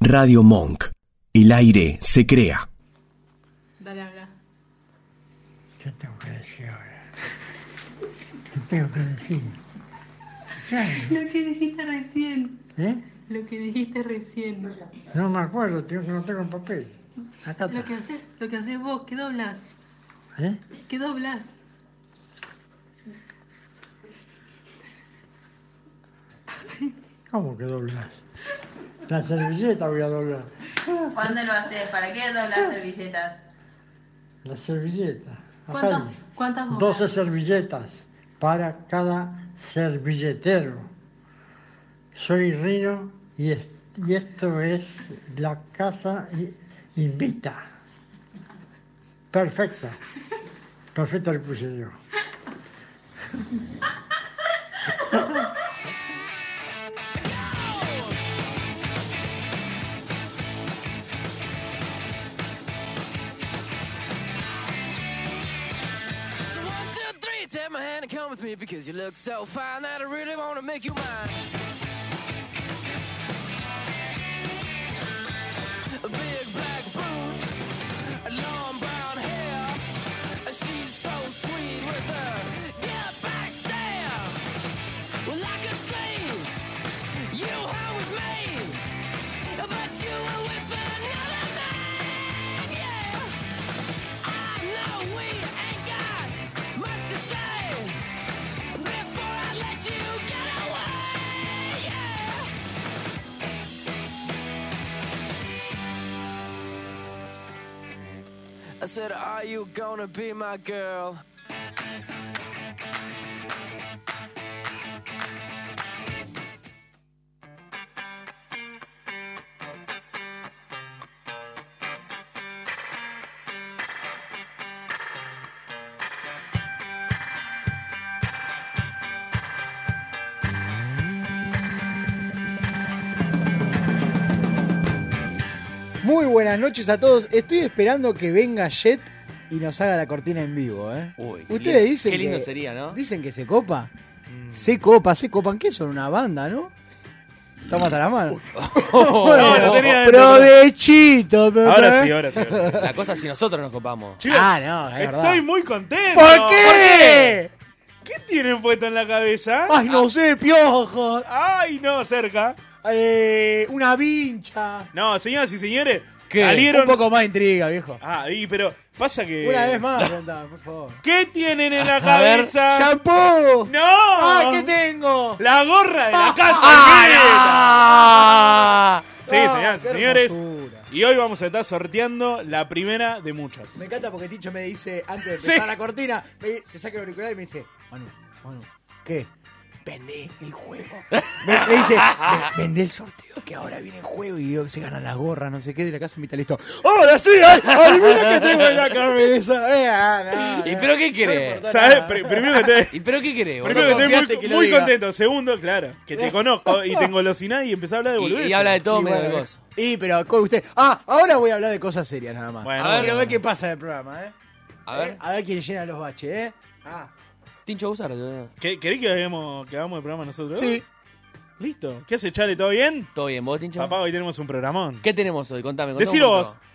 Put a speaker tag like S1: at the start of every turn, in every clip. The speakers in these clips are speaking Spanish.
S1: Radio Monk. El aire se crea.
S2: Dale, habla.
S3: ¿Qué tengo que decir ahora? ¿Qué tengo que decir? Claro,
S2: Lo que dijiste recién.
S3: ¿eh?
S2: Lo que dijiste recién.
S3: No me acuerdo, tío, que no tengo papel. Acá
S2: Lo que
S3: está.
S2: haces, lo que haces vos, ¿qué doblas?
S3: ¿Eh?
S2: ¿Qué doblas?
S3: ¿Cómo que doblas? La servilleta voy a doblar.
S4: ¿Cuándo lo haces? ¿Para qué doblas servilletas?
S3: La servilleta. Acá
S2: ¿Cuántas,
S3: hay
S2: cuántas doblas?
S3: 12 servilletas para cada servilletero. Soy Rino y, es- y esto es la casa i- invita. Perfecto. Perfecto le puse yo.
S5: So one, two, three, take my hand and come with me because you look so fine that I really want to make you mine. Big black boots, long brown hair. She's so sweet with her get back stare. Well, I could see you were with me, but you were with another man. Yeah. I know we ain't got much to say before I let you get away. Yeah. I said, Are you gonna be my girl?
S6: Muy buenas noches a todos. Estoy esperando que venga Jet y nos haga la cortina en vivo, ¿eh?
S7: Uy, qué
S6: Ustedes
S7: lindo-
S6: dicen
S7: Qué lindo
S6: que-
S7: sería, ¿no?
S6: Dicen que se copa.
S8: Mm.
S6: Se copa, se copan. ¿Qué son? Una banda, ¿no? Estamos hasta la mano.
S8: Oh, No, lo tenía dentro,
S6: provechito, bebé.
S8: Ahora sí, ahora sí. ahora sí.
S7: La cosa es si nosotros nos copamos.
S8: Chicos,
S6: ¿Eh? Ah, no, es verdad.
S8: estoy muy contento.
S6: ¿Por qué?
S8: ¿Qué tienen puesto en la cabeza? Ah.
S6: Ay, no sé, piojo.
S8: Ay, no, cerca.
S6: Eh, una vincha.
S8: No, señoras y señores,
S7: ¿Qué?
S8: salieron.
S6: Un poco más de intriga, viejo.
S8: Ah, y, pero pasa que.
S6: Una vez más, contame, por favor.
S8: ¿Qué tienen en la
S7: A ver,
S8: cabeza?
S6: ¡Shampoo!
S8: ¡No!
S6: ¡Ah, qué tengo! Ah.
S8: La gorra de la casa. Quineta. Sí,
S6: Ah,
S8: señoras y
S6: qué
S8: señores.
S6: hermosura.
S8: Y hoy vamos a estar sorteando la primera de muchas.
S6: Me encanta porque Ticho me dice, antes de
S8: Sí.
S6: empezar la cortina, me di- se saca el auricular y me dice, Manu, Manu, ¿qué? Vendé el juego. Me, me dice, "Ve- vendé el sorteo que ahora viene el juego y yo- se ganan las gorras, no sé qué, de la casa invita listo. ¡Ahora sí! ¡Ay, ay, mira que tengo en la cabeza! Eh, ah, no,
S7: ¿Y
S6: no.
S7: pero qué
S6: No
S7: querés?
S6: importa
S8: ¿Sabes?
S6: nada.
S8: Pri- primero que te.
S7: ¿Y pero qué querés?
S8: Primero
S7: boludo?
S8: que estoy
S6: confiaste
S8: muy,
S6: que lo
S8: muy
S6: diga.
S8: contento. Segundo, claro, que te conozco y te engolosinás y empezás a hablar de
S7: Y,
S8: boludeces.
S7: y habla de todo
S6: Y
S7: menos
S6: bueno,
S7: de vos.
S6: Y pero, ¿cómo usted? Ah, ahora voy a hablar de cosas serias nada más.
S8: Bueno,
S6: a ver,
S7: bueno.
S6: a ver qué pasa en el programa, ¿eh?
S7: A ver,
S6: A ver quién llena los baches, ¿eh? Ah,
S7: Tincho Gusaro. boludo.
S8: ¿Qué- ¿Querés que hagamos, que hagamos el programa nosotros?
S6: sí.
S8: Listo. ¿Qué hace, Chale? ¿Todo bien?
S7: ¿Todo bien vos, Tincho?
S8: Papá, hoy tenemos un programón.
S7: ¿Qué tenemos hoy? Contame. contame
S8: Decilo
S7: un
S8: vos.
S7: poquito.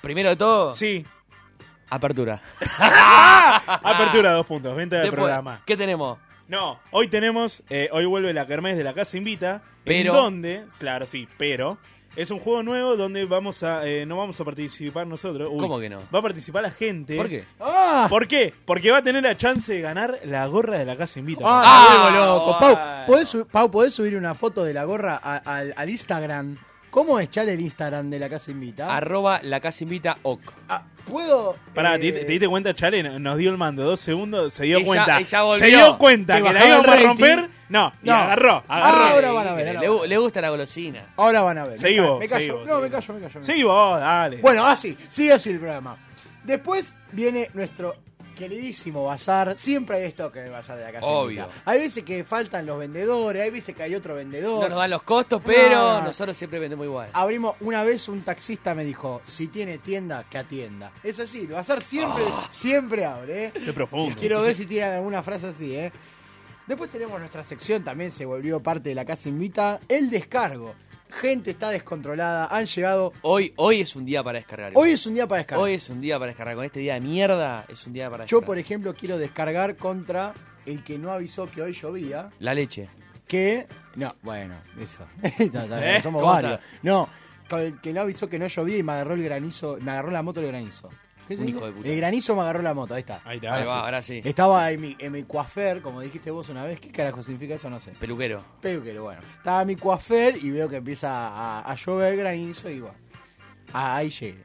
S7: Primero de todo,
S8: Sí.
S7: apertura.
S8: Apertura, dos puntos. Venta del
S7: Ah. Después,
S8: programa.
S7: ¿Qué tenemos?
S8: No, hoy tenemos, eh, hoy vuelve la Kermés de la Casa Invita,
S7: Pero-
S8: en donde, claro, sí, pero es un juego nuevo donde vamos a, eh, no vamos a participar nosotros. Uy,
S7: ¿Cómo que no?
S8: Va a participar la gente.
S7: ¿Por qué?
S6: ¡Ah!
S8: ¿Por qué? Porque va a tener la chance de ganar la gorra de la Casa Invita.
S6: Ah,
S7: Ah,
S6: me vuelvo loco.
S7: bueno.
S6: Pau, ¿podés, su- Pau, ¿podés subir una foto de la gorra a- al- al Instagram? ¿Cómo es chale el Instagram de la Casa Invita?
S7: Arroba la casa invita OC.
S6: Ah, ¿Puedo...?
S8: Pará,
S6: eh,
S8: ¿te, te diste cuenta, Chale? No- Nos dio el mando, dos segundos, se dio
S7: Ella-
S8: cuenta.
S7: ella volvió.
S8: Se dio cuenta
S6: Que
S8: que, la
S6: bajaba
S8: íbamos a
S6: el
S8: romper.
S6: rating.
S8: No, y
S6: No.
S8: agarró,
S6: Ah,
S8: agarró.
S6: ahora van a ver, ahora
S7: Eh, Le,
S6: van a
S7: gu- le gusta la golosina.
S6: Ahora van a ver.
S8: Seguí vos,
S6: Me callo,
S8: seguí vos,
S6: no,
S8: seguí vos.
S6: me callo, me callo. me
S8: sí, vos, dale.
S6: callo. Bueno, así, sigue así el programa. Después viene nuestro queridísimo bazar. Siempre hay stock en el bazar de la Casa
S7: Obvio.
S6: Invita. Hay veces que faltan los vendedores, hay veces que hay otro vendedor.
S7: No nos dan los costos,
S6: No.
S7: pero nosotros siempre vendemos igual.
S6: Abrimos, una vez un taxista me dijo, si tiene tienda, que atienda. Es así, el bazar siempre,
S7: Ah.
S6: siempre abre, ¿eh?
S8: Qué profundo.
S6: Quiero ver si tiran alguna frase así, ¿eh? Después tenemos nuestra sección, también se volvió parte de la Casa Invita, el descargo. Gente está descontrolada. Han llegado.
S7: Ah, Hoy, hoy es un día para descargar.
S6: Hoy es un día para descargar.
S7: Hoy es un día para descargar. Con este día de mierda es un día para
S6: Yo,
S7: descargar.
S6: por ejemplo, quiero descargar contra el que no avisó que hoy llovía.
S7: La leche.
S6: Que. No, bueno, eso. No, no,
S8: ¿Eh?
S6: Somos
S7: ¿Cómo
S6: varios.
S7: está?
S6: No, con el que no avisó que no llovía y me agarró el granizo. Me agarró la moto el granizo. ¿Qué se
S7: Un
S6: dice?
S7: hijo de puta.
S6: El granizo me agarró la moto, ahí está.
S8: Ahí está.
S7: Ahí
S8: ahora
S7: va,
S8: sí.
S7: ahora sí.
S6: Estaba en mi, en mi coafer, como dijiste vos una vez. ¿Qué carajo significa eso? No sé.
S7: Peluquero.
S6: Pero que bueno. Estaba mi coafer y veo que empieza a, a llover granizo y bueno. ah, ahí llegué.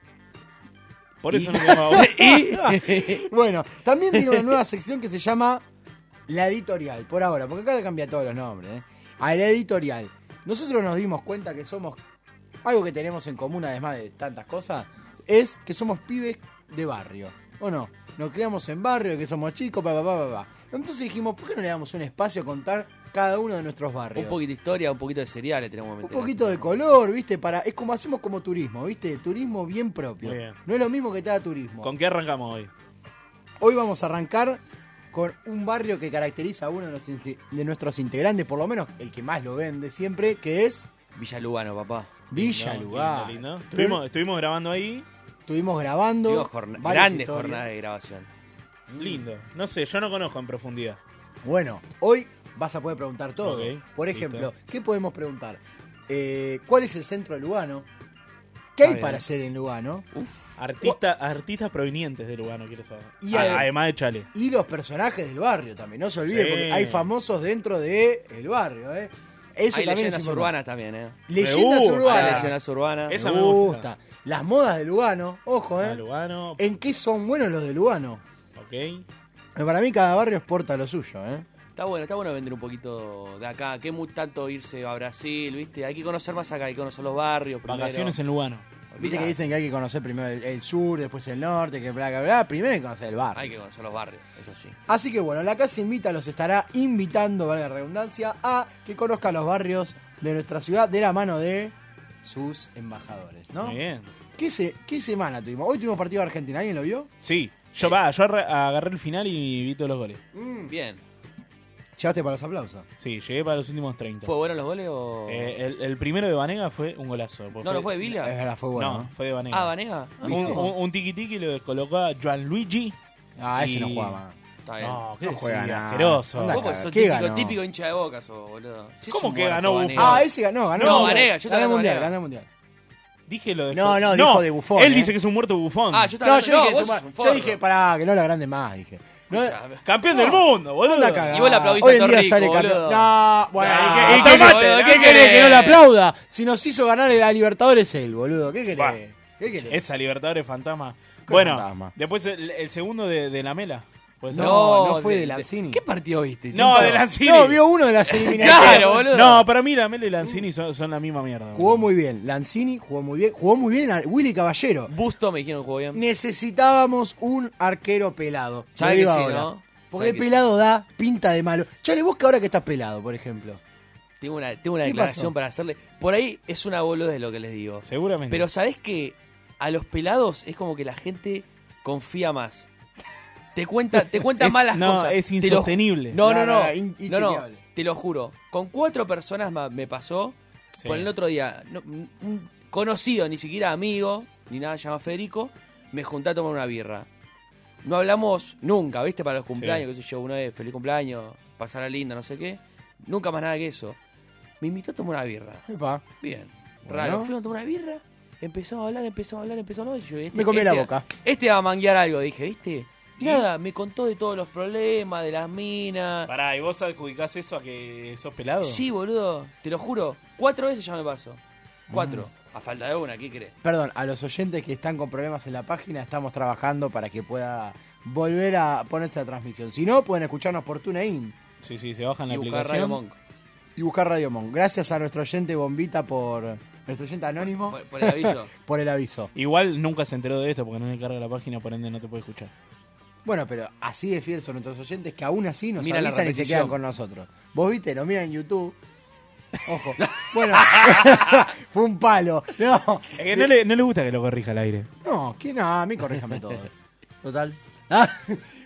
S8: Por eso no tenemos a vos.
S6: Bueno, también tiene una nueva sección que se llama La Editorial, por ahora, porque acá cambia todos los nombres. ¿eh? A la editorial. Nosotros nos dimos cuenta que somos. Algo que tenemos en común, además de tantas cosas, es que somos pibes de barrio. ¿O no? Nos criamos en barrio, que somos chicos, pa, pa, pa, pa, pa. Entonces dijimos, ¿por qué no le damos un espacio a contar cada uno de nuestros barrios?
S7: Un poquito de historia, un poquito de cereales tenemos que
S6: Un
S7: meter.
S6: poquito de color, ¿viste? Para, es como hacemos como turismo, ¿viste? Turismo bien propio.
S8: Muy bien.
S6: No es lo mismo que te da turismo.
S8: ¿Con qué arrancamos hoy?
S6: Hoy vamos a arrancar con un barrio que caracteriza a uno de, los inte- de nuestros integrantes, por lo menos el que más lo vende siempre, que es
S7: Villalubano, papá.
S6: Villa
S8: Lindo,
S6: Lugar.
S8: lindo, lindo.
S6: Tuvimos-
S8: Estuvimos, estuvimos grabando ahí.
S6: Estuvimos grabando.
S7: Digo, jorna-
S6: varias
S7: grandes
S6: historias.
S7: jornadas de grabación.
S8: Lindo. No sé, yo no conozco en profundidad.
S6: Bueno, hoy vas a poder preguntar todo.
S8: Ok,
S6: por
S8: listo.
S6: ejemplo, ¿qué podemos preguntar? Eh, ¿Cuál es el centro de Lugano? ¿Qué hay
S7: Está bien.
S6: para hacer en Lugano?
S8: Artista, artistas provenientes del Lugano, quiero saber.
S6: Oh. Y
S8: A-
S6: adem-
S8: además de Chale.
S6: Y los personajes del barrio también, no se olviden,
S8: Sí.
S6: porque hay famosos dentro del barrio, ¿eh? Eso
S7: Hay
S6: también es
S7: leyendas
S6: importante.
S7: urbanas también, ¿eh?
S6: Leyendas
S8: gusta.
S7: Hay
S6: urbanas.
S7: leyendas urbanas.
S8: Esa
S6: me,
S8: me gusta.
S6: gusta. Las modas de Lugano, ojo,
S8: A
S6: ¿eh?
S8: Lugano,
S6: ¿En qué son buenos los de Lugano?
S8: ok.
S6: Para mí cada barrio exporta lo suyo, ¿eh?
S7: Está bueno, está bueno vender un poquito de acá. Que muy tanto irse a Brasil, ¿viste? Hay que conocer más acá, hay que conocer los barrios primero.
S8: Vacaciones en Lugano.
S6: Viste
S7: Olvidá.
S6: que dicen que hay que conocer primero el, el sur, después el norte, que bla, bla, bla. Primero hay que conocer el barrio.
S7: Hay que conocer los barrios, es así.
S6: Así que bueno, la Casa Invita los estará invitando, valga la redundancia, a que conozcan los barrios de nuestra ciudad de la mano de sus embajadores, ¿no?
S8: Muy bien.
S6: ¿Qué, se- qué semana tuvimos? Hoy tuvimos partido de Argentina, ¿alguien lo vio?
S8: Sí,
S6: Eh,
S8: yo, va, yo arra- agarré el final y vi todos los goles.
S6: Mm.
S7: Bien.
S6: Llegaste para los aplausos.
S8: Sí, llegué para los últimos 30.
S7: ¿Fue bueno los goles o.?
S8: Eh, el, el primero de Vanega fue un golazo. porque
S7: no, no fue de Vila.
S6: Es verdad, fue bueno.
S8: No,
S6: ¿no?
S8: fue de Vanega.
S7: ah, Vanega. Ah,
S8: Un, un, un tiki tiki lo colocó a Gianluigi.
S6: Ah, ese no
S8: Y-
S6: jugaba.
S7: Está bien.
S8: No, qué
S6: No juega
S8: decir,
S6: nada.
S8: asqueroso.
S6: Anda
S7: Vos
S6: acá.
S7: porque sos
S6: ¿Qué
S7: típico,
S6: ganó?
S7: típico hincha de boca, sos, boludo. Si sos
S8: ¿Cómo
S7: un
S8: que
S7: muerto,
S8: ganó
S7: Vanega.
S8: Buffon?
S6: Ah, ese ganó, ganó.
S7: No,
S6: el mundial.
S7: Vanega, yo te
S6: Ganó el
S7: hablo de
S6: mundial,
S7: Vanega.
S6: ganó el mundial.
S8: Dije lo de
S6: No, no, dijo de Buffon,
S8: Él
S6: eh.
S8: dice que es un muerto bufón.
S7: Ah, yo estaba
S6: No,
S7: hablando-
S6: yo, dije,
S7: vos
S6: suma-
S7: sos un
S6: yo
S7: forro.
S6: dije, pará, que no la grande más, dije. No,
S7: Escuchame.
S8: Campeón del mundo, boludo.
S6: anda a cagar.
S7: Y vos le aplaudís a
S6: Hoy en día
S7: Torrico,
S6: sale campeón.
S7: boludo.
S6: No, bueno,
S7: No,
S6: ¿y qué- y qué
S7: tomate,
S6: querés?
S7: boludo,
S6: ¿Qué
S7: Ah, ¿qué
S6: querés? Que no la
S7: querés?
S6: aplauda. Si nos hizo ganar la Libertadores él, boludo. ¿Qué querés?
S8: Bah.
S6: ¿Qué querés?
S8: Esa Libertadores fantasma.
S6: ¿Qué
S8: Bueno,
S6: fantasma?
S8: después el, el segundo de, de la mela. Pues,
S6: No, no fue de Lanzini.
S7: ¿Qué partido viste?
S8: No,
S7: Tinto?
S8: de Lanzini.
S6: No, vio uno de las eliminatorias.
S7: Claro, boludo.
S8: No, para mí la mela y Lanzini son, son la misma mierda.
S6: Jugó muy bien. Lanzini jugó muy bien. Jugó muy bien a Willy Caballero.
S7: Busto me dijeron que jugó bien.
S6: Necesitábamos un arquero pelado.
S7: Sabe
S6: Lo digo
S7: que sí,
S6: ahora.
S7: ¿no?
S6: Porque
S7: Sabe
S6: el
S7: que sí.
S6: pelado da pinta de malo. Chale, vos que ahora que estás pelado, por ejemplo.
S7: Tengo una, tengo una
S6: ¿Qué
S7: declaración
S6: pasó?
S7: para hacerle. Por ahí es una boludez lo que les digo.
S8: Seguramente.
S7: Pero sabés que a los pelados es como que la gente confía más. Te cuenta, te cuentan
S8: Es-
S7: malas
S8: no,
S7: cosas.
S8: es
S7: Te lo ju-
S8: insostenible.
S7: No, no,
S6: No,
S7: no.
S6: no, in-
S7: No, no,
S6: inchequeable.
S7: Te lo juro. Con cuatro personas ma- me pasó.
S8: Sí.
S7: Con el otro día, no, un- un conocido, ni siquiera amigo, ni nada, se llama Federico, me junté a tomar una birra. No hablamos nunca, ¿viste? Para los cumpleaños, qué sé yo, una vez, feliz cumpleaños, pasará lindo, no sé qué. Nunca más nada que eso. Me invitó a tomar una birra.
S6: Epa.
S7: Bien.
S6: Bueno.
S7: Raro. Fuimos a tomar una birra, empezamos a hablar, empezamos a hablar, empezamos a hablar. y yo, este-
S6: Me comí la
S7: este-
S6: boca.
S7: Este va a manguear algo, dije, ¿viste? Nada, me contó de todos los problemas, de las minas.
S8: Pará, ¿y vos adjudicás eso a que sos pelado?
S7: Sí, boludo, te lo juro. Cuatro veces ya me pasó. Cuatro.
S6: Mm.
S7: A falta de una, ¿qué crees?
S6: Perdón, a los oyentes que están con problemas en la página, estamos trabajando para que pueda volver a ponerse la transmisión. Si no, pueden escucharnos por TuneIn
S8: Sí, sí, se bajan la
S7: Y buscar
S8: aplicación.
S7: Radio Monk.
S6: y buscar Radio Monk. Gracias a nuestro oyente Bombita por. Nuestro oyente anónimo.
S7: Por, por el aviso.
S6: por el aviso.
S8: Igual nunca se enteró de esto porque no le carga la página, por ende no te puede escuchar.
S6: Bueno, pero así de fiel son nuestros oyentes que aún así nos
S7: Mira la
S6: avisan y se
S7: repetición.
S6: quedan con nosotros. Vos viste, nos miran en YouTube. Ojo. Bueno, fue un palo. No,
S8: Es que no le, no le gusta que lo corrija al aire.
S6: no, que nada, a mí corríjame todo. Total. Ah,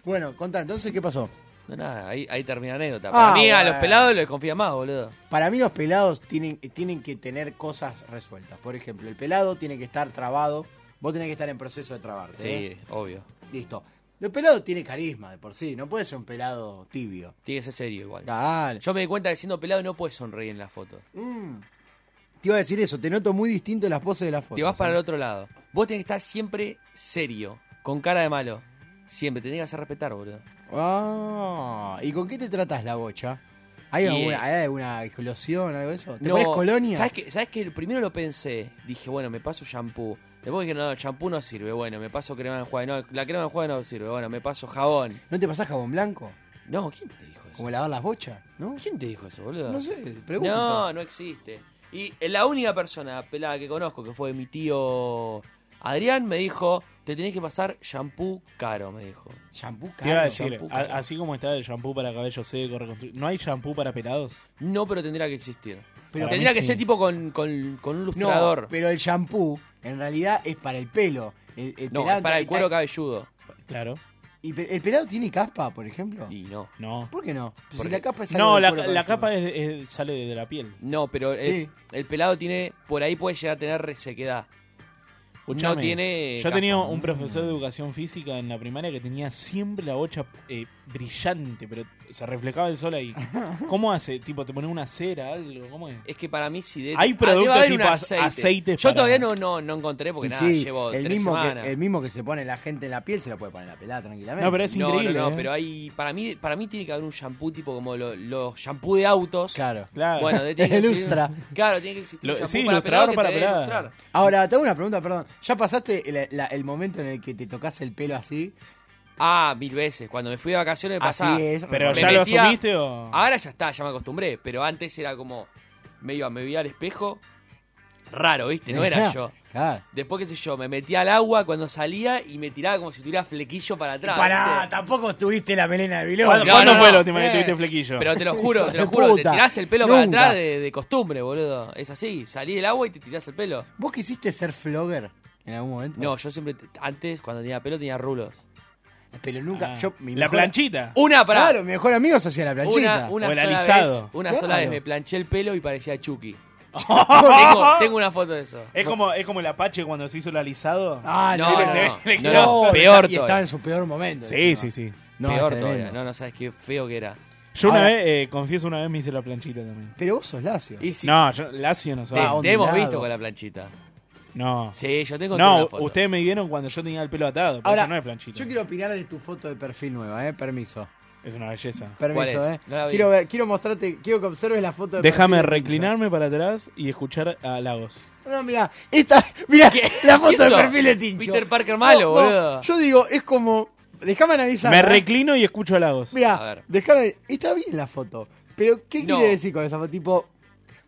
S6: bueno, contá, entonces, ¿qué pasó?
S7: No, nada, ahí, ahí termina la anécdota. Para
S6: Ah,
S7: mí a
S6: bueno.
S7: los pelados les confía más, boludo.
S6: Para mí los pelados tienen, tienen que tener cosas resueltas. Por ejemplo, el pelado tiene que estar trabado. Vos tenés que estar en proceso de trabarte. ¿eh?
S7: Sí, obvio.
S6: Listo. El pelado tiene carisma de por sí. No puede ser un pelado tibio.
S7: Tiene que ser serio igual.
S6: Dale.
S7: Yo me di cuenta que siendo pelado no puedes sonreír en la foto.
S6: Mm. Te iba a decir eso. Te noto muy distinto en las ¿eh? poses de la foto.
S7: Te vas para el otro lado. Vos tenés que estar siempre serio, con cara de malo. Siempre, te tenés que hacer respetar, boludo.
S6: Ah, ¿Y con qué te tratas la bocha? ¿Hay,
S7: Y,
S6: alguna,
S7: eh,
S6: ¿hay alguna explosión, algo de eso? ¿Te pones colonia?
S7: ¿Sabes que, ¿Sabes que Primero lo pensé. Dije, bueno, me paso shampoo. Después dije, no, shampoo no sirve. Bueno, me paso crema de enjuague. No, la crema de enjuague no sirve. Bueno, me paso jabón.
S6: ¿No te pasás jabón blanco?
S7: No, ¿quién te dijo eso?
S6: ¿Como lavar las bochas? ¿No?
S7: ¿Quién te dijo eso, boludo?
S6: No sé, pregunta.
S7: No, no existe. Y eh, la única persona pelada que conozco, que fue mi tío Adrián, me dijo, te tenés que pasar shampoo caro, me dijo.
S6: Shampoo
S8: Te iba a
S6: caro,
S8: decir,
S7: shampoo,
S8: a-
S7: claro.
S8: así como está el shampoo para cabello seco, reconstru- ¿no hay shampoo para pelados?
S7: No, pero tendría que existir.
S8: Pero
S7: tendría
S8: para mí
S7: que
S8: sí.
S7: ser tipo con, con- con un
S6: No,
S7: lustrador.
S6: pero el shampoo en realidad es para el pelo. El, el
S7: No,
S6: pelado
S7: es para el
S6: está-
S7: cuero cabelludo.
S8: Claro.
S6: ¿Y pe- ¿El pelado tiene caspa, por ejemplo?
S7: Y no.
S8: No.
S6: ¿Por qué no? Pues si
S7: Porque-
S6: la capa es algo
S8: No,
S6: del
S8: la,
S6: cuero
S8: la
S6: cabelludo.
S8: capa es- es- sale de la piel.
S7: No, pero el,
S6: Sí.
S7: el pelado tiene. Por ahí puede llegar a tener resequedad.
S8: Escuchame,
S7: No tiene
S8: Yo
S7: capa.
S8: tenía un profesor de educación física en la primaria que tenía siempre la bocha eh, brillante, pero se reflejaba el sol ahí. ¿Cómo hace? Tipo, te pone una cera, algo, ¿cómo es?
S7: Es que para mí si de,
S8: Hay
S7: ah,
S8: productos
S7: debe haber un
S8: tipo ace- aceites
S7: Yo
S8: para-
S7: todavía no, no, no encontré porque
S6: Y
S7: nada,
S6: sí,
S7: llevo
S6: el
S7: tres
S6: mismo,
S7: semanas.
S6: que, el mismo que se pone la gente en la piel se lo puede poner en la pelada tranquilamente.
S8: No, pero es
S7: no,
S8: increíble.
S7: no, no,
S8: ¿eh?
S7: pero hay. Para mí, para mí tiene que haber un shampoo tipo como lo- los shampoo de autos.
S6: Claro.
S8: Claro.
S7: Bueno, de- tiene que
S6: El
S7: existir-
S6: Lustra.
S7: Claro, tiene que existir
S8: Lo-
S7: un shampoo
S8: sí,
S7: para
S8: lustrador
S7: pelado que
S8: para
S7: te dé
S8: pelada.
S7: lustrar.
S6: Ahora, te hago una pregunta, perdón. ¿Ya pasaste el, la- el momento en el que te tocas el pelo así?
S7: Ah, mil veces. Cuando me fui de vacaciones pasaba.
S6: Así es.
S8: Pero
S7: Me
S8: ya lo
S7: metía-
S8: asumiste o.
S7: Ahora ya está, ya me acostumbré. Pero antes era como. Me iba, me veía al espejo. Raro, ¿viste? No era yo.
S6: Claro.
S7: Después, qué sé yo, me metía al agua cuando salía y me tiraba como si tuviera flequillo para atrás.
S6: Pará,
S7: ¿viste?
S6: tampoco tuviste la melena de Bilón.
S8: ¿Cuándo,
S7: No,
S8: cuándo
S7: no,
S8: fue
S7: no.
S8: la última
S6: Eh.
S8: que tuviste flequillo?
S7: Pero te lo juro, te lo
S6: Hijo de
S7: juro, te
S6: puta.
S7: tirás el pelo para
S6: Nunca.
S7: atrás de, de costumbre, boludo. Es así, salí del agua y te tirás el pelo.
S6: ¿Vos quisiste ser flogger en algún momento?
S7: No, yo siempre, antes cuando tenía pelo tenía rulos.
S6: Pero nunca.
S8: Ah.
S6: yo- mi
S8: la
S6: mejor-
S8: planchita.
S7: Una para.
S6: Claro, mi mejor amigo se hacía la planchita.
S7: Una, una
S8: O el
S7: sola
S8: alisado.
S7: vez, una
S6: Claro.
S7: sola vez me planché el pelo y parecía Chucky. tengo, tengo una foto de eso.
S8: Es como, es como el Apache cuando se hizo el alisado.
S6: Ah,
S7: No,
S6: le-
S7: no,
S6: le-
S7: no,
S8: le-
S7: no,
S8: no,
S7: no,
S6: y
S7: peor
S6: está- Y estaba
S7: todavía.
S6: en su peor momento.
S8: sí,
S6: encima.
S8: sí, sí.
S6: No,
S7: peor
S6: es
S7: todavía.
S6: tremendo.
S7: No, no sabes qué feo que era.
S8: Yo una
S6: Ahora-
S8: vez, eh, confieso, una vez me hice la planchita también.
S6: Pero vos sos lacio.
S7: Y si-
S8: No, yo, Lacio no
S7: te,
S8: sabe.
S7: te hemos
S6: ondulado.
S7: visto con la planchita.
S8: No.
S7: Sí, yo tengo
S8: No,
S7: una foto.
S8: ustedes me vieron cuando yo tenía el pelo atado. Pero
S6: Ahora,
S8: eso no es planchita.
S6: yo quiero opinar de tu foto de perfil nueva, ¿eh? Permiso.
S8: Es una belleza.
S6: Permiso,
S7: ¿Cuál es?
S6: ¿eh?
S7: No la vi.
S6: quiero, ver, quiero mostrarte, quiero que observes la foto de
S8: Déjame
S6: perfil de Pincho.
S8: reclinarme para atrás y escuchar a Lagos.
S6: No, mira, esta, mira,
S7: ¿Qué?
S6: la foto de
S7: Eso,
S6: perfil de Tincho.
S7: Peter Parker malo,
S6: No, no,
S7: boludo.
S6: Yo digo, es como. Déjame analizar.
S8: Me reclino y escucho a Lagos.
S7: A ver.
S6: Mira, déjame. Está bien la foto. Pero, ¿qué
S7: No.
S6: quiere decir con esa foto? Tipo,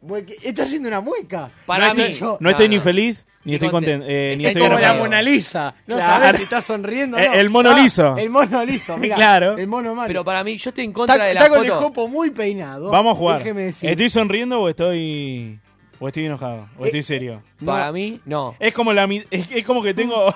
S6: mueque- está haciendo una mueca.
S7: Para
S6: no
S7: mí.
S6: estoy yo.
S8: No estoy
S7: No,
S8: ni
S7: no.
S8: feliz,
S7: Ni
S8: ni estoy
S7: contento.
S8: contento, eh, ni
S7: Está
S8: estoy
S7: como
S6: Como la
S7: enojado.
S6: Mona Lisa. No
S8: Claro.
S6: sabes si estás sonriendo o no.
S8: Eh,
S6: Ah,
S8: El- el mono liso.
S6: El mono liso, mirá.
S8: Claro.
S6: El mono malo.
S7: Pero para mí, yo estoy en contra
S6: está
S7: de la
S6: está con el
S7: foto.
S6: copo muy peinado.
S8: Vamos a jugar.
S6: Déjeme decir.
S8: ¿Estoy sonriendo o estoy o estoy enojado? ¿O
S6: Eh,
S8: estoy serio?
S7: Para mí, no.
S8: Es como la mi- es, es como que tengo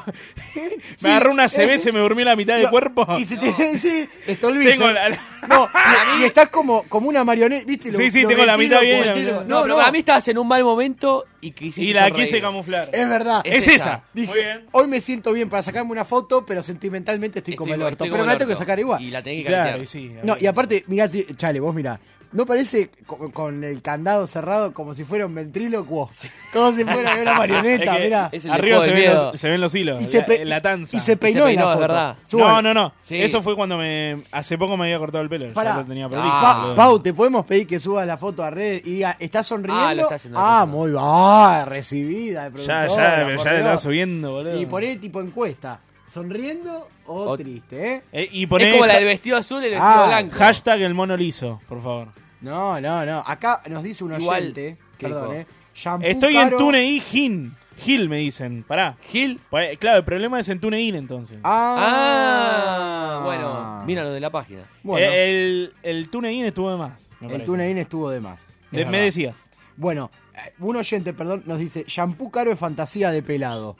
S6: Sí,
S8: me agarró una
S6: eh,
S8: CB, se me durmió la mitad del
S6: No,
S8: cuerpo.
S6: Y se te sí, estolvizo.
S8: Tengo la- la-
S6: No, y, y estás como, como una marioneta, ¿viste?
S8: Sí, sí, tengo la
S6: retiro
S8: mitad bien,
S6: por-
S8: la
S7: No,
S8: mitad.
S6: No,
S7: pero
S6: no.
S7: para mí estabas en un mal momento y quisiste
S8: Y la
S7: sonreír.
S8: quise camuflar.
S6: Es verdad.
S7: Es
S8: Es,
S7: esa.
S8: esa.
S6: Dije,
S8: Muy bien.
S6: hoy me siento bien para sacarme una foto, pero sentimentalmente estoy, como el orto.
S7: estoy
S6: pero
S7: como
S6: me
S7: el
S6: la tengo que
S7: orto.
S6: sacar igual.
S7: Y la tenés que
S8: Claro,
S7: cambiar.
S8: y sí. a
S6: No,
S8: ver.
S6: y aparte, mirá, ti- chale, vos mirá. No parece con, con el candado cerrado como si fuera un ventrílocuo. Como si fuera una
S8: Es
S6: marioneta,
S8: que
S6: mirá.
S7: es el
S8: arriba
S7: juego
S8: se
S7: del
S8: ven,
S7: miedo.
S8: los, se ven los hilos,
S6: Y se,
S8: la,
S6: pe-
S8: la tanza.
S6: y se peinó, en
S7: peinó,
S6: la
S7: es
S6: foto.
S7: verdad.
S6: Súbalo.
S8: No, no, no.
S7: Sí.
S8: Eso fue cuando me hace poco me había cortado el pelo,
S6: Pará.
S8: ya lo tenía
S6: Ah,
S8: perdido.
S6: Pa-
S8: boludo.
S6: Pau, ¿te podemos pedir que subas la foto a red y diga, ¿estás sonriendo?
S7: Ah, lo está haciendo, lo está
S6: Ah,
S7: haciendo.
S6: muy bien. Ah, recibida. de
S8: Ya, ya,
S6: productora,
S8: pero
S6: por
S8: ya le
S6: Dios.
S8: estaba subiendo, boludo.
S6: Y poné tipo encuesta. ¿Sonriendo o,
S7: O-
S6: triste, eh?
S8: Eh, y poné
S7: es como la
S8: ha-
S7: del vestido azul y el vestido
S6: Ah,
S7: blanco.
S8: hashtag el mono liso, por favor.
S6: No, no, no. Acá nos dice un
S7: Igual,
S6: oyente.
S7: ¿qué
S6: Perdón,
S7: dijo?
S6: eh. Shampoo
S8: Estoy
S6: caro-
S8: en TuneIn Gin. Gil me dicen, pará.
S7: Gil.
S8: Pues, claro, el problema es en TuneIn entonces.
S6: Ah,
S7: Ah, bueno, mira lo de la página.
S6: Bueno,
S8: Eh, el, el TuneIn estuvo de más. me
S6: el
S8: parece.
S6: TuneIn estuvo de más. es
S8: De-
S6: verdad.
S8: me decías.
S6: Bueno, eh, un oyente, perdón, nos dice: shampoo caro de fantasía de pelado.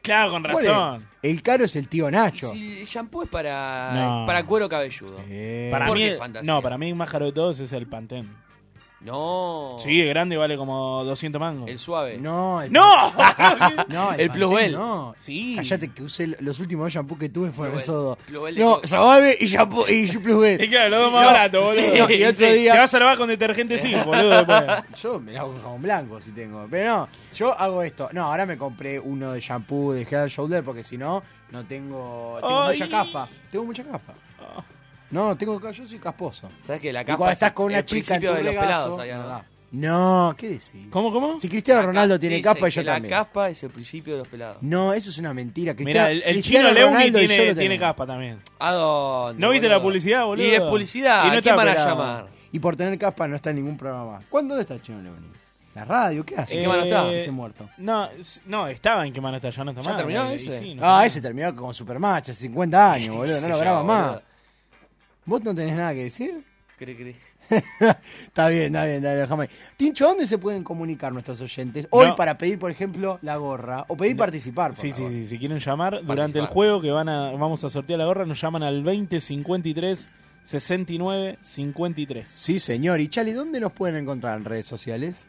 S8: Claro, con
S6: ¿Cuál es?
S8: razón.
S6: El caro es el tío Nacho.
S7: Si el shampoo es para,
S8: No.
S7: para cuero cabelludo.
S6: Eh,
S8: Para
S7: ¿Por
S8: mí,
S7: qué
S8: el-
S7: fantasía?
S8: no, para mí el más caro de todos es el Pantene.
S7: No.
S8: Sí, es grande, vale como 200 mangos.
S7: El suave.
S6: No, el,
S8: ¡No!
S6: no,
S7: el Plusbel.
S6: No.
S8: sí.
S6: Cállate que usé los últimos shampoos que tuve fueron
S7: Plusbel.
S6: esos dos.
S7: Plusbel de
S6: No,
S7: coco.
S6: Sababe y shampoo y Plusbel.
S8: Es claro, los dos más
S7: No,
S8: baratos, boludo.
S7: sí,
S6: no, y otro
S7: sí.
S8: Te
S6: día
S8: vas a lavar con detergente sí, boludo. después.
S6: Yo me lavo con jabón blanco si tengo. Pero no, yo hago esto. No, ahora me compré uno de shampoo de Head and Shoulder porque si no, no tengo. Tengo
S8: Ay. Ah.
S6: mucha capa. Tengo mucha capa. No, tengo yo soy casposo.
S7: ¿Sabes que la
S6: Y
S7: capa
S6: cuando estás
S7: es
S6: con una
S7: el
S6: chica en
S7: principio
S6: tu
S7: de los
S6: regazo,
S7: pelados, había,
S6: no,
S7: ¿no?
S6: da. no, ¿qué decís?
S8: ¿Cómo, cómo?
S6: Si Cristiano
S7: La
S6: Ronaldo
S7: ca-
S6: tiene
S7: dicen
S6: capa y yo
S7: que
S6: también.
S7: La capa es el principio de los pelados.
S6: No, eso es una mentira. Cristiano,
S8: Mirá, el, el
S6: Cristiano
S8: chino Leuni
S6: Ronaldo y yo lo
S8: tiene, tiene
S6: tenemos.
S8: caspa también.
S7: ¿A dónde?
S8: ¿No viste
S7: boludo?
S8: la publicidad, boludo?
S7: Y es publicidad.
S8: Y
S7: ¿Y
S8: no
S7: no
S8: está
S7: quién van a
S8: operado.
S7: llamar?
S6: Y por tener capa no está en ningún programa más. ¿Cuándo está el Chino Leoni? ¿La radio? ¿Qué hace? Eh,
S7: ¿En qué mano está?
S6: Ese muerto.
S8: Eh, No, s- no, estaba en qué mano está, ya no está
S7: ¿Ya
S8: más.
S7: terminó
S8: Eh,
S7: ese?
S8: y sí, no
S6: Ah,
S8: está
S6: ese terminó como Supermatch hace 50 años, boludo. No
S7: Sí,
S6: lo
S7: yo,
S6: graba más.
S7: boludo.
S6: ¿Vos no tenés nada que decir?
S7: Cre, cre.
S6: Está bien, está bien, está bien, déjame ahí. Tincho, ¿dónde se pueden comunicar nuestros oyentes? Hoy
S8: No.
S6: para pedir, por ejemplo, la gorra. O pedir participar. por
S8: Sí, sí,
S6: favor.
S8: sí, si quieren llamar durante el
S7: Participar.
S8: juego que van a, vamos a sortear la gorra, nos llaman al 20 53 69 53.
S6: Sí, señor. Y Chale, ¿dónde nos pueden encontrar en redes sociales?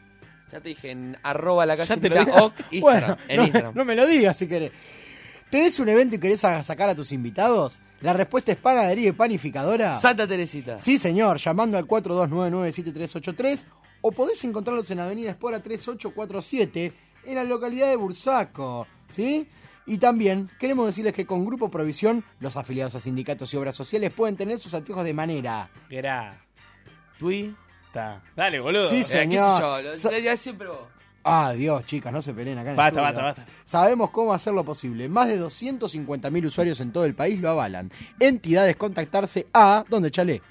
S7: Ya te dije en arroba la
S8: Ya
S7: casa
S8: te lo
S7: invita, ok, Instagram.
S6: bueno,
S7: en
S6: no,
S7: Instagram.
S6: no me lo digas si querés. ¿Tenés un evento y querés a- sacar a tus invitados? La respuesta es panadería y panificadora.
S7: Santa Teresita.
S6: Sí, señor, llamando al 42997383 o podés encontrarlos en Avenida Espora 3847 en la localidad de Bursaco, ¿sí? Y también queremos decirles que con Grupo Provisión, los afiliados a sindicatos y obras sociales pueden tener sus anteojos de manera.
S8: Grata.
S7: Tui.
S8: Dale, boludo.
S6: Sí,
S7: Eh, ¿Qué sé
S6: señor.
S7: yo? Lo-
S6: Sa-
S7: lo- ya siempre vos.
S6: Ah, Dios, chicas, no se peleen acá. En el
S8: Basta,
S6: estudio.
S8: basta, basta.
S6: Sabemos cómo hacerlo posible. Más de 250.000 usuarios en todo el país lo avalan. Entidades contactarse a... ¿Dónde, Chale?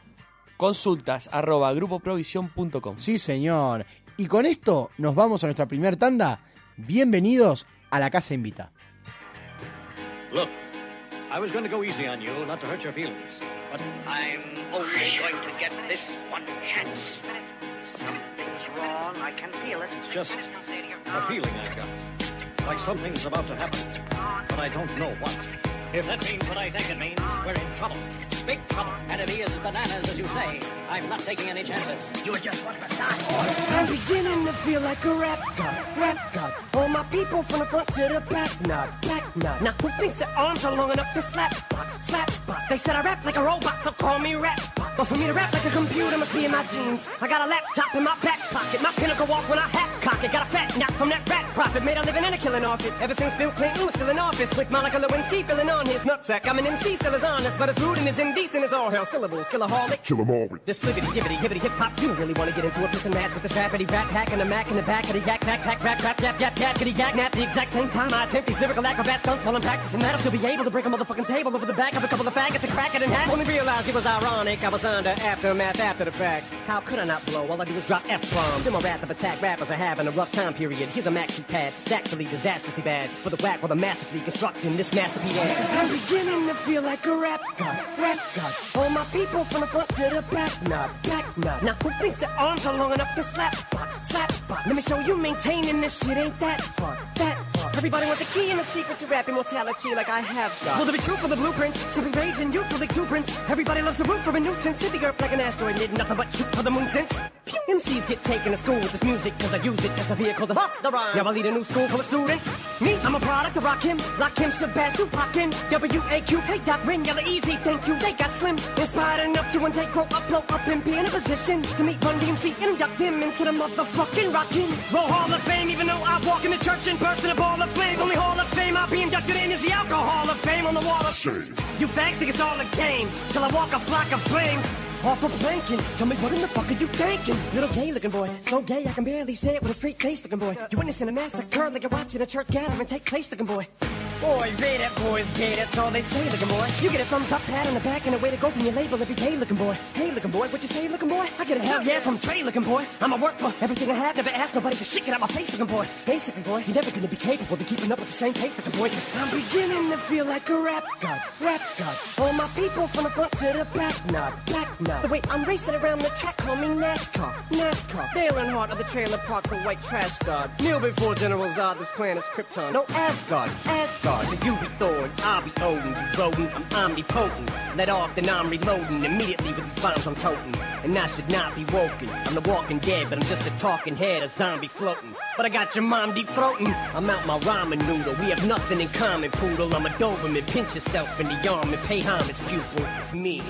S7: Consultas arroba grupoprovision.com.
S6: Sí, señor. Y con esto nos vamos a nuestra primera tanda. Bienvenidos a la Casa Invita.
S9: Look, I was going to go easy on you, not to hurt your feelings. But I'm only going to get this one chance. Something's wrong. I can feel it. It's just a feeling I've got. Like something's about to happen. But I don't know what. If that means what I think it means, we're in trouble. Big trouble. And if he is bananas, as you say, I'm not taking any chances. You were just one to die.
S10: I'm beginning to feel like a rap god, rap god. All my people from the front to the back, now, back, now. Now who thinks their arms are long enough to slap box, slap box? They said I rap like a robot, so call me rap. bot. But for me to rap like a computer must be in my jeans. I got a laptop in my back pocket, my pinnacle walk when I hat cock it. Got a fat knock from that rat profit, made a living and a killing off it. Ever since Bill Clinton was still in office, with Monica Lewinsky filling on his nutsack. I'm an MC still as honest, but as rude and as indecent as all hell. Syllables, kill a holic. This libbity, gibbity, hibbity, hip hop tune. Really wanna get into a piss and match with this rappity rap hack and a mac in the back of the yak, back, hack, rap, rap, yap, yap, yak, kitty, yak, nap. The exact same time I attempt these lyrical acrobat stunts while I'm practicing that, I'll still be able to break a motherfucking table over the back of a couple of faggots and crack it in half. Only realized it was ironic, I was under aftermath after the fact. How could I not blow? All I do is drop F bombs. In my wrath of attack, rappers are having a rough time period. Here's a maxi pad, it's actually disastrously bad. For the whack with a masterfully constructing this masterpiece. I'm beginning to feel like a rap god, rap god. All my people from the front to the back, nah, back, nah. Now who thinks their arms are long enough to slap box, slap box? Let me show you maintaining this shit ain't that hard, that hard. Everybody with the key and the secret to rap immortality like I have got. Will there be truth for the blueprint? Sipping rage and youthful exuberance. Everybody loves the root for a nuisance. Hit the earth like an asteroid, did nothing but shoot for the moon since. Pew. MCs get taken to school with this music cause I use it as a vehicle to bust the rhyme. Now I lead a new school full of students. Me, I'm a product of rock him, lock him, Sebastian, Pockin, W-A-Q, hey, dot ring, yellow easy, thank you, they got slim. Inspired enough to one day grow up, blow up, and be in a position to meet Run DMC and induct them into the motherfucking rockin' Roll Hall of Fame, even though I walk in the church in person, a ball of flames. Only Hall of Fame I'll be inducted in is the Alcohol of Fame on the wall of shame. You fags think it's all a game, till I walk a flock of flames. Off of planking. Tell me what in the fuck are you thinking? Little gay looking boy. So gay I can barely say it with a straight face looking boy. You witnessing a massacre like you're watching a church gathering take place looking boy. Boy, read it, boys, gay, that's all they say looking boy. You get a thumbs up, pat on the back, and a way to go from your label every day looking boy. Hey looking boy, what you say looking boy? I get a hell yeah from Trey looking boy. I'm a work for everything I have, never ask nobody for shit, get out my face looking boy. Face looking boy, you're never gonna be capable of keeping up with the same pace looking boy. i I'm beginning to feel like a rap god, rap god. All my people from the front to the back, nah, back, nah. The way I'm racing around the track, call me NASCAR, NASCAR. Dale Earnhardt of the trailer park for white trash god. Kneel before General Zod, this plan is Krypton. No Asgard, Asgard. cars. So you be Thor and I'll be Odin. You rodent, I'm omnipotent. Let off, then I'm reloading. Immediately with these bombs I'm toting. And I should not be woken. I'm the walking dead, but I'm just a talking head, a zombie floating. But I got your mom deep throating. I'm out my ramen noodle. We have nothing in common, poodle. I'm a Doberman. Pinch yourself in the arm and pay homage, pupil. It's me.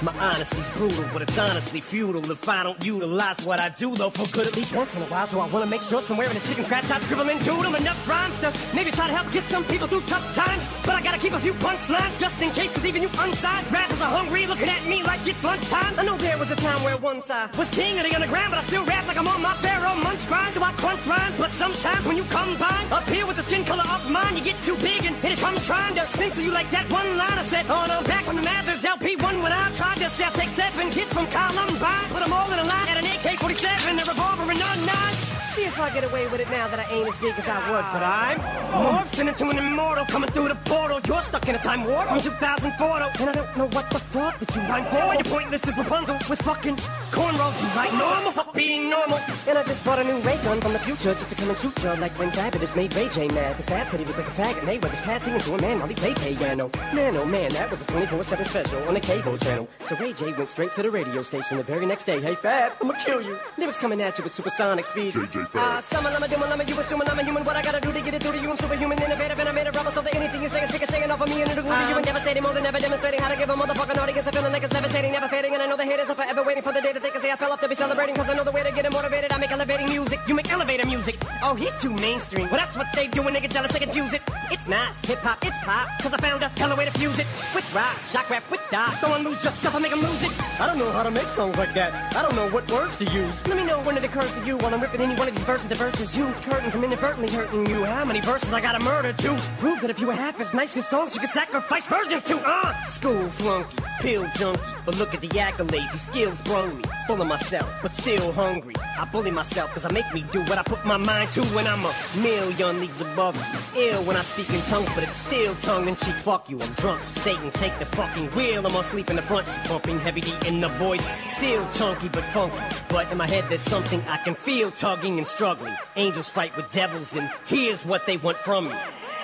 S10: My honesty's brutal, but it's honestly futile if I don't utilize what I do, though, for good at least once in a while. So I wanna make sure somewhere in this chicken scratch I scribble and doodle enough rhymes to maybe try to help get some people through tough times. But I gotta keep a few punchlines just in case, cause even you unsigned rappers are hungry looking at me like it's lunchtime. I know there was a time where once I was king of the underground, but I still rap like I'm on my pharaoh munch grind. So I crunch rhymes, but sometimes when you combine up here with the skin color of mine, you get too big and here it comes trying to censor you like that one line I said on a back from the Mathers LP1 when I tried to sell. Take seven kids from Columbine, put them all in a line at an AK-47, a revolver and a nine. See if I get away with it now that I ain't as big as I was, but I'm morphed into an immortal coming through the portal. You're stuck in a time warp from 2004, though, and I don't know what the fuck that you rhyme for. Your pointless is Rapunzel with fucking cornrows. You like normal for being normal, and I just bought a new ray gun from the future just to come and shoot you like when Diabetes made Ray J mad. This fat said he looked like a faggot. Mayweather's passing into a man while he played piano. Man, oh man, that was a 24/7 special on the cable channel. So Ray J went straight to the radio station the very next day. Hey, Fab, I'ma kill you. Lyrics coming at you with supersonic speed. Ah, summon, I'm a doom, I'm a you assuming I'm a human. What I gotta do to get it through to you? I'm superhuman, innovative, and I made a rubber so that anything you say is taking shaking off of me and it'll glue to you and devastating more than ever demonstrating how to give a motherfucking audience a feeling like it's levitating, never fading. And I know the haters are forever waiting for the day that they can say I fell off to be celebrating. Cause I know the way to get 'em motivated. I make elevating music, you make elevator music. Oh, he's too mainstream. Well, that's what they do when they get jealous, they confuse it. It's not hip hop, it's pop. Cause I found a hella way to fuse it with rock, shock rap, with dot. Don't lose yourself, I make 'em lose it. I don't know how to make songs like that. I don't know what words to use. Let me know when it occurs to you while I'm ripping any one of these verses. The verses you, it's curtains. I'm inadvertently hurting you. How many verses I gotta murder to prove that if you were half as nice as songs, you could sacrifice virgins to? Uh, school flunky, pill junkie. But look at the accolades, these skills brung me. Full of myself, but still hungry. I bully myself because I make me do what I put my mind to when I'm a million leagues above you. Ill when I speak in tongues, but it's still tongue and cheek. Fuck you, I'm drunk. So Satan, take the fucking wheel. I'm gonna sleep in the front, pumping heavy D in the voice. Still chunky but funky. But in my head there's something I can feel tugging and struggling. Angels fight with devils, and here's what they want from me.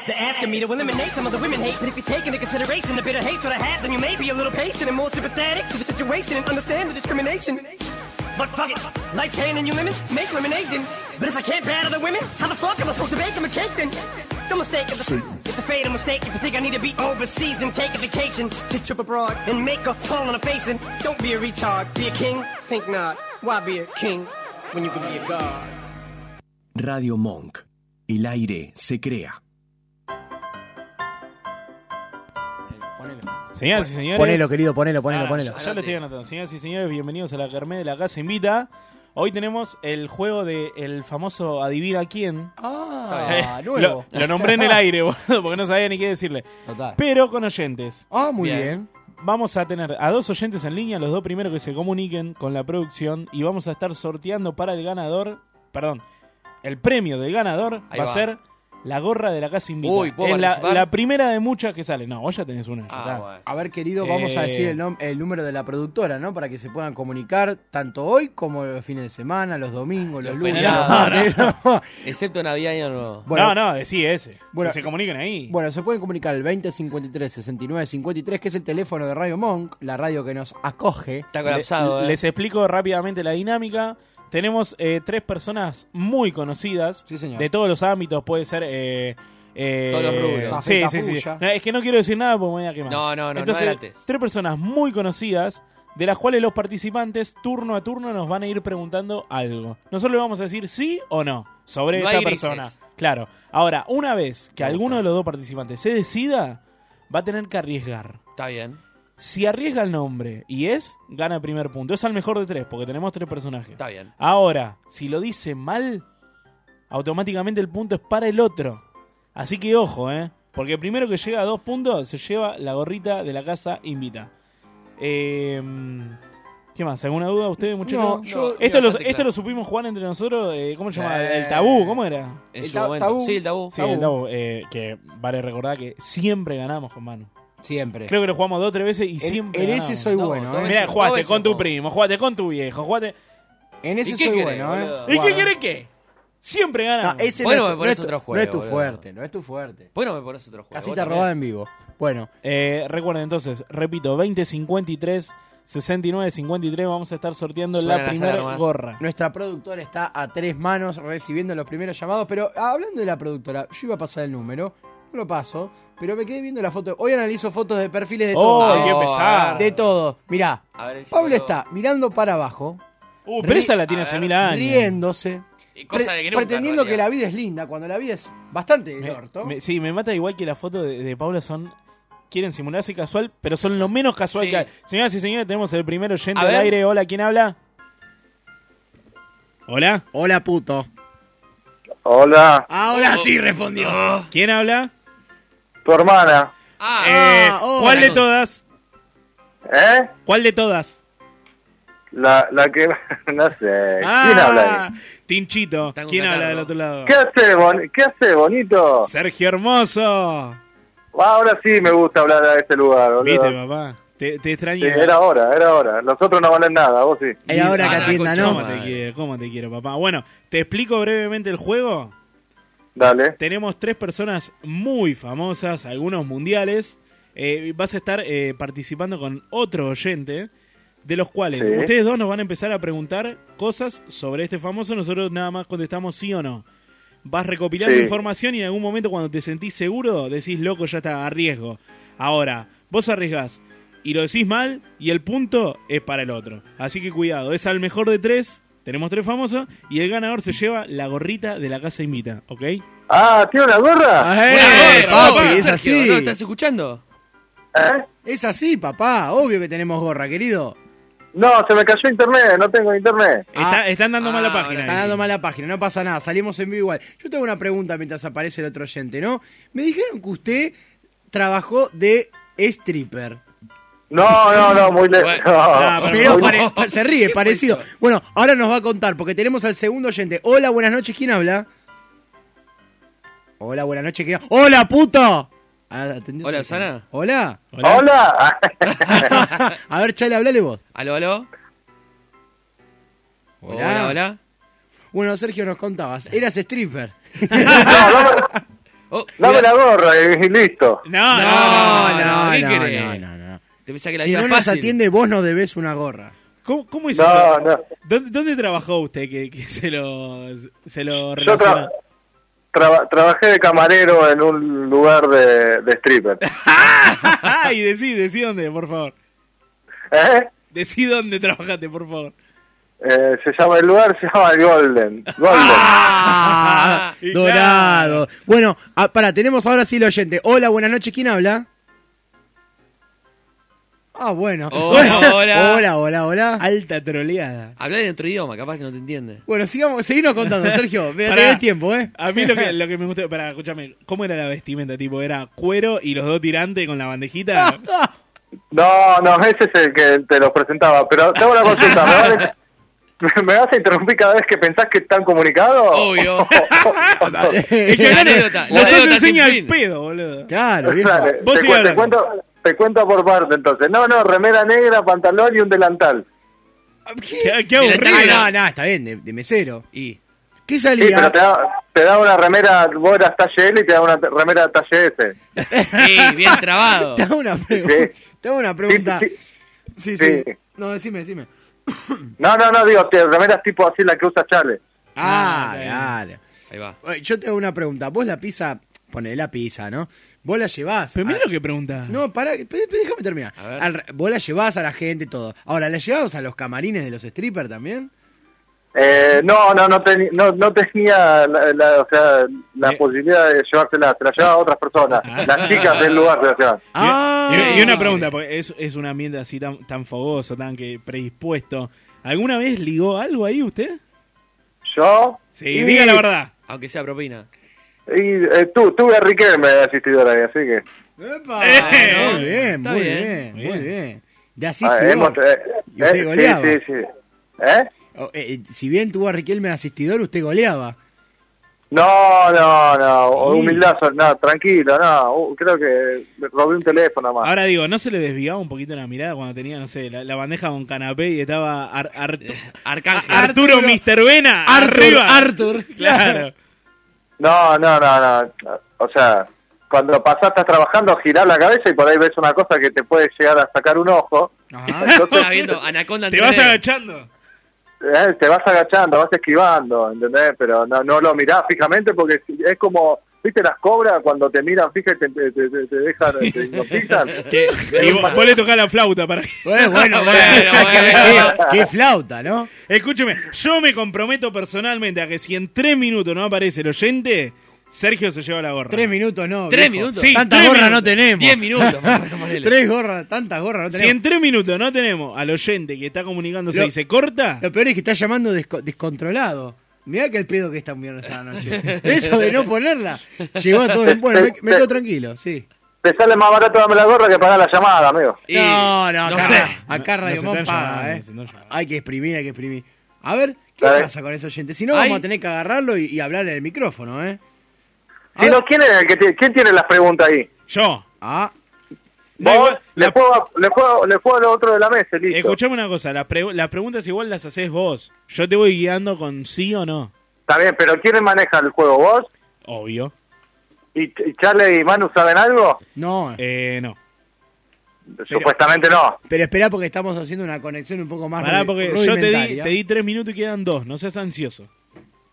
S10: They're asking me to eliminate some of the women hate, but if you take into consideration the bitter hate that I have, then you may be a little patient and more sympathetic to the situation and understand the discrimination. But fuck it, life's handing you lemons, make lemonade then. But if I can't batter the women, how the fuck am I supposed to bake them a cake then? No mistake, it's a, it's a fatal mistake if you think I need to be overseas and take a vacation to trip abroad and make a fall on a face and don't be a retard. Be a king? Think not. Why be a king when you can be a god?
S1: Radio Monk. El aire se crea.
S8: Señoras y señores.
S6: Ponelo, querido, ponelo, ponelo,
S8: Ah,
S6: ponelo.
S8: Ya, ya lo estoy anotando. Señoras y señores, bienvenidos a la Carmé de la Casa Invita. Hoy tenemos el juego de el famoso Adivina quién.
S6: Ah,
S8: Lo,
S6: nuevo.
S8: lo nombré en el aire, boludo, porque no sabía ni qué decirle.
S6: Total.
S8: Pero con oyentes.
S6: Ah, muy
S7: Bien.
S6: bien.
S8: Vamos a tener a dos oyentes en línea, los dos primeros que se comuniquen con la producción y vamos a estar sorteando para el ganador, perdón, el premio del ganador
S7: Ahí
S8: va,
S7: va.
S8: a ser la gorra de la casa invita.
S7: Uy, ¿puedo
S8: Es la,
S7: participar?
S8: la primera de muchas que sale. No, vos ya tenés una. ya
S7: Ah,
S8: está.
S7: bueno.
S6: A ver, querido, vamos a
S8: Eh.
S6: decir el, nom- el número de la productora, ¿no? Para que se puedan comunicar tanto hoy como los fines de semana, los domingos,
S8: Ah,
S6: los,
S7: Los
S6: lunes, los
S7: feriados.
S6: martes. ¿no?
S7: Excepto Navidad y Año Nuevo.
S6: Bueno,
S8: no, eh. no, decí ese.
S6: Bueno,
S8: que se comuniquen ahí.
S6: Bueno, se pueden comunicar al 2053 69 53, que es el teléfono de Radio Monk, la radio que nos acoge.
S7: Está
S8: Le-
S7: colapsado, ¿eh?
S8: Les explico rápidamente la dinámica. Tenemos eh, tres personas muy conocidas
S6: Sí, señor.
S8: de todos los ámbitos. Puede ser. eh, eh,
S7: Todos los rubros.
S8: Sí,
S6: Tafeta
S8: sí, sí.
S6: Fuya.
S8: No, es que no quiero decir nada porque me voy a quemar.
S7: No, no, no, no
S8: Entonces,
S7: adelantes.
S8: tres personas muy conocidas. De las cuales los participantes, turno a turno, nos van a ir preguntando algo. Nosotros le vamos a decir sí o no sobre
S7: No hay
S8: esta
S7: grises.
S8: persona. Claro. Ahora, una vez que
S7: Me
S8: alguno
S7: gusta.
S8: de los dos participantes se decida, va a tener que arriesgar.
S7: Está bien.
S8: Si arriesga el nombre y es, gana el primer punto. Es al mejor de tres, porque tenemos tres personajes.
S7: Está bien.
S8: Ahora, si lo dice mal, automáticamente el punto es para el otro. Así que ojo, ¿eh? Porque el primero que llega a dos puntos se lleva la gorrita de la casa invita. Eh, ¿Qué más? ¿Alguna duda ustedes, muchachos?
S6: No, yo-
S8: esto, lo,
S7: bastante claro.
S8: esto lo supimos jugar entre nosotros. eh, ¿Cómo se llama?
S6: Eh,
S8: El tabú, ¿cómo era?
S7: En
S6: El
S7: su
S6: ta-
S7: momento.
S6: tabú.
S7: Sí, el tabú.
S8: Sí,
S6: Tabú.
S8: el tabú. eh, que vale recordar que siempre ganamos con mano.
S6: Siempre.
S8: Creo que lo jugamos dos o tres veces y
S6: en,
S8: siempre.
S6: en ese
S8: ganamos.
S6: soy
S7: No,
S6: bueno,
S7: todo
S6: ¿eh?
S7: eso.
S8: Mira, jugate
S7: todo
S8: con tu
S7: no.
S8: primo, jugate con tu viejo, jugate.
S6: En ese
S7: ¿Y qué
S6: soy
S7: querés,
S6: bueno, ¿eh?
S7: boludo?
S8: ¿Y
S6: Guarda.
S8: qué querés qué? Siempre ganamos.
S6: No, ese
S7: Bueno,
S6: no, es
S7: me
S6: tu,
S7: pones
S6: no es tu-
S7: otro
S6: no
S7: juego,
S6: es tu
S7: boludo.
S6: fuerte, no es tu fuerte.
S7: Bueno, me pones otro juego.
S6: Casita
S7: vos
S6: robada en vivo. Bueno,
S8: Eh, recuerden entonces, repito, 2053, 6953, vamos a estar sorteando
S7: Suenan
S8: la
S7: las
S8: primera
S7: alarmas.
S8: gorra.
S6: nuestra productora está a tres manos recibiendo los primeros llamados, pero ah, hablando de la productora, yo iba a pasar el número, no lo paso, pero me quedé viendo la foto. Hoy analizo fotos de perfiles de
S8: ¡Oh,
S6: todos.
S7: sí.
S8: qué pesar!
S7: Ah.
S6: De todo. Mirá,
S7: A ver, el
S6: Pablo
S7: psicólogo.
S6: está mirando para abajo,
S8: Uh, pero esa la tiene
S7: a
S8: hace
S7: ver,
S8: mil años.
S6: riéndose,
S7: Y cosa
S6: pre-
S7: de que nunca,
S6: pretendiendo
S7: en
S6: que la
S7: realidad.
S6: vida es linda, cuando la vida es bastante del
S8: Me-
S6: orto.
S8: me- sí, me mata igual que la foto de, de Paula son. Quieren simularse casual, pero son lo menos casual
S7: Sí.
S8: que hay. Señoras y señores, tenemos el primero oyente
S7: A
S8: al
S7: ver.
S8: aire. Hola, ¿quién habla? Hola,
S6: Hola, puto.
S11: Hola,
S7: Oh.
S6: Ahora sí respondió.
S8: ¿quién habla?
S11: tu hermana,
S7: Ah,
S8: Eh,
S6: hola.
S8: ¿Cuál de todas?
S11: ¿eh?
S8: ¿Cuál de todas?
S11: La, la que, no sé, Eh, ¿quién
S8: Ah,
S11: habla ahí?
S8: Tinchito,
S7: Está con
S8: ¿quién habla
S7: catarro.
S8: del otro lado?
S11: ¿Qué hace, boni- ¿Qué hace, bonito?
S8: Sergio Hermoso.
S11: Ahora sí me gusta hablar a este lugar, boludo.
S8: Viste, papá. Te, te extrañé.
S11: Sí, era hora, era hora. Los otros no valen nada, vos sí.
S6: Era hora que
S7: Ah,
S6: atienda,
S7: concha
S6: ¿no?
S8: ¿Cómo te,
S7: Madre.
S8: quiero, ¿Cómo te quiero, papá? Bueno, te explico brevemente el juego.
S11: Dale.
S8: Tenemos tres personas muy famosas, algunos mundiales. Eh, vas a estar eh, participando con otro oyente, de los cuales
S11: Sí.
S8: ustedes dos nos van a empezar a preguntar cosas sobre este famoso. Nosotros nada más contestamos sí o no. Vas recopilando
S11: Sí.
S8: información y en algún momento cuando te sentís seguro decís, loco, ya está, arriesgo. Ahora, vos arriesgás y lo decís mal y el punto es para el otro. Así que cuidado, es al mejor de tres, tenemos tres famosos y el ganador se lleva la gorrita de la casa invita, ¿ok?
S11: Ah, ¿tiene una gorra?
S6: Ah, eh,
S7: Buena gorra,
S6: papi,
S7: papá,
S6: es
S7: Sergio,
S6: así.
S7: ¿no? ¿Estás escuchando?
S11: ¿Eh?
S6: Es así, papá. Obvio que tenemos gorra, querido.
S11: No, se me cayó internet, no tengo internet.
S8: Está- están dando
S7: Ah,
S8: mala
S7: ahora
S8: página.
S7: sí.
S6: Está dando mala página, no pasa nada, salimos en vivo igual. Yo tengo una pregunta mientras aparece el otro oyente, ¿no? Me dijeron que usted trabajó de stripper.
S11: No, no, no, muy lejos.
S7: Bueno,
S8: ah,
S6: Pero
S11: Muy
S6: pare-
S11: lejos.
S6: se ríe, parecido. Bueno, ahora nos va a contar, porque tenemos al segundo oyente. Hola, buenas noches, ¿quién habla? Hola, buenas noches, ¿quién habla? ¡Hola, puto! Ah, atendió
S7: Hola,
S6: su teléfono.
S7: Sana.
S6: Hola.
S8: Hola.
S11: Hola.
S6: a ver, Chale, hablale vos.
S7: ¿Aló, aló?
S6: Hola.
S7: hola. hola.
S6: Bueno, Sergio, nos contabas, eras stripper.
S11: No, dame,
S7: Oh,
S11: dame la
S7: cuidado.
S11: gorra y, y listo.
S8: No, no, no,
S7: No,
S8: no.
S7: no, ¿qué
S6: Ah, no,
S7: querés?
S6: no, no, no.
S7: Eh, Te pensás que la
S6: Si
S7: vida
S6: no
S7: es
S6: nos
S7: fácil.
S6: atiende, vos nos debés una gorra.
S8: ¿Cómo, cómo hizo
S11: No,
S8: eso?
S11: no.
S8: ¿Dónde, dónde trabajó usted que, que se lo, se lo
S11: Yo tra-
S8: relacionó?
S11: traba- trabajé de camarero en un lugar de, de stripper.
S8: Ay, decí, decí dónde, por favor.
S11: ¿Eh?
S8: Decí dónde trabajaste, por favor.
S11: Eh, se llama el lugar, se llama Golden. Golden.
S6: Ah,
S8: Y
S6: dorado. Bueno, ah, pará, tenemos ahora sí el oyente. Hola, buenas noches, ¿quién habla? Ah, bueno.
S7: Hola, hola.
S6: hola, hola, hola.
S8: Alta troleada.
S7: Hablar en otro idioma, capaz que no te entiende.
S6: Bueno, sigamos, seguimos contando, Sergio. Mira,
S8: Pará.
S6: tenés tiempo, ¿eh?
S8: A mí lo que, lo que me gustó, para escúchame, ¿cómo era la vestimenta? Tipo, ¿era cuero y los dos tirantes con la bandejita?
S11: No, no, ese es el que te los presentaba. Pero tengo una consulta. ¿Me vas a, me vas a interrumpir cada vez que pensás que están comunicados?
S7: Obvio.
S8: es que
S7: La
S8: acá no-
S7: anécdota, la
S8: los dos
S7: anécdota
S8: enseña el
S7: sin fin.
S8: pedo, boludo.
S6: Claro, viejo.
S11: Dale,
S8: Vos
S11: te,
S8: sigue
S11: cu- te
S8: hablando.
S11: cuento, te cuento por parte entonces. No, no, remera negra, pantalón y un delantal.
S8: Qué, qué
S6: Ah,
S8: aburrido.
S6: no, no, está bien, de, de mesero.
S7: Y
S6: ¿Qué
S11: Sí, pero
S6: salía?
S11: te da, te da una remera, vos eras talle L y te da una t- remera talle S.
S7: Sí, bien trabado.
S6: Te hago una pregunta. Te hago una pregunta.
S11: Sí,
S6: Sí,
S11: sí,
S6: sí.
S11: Sí.
S6: No, decime, decime.
S11: No, no, no, digo, te- remeras tipo así la que usa Chale.
S6: Ah,
S8: está bien.
S6: claro.
S7: Ahí va.
S6: Oye, Yo te hago una pregunta. Vos la pizza, ponele la pizza, ¿no? Vos la llevás.
S8: Pero mirá
S6: a-
S8: lo que pregunta.
S6: No, pará, pe- pe- déjame terminar.
S7: A ver.
S6: Al re- vos la llevás a la gente, todo. Ahora, ¿la llevabas a los camarines de los strippers también?
S11: Eh, no, no, no, teni- no, no tenía la, la- o sea, la
S8: Eh.
S11: posibilidad de llevársela, se la llevaba a otras personas. Las chicas del lugar se la llevaban.
S8: Y- y, y una pregunta,
S6: Ah.
S8: porque es, es un ambiente así tan, tan fogoso, tan que predispuesto. ¿Alguna vez ligó algo ahí usted?
S11: Yo.
S8: Sí, diga la verdad.
S7: Aunque sea propina.
S11: Y eh, tú, tuve a Riquelme de asistidor ahí, así que.
S6: ¡Epa!
S8: Eh,
S6: muy bien,
S7: está
S6: muy
S7: bien,
S6: bien,
S8: muy
S6: muy
S8: bien.
S6: bien. De así
S11: Ah, hemos, eh,
S6: Y usted
S11: eh, sí,
S6: goleaba. eh,
S11: sí, sí. ¿Eh?
S6: si bien tuvo a Riquelme de asistidor, usted goleaba.
S11: No, no, no, humildad, no, tranquilo, no, uh, creo que me robé un teléfono
S7: Ah.
S11: más.
S8: Ahora digo, ¿no se le desviaba un poquito la mirada cuando tenía, no sé, la, la bandeja con canapé y estaba Ar- Artu- A- Arturo Mr. Vena?
S6: Eh, Arthur,
S8: arriba?
S6: Arthur.
S8: Claro.
S11: No, no, no, no. O sea, cuando pasás, estás trabajando, girás la cabeza y por ahí ves una cosa que te puede llegar a sacar un ojo. Entonces,
S7: Estaba viendo Anaconda
S8: Te
S7: en
S8: vas
S7: TV.
S8: agachando.
S11: eh, te vas agachando, vas esquivando, ¿entendés? Pero no, no lo mirás fijamente porque es como, ¿viste las cobras cuando te miran fija y te, te, te- te dejan, te hipnotizan?
S8: Que- y vos, vos le tocás la flauta para
S6: Bueno, bueno, bueno. Qué, qué flauta, ¿no?
S8: Escúcheme, yo me comprometo personalmente a que si en tres minutos no aparece el oyente, Sergio se lleva la gorra.
S6: Tres minutos no.
S7: ¿Tres
S6: viejo.
S7: minutos?
S8: Sí,
S6: Tantas
S8: tres
S6: gorras
S8: minutos.
S6: no tenemos.
S7: Diez minutos, por favor, ponele.
S6: Tres gorras, tantas gorras no
S8: Si en
S6: tenemos.
S8: tres minutos no tenemos al oyente que está comunicándose
S6: Lo-
S8: y se corta,
S6: Lo peor es que está llamando desco- descontrolado. Mirá que el pedo que está un viernes a la noche. Eso de no ponerla. Llegó a todo. Bueno, me, me quedo tranquilo, sí.
S11: Te sale más barato darme la gorra que pagar la llamada, amigo.
S7: Y-
S6: No, no, acá,
S7: sé.
S6: acá Radio
S8: No se
S6: Monk
S8: están
S6: paga,
S8: llamando,
S6: ¿eh?
S8: se están llamando.
S6: Hay que exprimir, hay que exprimir. A ver, ¿qué
S11: Dale.
S6: pasa con ese oyente? Si no,
S7: Ay.
S6: vamos a tener que agarrarlo y, y hablar en el micrófono, ¿eh? A
S11: Si
S6: ver.
S11: no, ¿quién, es el que tiene- ¿Quién tiene las preguntas ahí?
S8: yo.
S6: Ah,
S11: Vos,
S8: igual-
S11: le,
S8: la-
S11: juego, a- le, juego, le juego a lo otro de la mesa, listo.
S8: Escuchame una cosa, las, pregu- las preguntas igual las haces vos. Yo te voy guiando con sí o no.
S11: Está bien, pero ¿quién maneja el juego? ¿Vos?
S8: Obvio.
S11: ¿Y, y Charlie y Manu saben algo?
S6: no.
S8: Eh, no.
S11: Supuestamente no.
S6: Pero espera porque estamos haciendo una conexión un poco más
S8: Pará,
S6: rudi-
S8: porque yo te di,
S6: rudimentaria.
S8: te di tres minutos y quedan dos. No seas ansioso.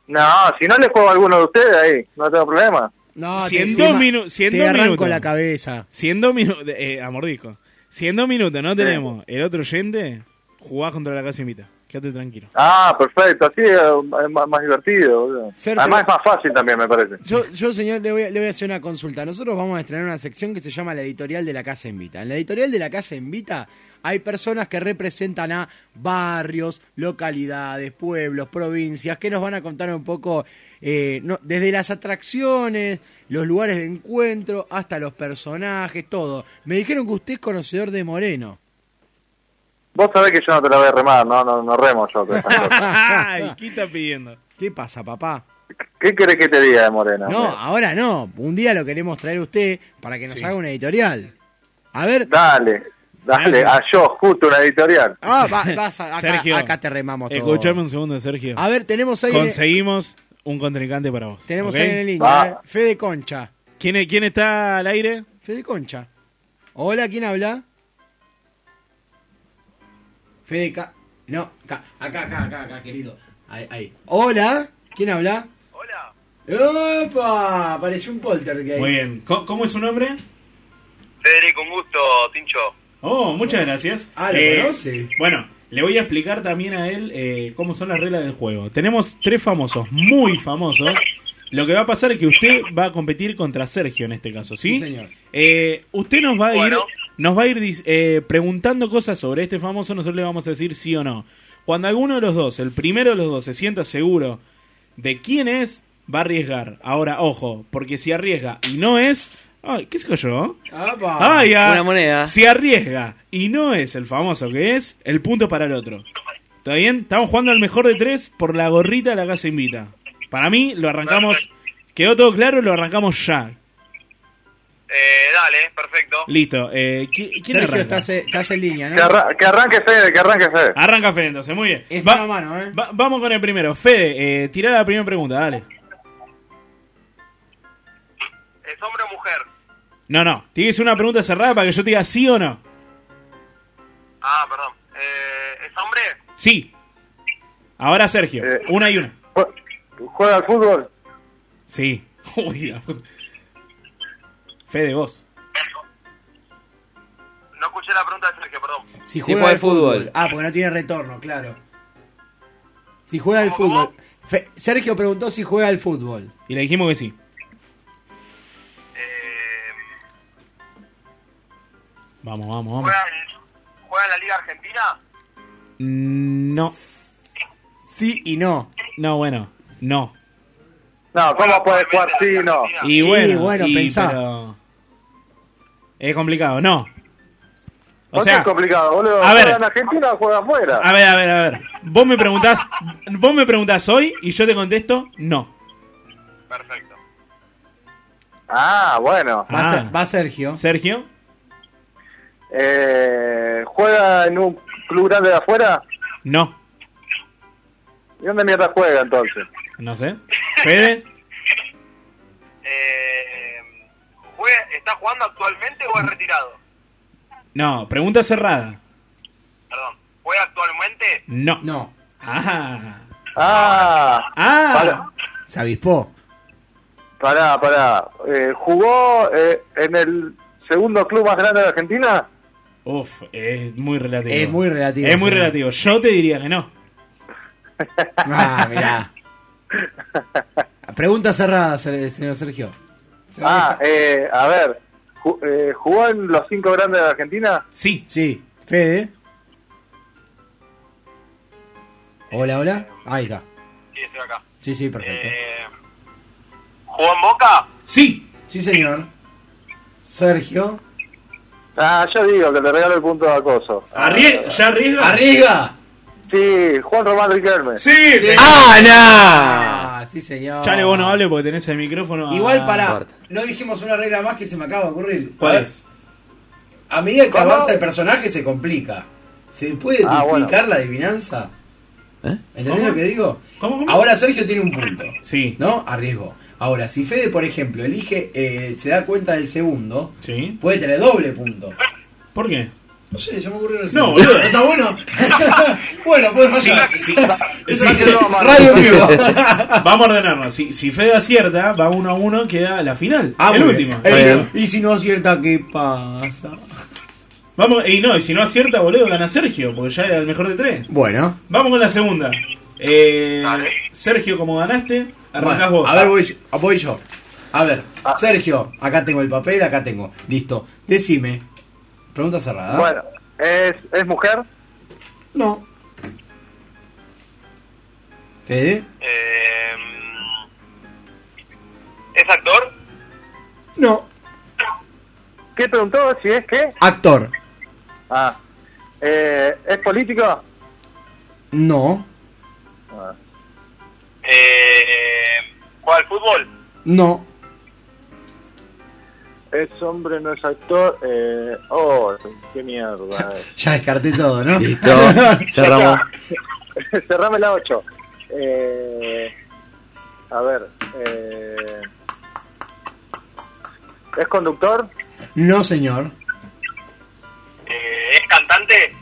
S11: No, si no le juego a alguno de ustedes ahí, no tengo problema.
S6: No,
S8: Si en
S6: te-
S8: dos
S6: te-
S8: minu- si en
S6: te
S8: dos
S6: arranco
S8: minutos.
S6: la cabeza.
S8: Si en dos minutos... Eh, amor disco. Si en dos minutos no tenemos
S11: Eh.
S8: el otro oyente, jugás contra la casa invita. Quédate tranquilo.
S11: Ah, perfecto, así es es más, más divertido. boludo.
S6: Ser-
S11: Además es más fácil también, me parece.
S6: Yo, yo señor, le voy, a, le voy a hacer una consulta. Nosotros vamos a estrenar una sección que se llama La Editorial de la Casa Invita. En la Editorial de la Casa Invita hay personas que representan a barrios, localidades, pueblos, provincias, que nos van a contar un poco eh, no- desde las atracciones, los lugares de encuentro, hasta los personajes, todo. Me dijeron que usted es conocedor de Moreno.
S11: Vos sabés que yo no te la voy a remar, no, no, no remo yo. con esas cosas.
S6: Ah.
S8: Ay, ¿qué está pidiendo?
S6: ¿Qué pasa, papá?
S11: ¿Qué querés que te diga de Morena?
S6: No, ahora no. Un día lo queremos traer a usted para que nos haga una editorial. A ver,
S11: Dale, dale, a yo, justo una editorial.
S6: Ah, va- vas a- acá,
S8: Sergio,
S6: acá te remamos todo.
S8: Escuchame un segundo, Sergio.
S6: A ver, tenemos ahí, en,
S8: Conseguimos un contrincante para vos.
S6: tenemos
S8: ¿ok?
S6: ahí en el línea.
S11: Va.
S6: eh. Fede Concha.
S8: ¿Quién, es- ¿Quién está al aire?
S6: Fede Concha. Hola, ¿quién habla? Fede Ca... No, ca- acá, acá, acá, acá, querido. Ahí, ahí. Hola, ¿quién habla? Hola. ¡Opa! Apareció un poltergeist.
S8: Muy bien. ¿Cómo, cómo es su nombre?
S11: Federico, con gusto, Tincho.
S8: Oh, muchas gracias.
S6: Ah, ¿lo
S8: Eh,
S6: conoce?
S8: Bueno, le voy a explicar también a él eh, cómo son las reglas del juego. Tenemos tres famosos, muy famosos. Lo que va a pasar es que usted va a competir contra Sergio en este caso, ¿sí?
S6: Sí, señor.
S8: Eh, usted nos va a
S11: Bueno.
S8: ir, nos va a ir dis- eh, preguntando cosas sobre este famoso, nosotros le vamos a decir sí o no. Cuando alguno de los dos, el primero de los dos, se sienta seguro de quién es, va a arriesgar. Ahora, ojo, porque si arriesga y no es... Ay, ¿qué sé yo?
S6: ¡Apa!
S8: Ay, ah,
S7: Una moneda.
S8: Si arriesga y no es el famoso que es, el punto para el otro. ¿Está bien? Estamos jugando al mejor de tres por la gorrita de la casa invita. Para mí, lo arrancamos. Quedó todo claro, lo arrancamos ya.
S11: Eh, dale, perfecto.
S8: Listo. Eh, ¿qui- ¿Quién
S6: Sergio,
S8: arranca?
S6: estás, eh, estás en línea,
S11: Que,
S6: ¿no?
S11: arra- que arranque Fede, que arranque Fede.
S8: Arranca Fede, entonces, muy bien.
S6: Es
S8: Va-
S6: mano a mano, ¿eh?
S8: va- vamos con el primero. Fede, eh, tirá la primera pregunta, dale.
S11: ¿Es hombre o mujer?
S8: No, no. Tienes que ser una pregunta cerrada para que yo te diga sí o no.
S11: Ah, perdón. ¿Es hombre?
S8: Sí. Ahora Sergio.
S11: Eh.
S8: Una y una.
S11: ¿Juega al fútbol?
S8: Sí. Uy, la puta. Fede, vos.
S11: No escuché la pregunta de Sergio, perdón.
S6: Si
S7: juega
S6: al
S7: al fútbol.
S6: Ah, porque no tiene retorno, claro. Si juega al
S11: ¿Cómo, cómo?
S6: fútbol. Fe- Sergio preguntó si juega al fútbol.
S8: Y le dijimos que sí.
S11: Eh,
S8: Vamos, vamos, vamos.
S11: en, la Liga Argentina?
S8: Mm, No,
S6: Sí y no.
S8: no, bueno, no.
S11: No, ¿cómo puede jugar sí y no?
S8: Y
S6: Y
S8: bueno,
S6: bueno,
S8: y-
S6: pensá.
S8: pero- Es complicado, no. O
S11: ¿Por qué
S8: sea,
S11: es complicado, boludo?
S8: a ver.
S11: ¿Juega en Argentina o juega afuera?
S8: a ver, a ver, a ver. Vos me preguntás, vos me preguntás hoy y yo te contesto no.
S11: Perfecto.
S6: Ah, bueno. Va,
S11: Ah.
S6: Ser- va Sergio.
S8: Sergio.
S11: Eh, ¿Juega en un club grande de afuera?
S8: No.
S11: ¿Y dónde mierda juega entonces?
S8: No sé. Fede.
S3: Eh, ¿Está jugando actualmente o es retirado?
S8: No, pregunta cerrada.
S3: Perdón. ¿Juega actualmente?
S8: No.
S6: No.
S8: Ah.
S11: Ah,
S8: ah.
S6: Se avispó.
S11: Pará, pará. Eh, ¿Jugó eh, en el segundo club más grande de Argentina?
S8: Uf, es muy relativo.
S6: Es muy relativo,
S8: Es muy
S6: sí.
S8: relativo. Yo te diría que no.
S6: Ah, mirá. Pregunta cerrada, se- señor Sergio.
S11: Ah, eh, a ver. Ju- eh, ¿Jugó en los cinco grandes de Argentina?
S8: Sí.
S6: Sí. Fede. Hola, hola. Ahí está.
S3: Sí, estoy acá. Eh,
S6: Sí, sí, perfecto.
S3: ¿Jugó en Boca?
S8: Sí.
S6: Sí, señor. Sergio.
S11: Ah, yo digo que le regalo el punto de acoso.
S8: Arrie- ¿Ya arriesga?
S6: ¡Arriesga!
S11: Sí, Juan Román Riquelme.
S8: Sí, sí.
S6: ¡Ah, no! Sí, señor.
S8: Chale, vos no hables porque tenés el micrófono.
S6: Igual
S8: para
S6: para. No dijimos una regla más que se me acaba de ocurrir.
S8: ¿Cuál es?
S6: A medida que
S8: ¿Cómo?
S6: avanza el personaje se complica. ¿Se puede duplicar
S8: Ah, bueno. ¿Eh?
S6: la adivinanza? ¿Entendés
S8: ¿Cómo?
S6: lo que digo?
S8: ¿Cómo, cómo?
S6: Ahora Sergio tiene un punto.
S8: Sí.
S6: ¿No? Arriesgo. Ahora, si Fede, por ejemplo, elige, eh, se da cuenta del segundo, puede tener doble punto.
S8: ¿Por qué?
S6: No sé, ya me ocurrió el
S8: No,
S6: segundo.
S8: boludo.
S6: ¿Está bueno? bueno, puede fallar.
S8: Sí, sí,
S6: Eso
S8: sí.
S6: es Radio en vivo.
S8: Vamos a ordenarnos. Si, si Fede acierta, va uno a uno, queda la final.
S6: Ah,
S8: el
S6: muy bien.
S8: último.
S6: Eh, y si no acierta, ¿qué pasa?
S8: Vamos, y no, y si no acierta, boludo, gana Sergio, porque ya era el mejor de tres.
S6: Bueno.
S8: Vamos con la segunda. Eh, Sergio, como ganaste, arrancás
S6: Bueno,
S8: vos.
S6: A ver, voy yo. voy yo. A ver,
S11: Ah.
S6: Sergio, acá tengo el papel, acá tengo. Listo. Decime. Pregunta cerrada.
S11: Bueno, ¿es, ¿es mujer?
S6: No.
S3: ¿Eh?
S6: ¿Fede?
S3: Em, ¿Es actor?
S6: No.
S11: ¿Qué preguntó? ¿Si es qué?
S6: Actor.
S11: Ah. Eh, ¿Es político?
S6: No.
S11: Ah.
S3: Eh, ¿Juega al fútbol?
S6: No.
S11: Es hombre, no es actor. Eh, oh, qué mierda. eh.
S6: Ya descarté todo, ¿no?
S11: Listo. Cerrame la 8. Eh, a ver. Eh, ¿Es conductor?
S6: No, señor.
S3: ¿Es cantante?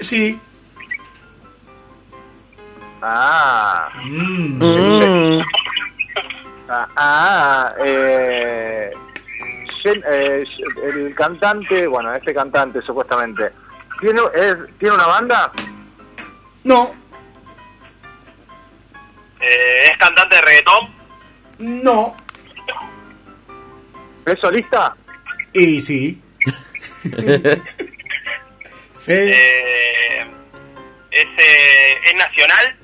S6: Sí.
S11: Ah.
S3: Mm.
S11: Mm. Ah, ah, eh, Jen- eh, el cantante, bueno, este cantante supuestamente, ¿tiene, es, ¿tiene una banda?
S6: No.
S3: Eh, ¿Es cantante de reggaetón?
S6: No.
S11: ¿Es solista?
S6: Y sí. Fede.
S3: Eh, ¿es, eh, ¿Es nacional?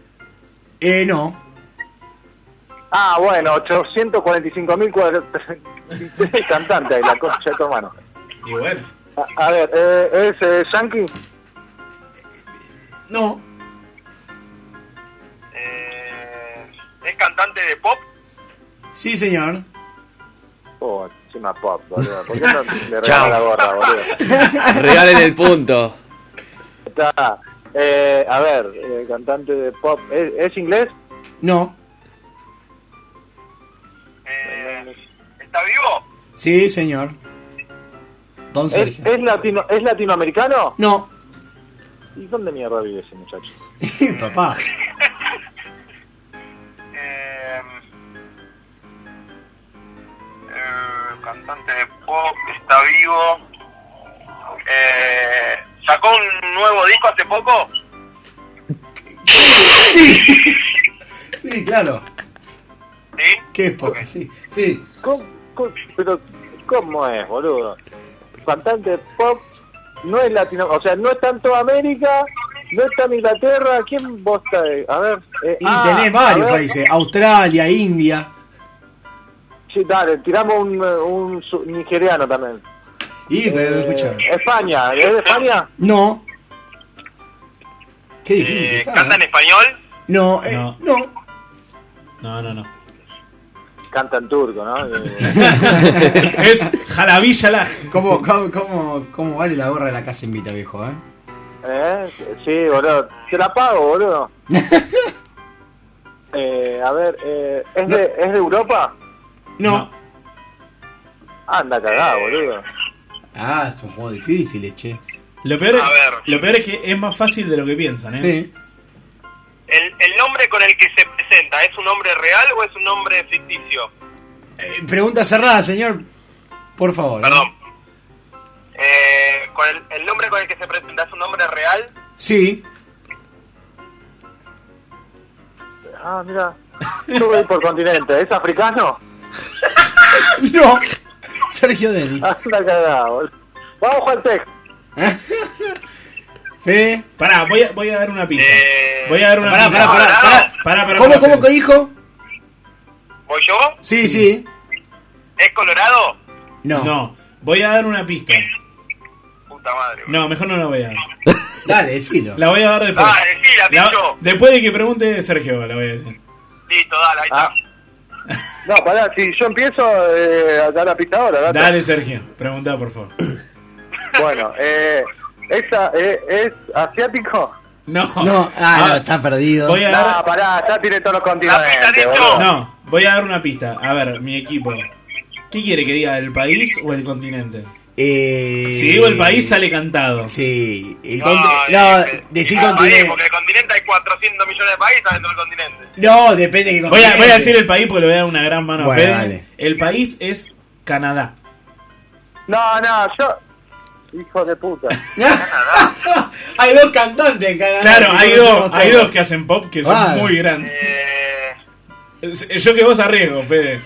S6: Eh, no.
S11: Ah, bueno, 845 mil cantantes ahí, la concha de tu hermano.
S8: Y bueno.
S11: A, a ver, eh, ¿es eh, Yankee?
S6: No.
S3: Eh, ¿Es cantante de pop?
S6: Sí, señor.
S11: Oh, encima pop, boludo. ¿Por qué no le regalo la gorra, boludo?
S7: Regalen el punto.
S11: Está. Eh, a ver, eh, cantante de pop, ¿es, es inglés?
S6: No.
S3: ¿Está vivo?
S6: Sí, señor. Don
S11: ¿Es,
S6: Sergio.
S11: es latino, ¿Es latinoamericano?
S6: No.
S11: ¿Y dónde mierda vive ese muchacho?
S6: Papá.
S3: Em, em, cantante de pop, está vivo. Eh, ¿Sacó un nuevo disco hace poco?
S6: Sí. Sí, claro. ¿Sí? Qué época, sí. Sí.
S11: ¿Cómo, cómo- pero, ¿cómo es, boludo? Cantante de pop, no es latino, o sea, no está en toda América, no está en Inglaterra, ¿quién bosta de- A ver. eh,
S6: Y
S11: ah,
S6: tenés
S11: a
S6: varios
S11: ver,
S6: países. Australia, India.
S11: Sí, dale, tiramos un, eh, un su- nigeriano también.
S6: Y, pero,
S11: Eh,
S6: escuchame.
S11: España, ¿es de España?
S6: No. Qué
S12: Eh,
S6: difícil.
S13: ¿eh?
S6: que está,
S3: ¿Canta en español?
S6: No, eh, no.
S8: No, no, no.
S11: canta en turco, ¿no?
S8: es Jalavilla
S13: ¿Cómo, cómo, cómo, cómo vale la gorra de la casa invita, viejo? eh?
S11: ¿Eh? Sí, boludo. Se la pago, boludo. Eh, a ver, eh, ¿es, de, ¿es de Europa?
S8: No.
S11: Anda cagada, boludo.
S13: Ah, es un juego difícil, eh, che.
S8: Lo peor, es, lo peor es que es más fácil de lo que piensan, ¿eh?
S13: Sí.
S12: El, el nombre con el que se presenta, ¿es un nombre real o es un nombre ficticio?
S13: Eh, Pregunta cerrada, señor. Por favor.
S12: Perdón. Eh, con el, el nombre con el que se presenta, ¿es un nombre real?
S13: Sí.
S11: Ah, mira. Yo voy por continente. ¿Es africano?
S13: no. Sergio Denny.
S11: Anda cagada, boludo. Vamos, Juan Tec.
S13: Fede.
S8: Pará, voy a, voy a dar una pista.
S12: Eh,
S8: Voy a dar una
S13: Pará,
S8: pista.
S13: pará, pará, pará.
S8: Pará, pará,
S13: ¿Cómo,
S8: pará,
S13: cómo
S8: Fede.
S13: que dijo?
S12: ¿Voy yo?
S13: Sí, sí.
S12: ¿Es Colorado?
S13: No.
S8: No, voy a dar una pista.
S12: Puta madre.
S8: No, mejor no la voy a dar.
S13: Dale, decilo.
S8: La voy a dar después.
S12: Ah, decila,
S8: La-
S12: bicho.
S8: después de que pregunte Sergio, la voy a decir.
S12: Listo, dale, ahí está.
S11: No, pará, si yo empiezo eh, a dar la pista ahora. date.
S8: Dale, Sergio, pregunta por favor.
S11: Bueno, eh, ¿esa, eh, ¿es asiático?
S8: No.
S13: No, ah, no, está perdido.
S8: Voy a dar-
S11: No, pará, ya tiene todos los continentes. boludo.
S8: No, voy a dar una pista. A ver, mi equipo. ¿Qué quiere que diga, el país o el continente?
S13: Eh,
S8: Si digo el país, sale cantado.
S13: Sí, el
S8: No,
S13: conti-
S8: eh,
S13: no, decir
S8: ah,
S13: continente.
S12: Porque el continente hay 400 millones de países adentro del continente.
S13: No, depende de
S8: Voy
S13: qué
S8: a,
S13: continente.
S8: voy a decir el país porque le voy a dar una gran mano
S13: Bueno,
S8: a Fede.
S13: dale.
S8: El país es Canadá.
S11: No, no, yo. Hijo de puta.
S13: hay dos cantantes en Canadá.
S8: Claro,
S13: que
S8: hay
S13: conocemos
S8: dos, hay
S13: todos.
S8: dos que hacen pop que
S13: Claro.
S8: son muy grandes. Eh, Yo que vos arriesgo, Fede.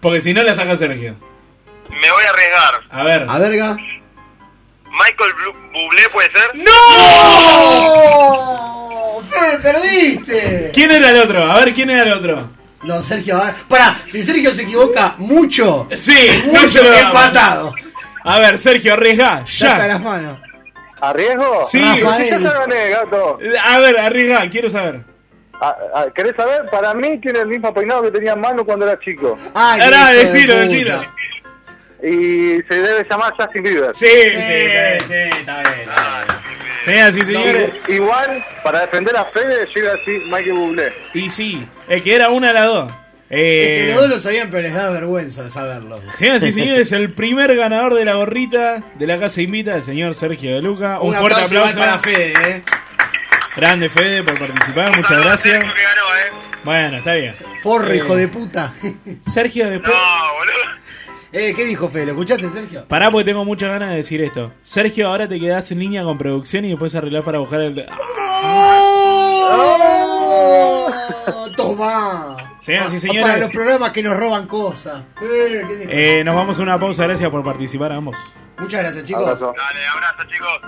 S8: Porque si no la saca Sergio.
S12: Me voy a arriesgar.
S8: A ver.
S13: A verga.
S12: ¿Michael Blu- Bublé puede ser?
S13: ¡No! ¡Fede, ¡Oh! perdiste!
S8: ¿Quién era el otro? A ver, ¿quién era el otro?
S13: No, Sergio, a ver. Pará, si Sergio se equivoca mucho,
S8: Sí, no
S13: mucho
S8: se lo damos.
S13: empatado.
S8: A ver, Sergio, arriesga. Ya.
S13: las manos.
S11: ¿Arriesgo?
S8: Sí.
S11: ¿Qué
S8: Rafael.
S11: gané, gato?
S8: A ver, arriesga, quiero saber.
S11: Ah, ah, ¿Querés saber? Para mí tiene el mismo peinado que tenía Manu cuando era chico.
S13: Ay,
S8: Pará,
S13: qué hijo de
S8: decilo,
S13: puta.
S8: decilo.
S11: Y se debe llamar Justin Bieber.
S8: Sí, sí,
S13: sí, está bien.
S8: Señoras y señores.
S11: Y- Igual, para defender a Fede, llega así Michael Bublé.
S8: Y sí, es que era una de las dos.
S13: Es
S8: Eh,
S13: que los dos lo sabían, pero les da vergüenza saberlo.
S8: Señoras y señores, el primer ganador de la gorrita de la casa invita, el señor Sergio de Luca. Un, fuerte aplauso.
S13: igual para Fede, eh.
S8: Grande Fede por participar, muchas gracias. Bueno, está bien.
S13: Forro,
S8: Eh,
S13: hijo de puta.
S8: Sergio, después.
S13: eh, ¿qué dijo Fede? ¿Lo escuchaste, Sergio?
S8: Pará porque tengo muchas ganas de decir esto. Sergio, ahora te quedás en línea con producción y después arreglás para buscar el.
S13: ¡Oh! ¡Toma!
S8: Señoras y
S13: Para los
S8: señores,
S13: programas que nos roban cosas. Eh, ¿qué dijo?
S8: eh, nos vamos a una pausa. Gracias por participar a ambos.
S13: Muchas gracias, chicos.
S11: Abrazo.
S12: Dale, abrazo, chicos.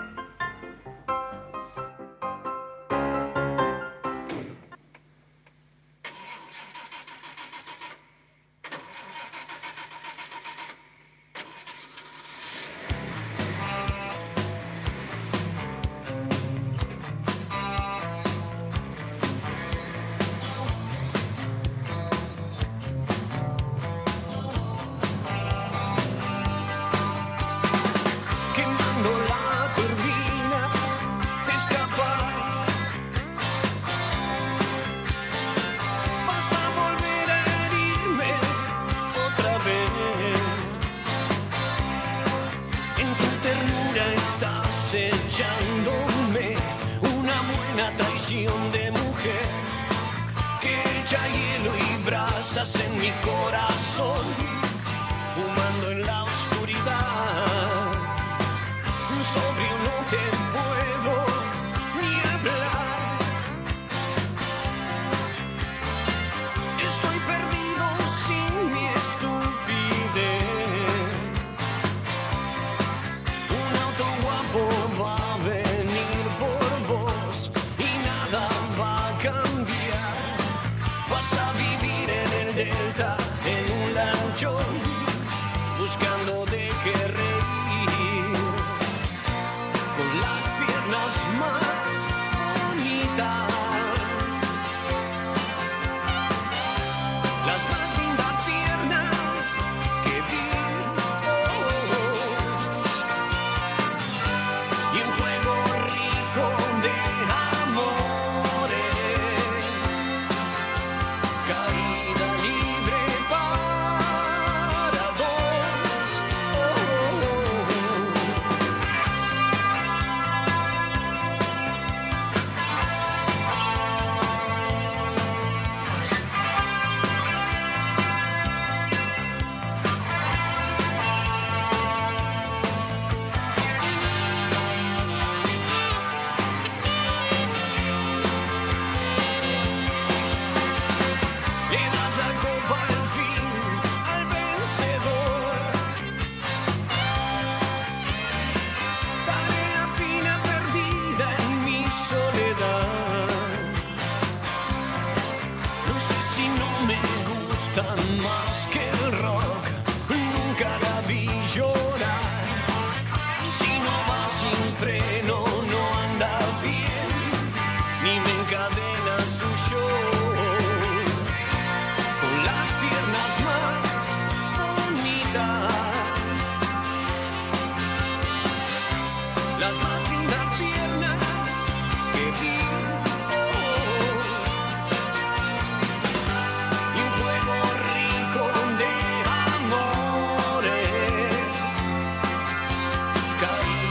S5: quemando la turbina, te escapas. Vas a volver a herirme otra vez. En tu ternura estás echándome una buena traición de mujer. Que echa hielo y brasas en mi corazón, fumando en la oscuridad. Sobrio no te puedo ni hablar. Estoy perdido sin mi estupidez. Un auto guapo va a venir por vos y nada va a cambiar. Vas a vivir en el delta, en un lanchón, buscando de qué reír. Oh,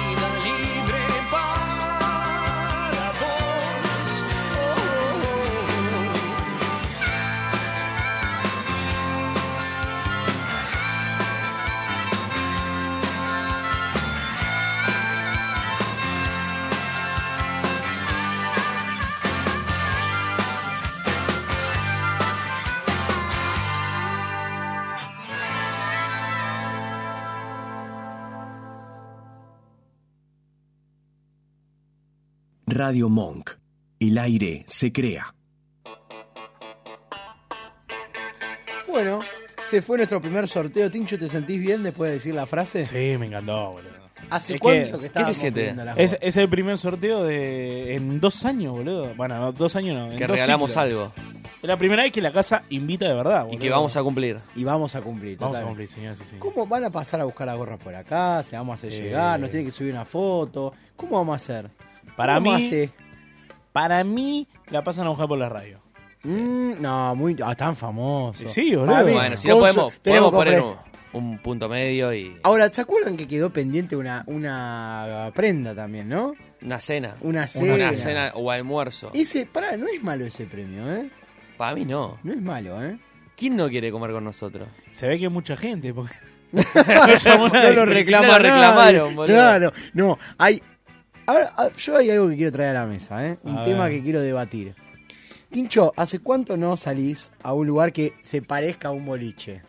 S5: Oh,
S1: Radio Monk. El aire se crea.
S6: Bueno, se fue nuestro primer sorteo. Tincho, ¿te sentís bien después de decir la frase?
S8: Sí, me encantó, boludo.
S6: ¿Hace
S8: Es
S6: cuánto que,
S8: ¿qué
S6: estábamos
S8: se siente?
S6: pidiendo las
S8: Es,
S6: gorras?
S8: es el primer sorteo de en dos años, boludo. Bueno, no, dos años no. en
S7: Que
S8: dos
S7: regalamos
S8: ciclos.
S7: algo.
S8: Es la primera vez que la casa invita de verdad, boludo.
S7: Y que vamos a cumplir.
S6: Y vamos a cumplir.
S8: Vamos a
S6: total.
S8: cumplir, señores y señores.
S6: ¿Cómo van a pasar a buscar las gorras por acá? ¿Se las vamos a
S8: Eh.
S6: hacer llegar? ¿Nos tienen que subir una foto? ¿Cómo vamos a hacer?
S8: Para
S6: ¿Cómo
S8: mí-
S6: hace?
S8: Para mí la pasan a buscar por la radio.
S6: Mm, no, muy ah, tan famoso.
S8: Sí, boludo.
S6: Para mí,
S7: Bueno, si no
S6: Consu-
S7: podemos,
S6: tenemos
S7: podemos
S6: que
S7: poner un,
S6: ofrecer-
S7: un punto medio y
S6: Ahora, ¿se acuerdan que quedó pendiente una, una prenda también, no?
S7: una cena.
S6: Una cena.
S7: Una cena o almuerzo.
S6: Ese, pará, no es malo ese premio, ¿eh?
S7: Para mí no.
S6: No es malo, ¿eh?
S7: ¿Quién no quiere comer con nosotros?
S8: Se ve que hay mucha gente. Porque...
S6: no lo reclama
S7: lo
S6: nadie.
S7: reclamaron, boludo.
S6: Claro, no, hay. Ahora, a- yo hay algo que quiero traer a la mesa, ¿eh? Un
S8: A
S6: tema
S8: ver.
S6: que quiero debatir. Tincho, ¿hace cuánto no salís a un lugar que se parezca a un boliche?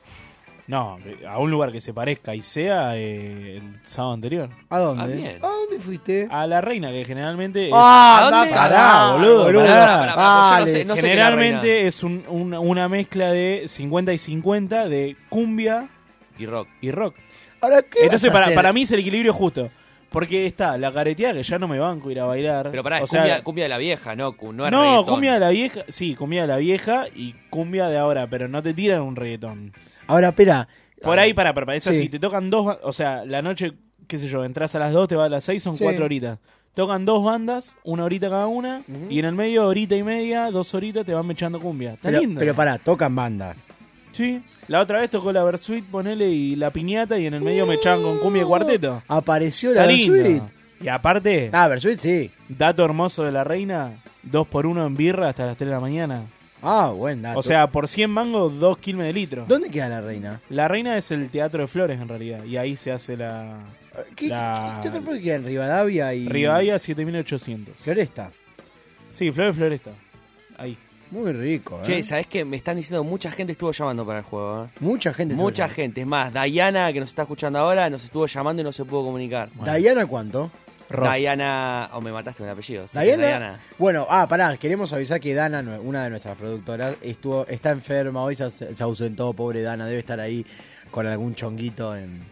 S8: No, a un lugar que se parezca y sea eh, el sábado anterior.
S6: ¿A dónde?
S8: Ah, bien.
S6: ¿A dónde fuiste?
S8: A la reina, que generalmente. es-
S6: Ah,
S8: ¿A dónde?
S6: da carajo,
S8: boludo.
S6: boludo.
S8: pará.
S6: Pará, pará, pues yo no sé- Dale. no sé qué es la
S8: Generalmente es un- una- una mezcla de 50 y 50 de cumbia
S7: Y rock.
S8: y rock.
S6: Ahora, ¿qué
S8: Entonces,
S6: vas a
S8: para,
S6: hacer?
S8: para mí es el equilibrio justo. Porque está la careteada que ya no me banco ir a bailar.
S7: Pero pará,
S8: O
S7: es
S8: sea,
S7: cumbia, cumbia de la vieja, no, cu- no es
S8: no,
S7: reggaetón.
S8: cumbia de la vieja. Sí, cumbia de la vieja y cumbia de ahora, pero no te tiran un reggaetón.
S6: Ahora, espera.
S8: Por ahí, para, para, para eso
S6: Ah, Sí.
S8: sí, te tocan dos. ba- O sea, la noche, qué sé yo, entras a las 2, te vas a las 6, son
S6: Sí.
S8: cuatro horitas. Tocan dos bandas, una horita cada una, y en el medio, horita y media, dos horitas, te van mechando cumbia. Está
S6: Pero,
S8: lindo.
S6: pero pará, tocan bandas.
S8: Sí. La otra vez tocó la Versuit, ponele, y la piñata, y en el medio me echaban con cumbia y cuarteto.
S6: Apareció Uh, la
S8: Está lindo.
S6: Versuit.
S8: Y aparte,
S6: Ah, Versuit sí.
S8: dato hermoso de la reina, dos por uno en birra hasta las 3 de la mañana.
S6: Ah, buen dato.
S8: O sea, por 100 mangos, dos kilmes de litro.
S6: ¿dónde queda la reina?
S8: La reina es el Teatro de Flores, en realidad, y ahí se hace la...
S6: ¿Qué,
S8: la...
S6: qué teatro fue que queda en Rivadavia y.
S8: Rivadavia 7800.
S6: Floresta.
S8: Sí, Flores Floresta. Ahí.
S6: Muy rico, ¿eh?
S7: Che, ¿sabés qué? Me están diciendo mucha gente estuvo llamando para el juego, ¿eh?
S6: Mucha gente.
S7: Mucha gente. Es más, Dayana, que nos está escuchando ahora, nos estuvo llamando y no se pudo comunicar.
S6: ¿Diana cuánto? Ross.
S7: Diana... O me mataste un apellido. sí,
S6: ¿Diana? Bueno, ah, pará, queremos avisar que Dana, nue- una de nuestras productoras, estuvo, está enferma hoy, se, aus- se ausentó, pobre Dana, debe estar ahí con algún chonguito en,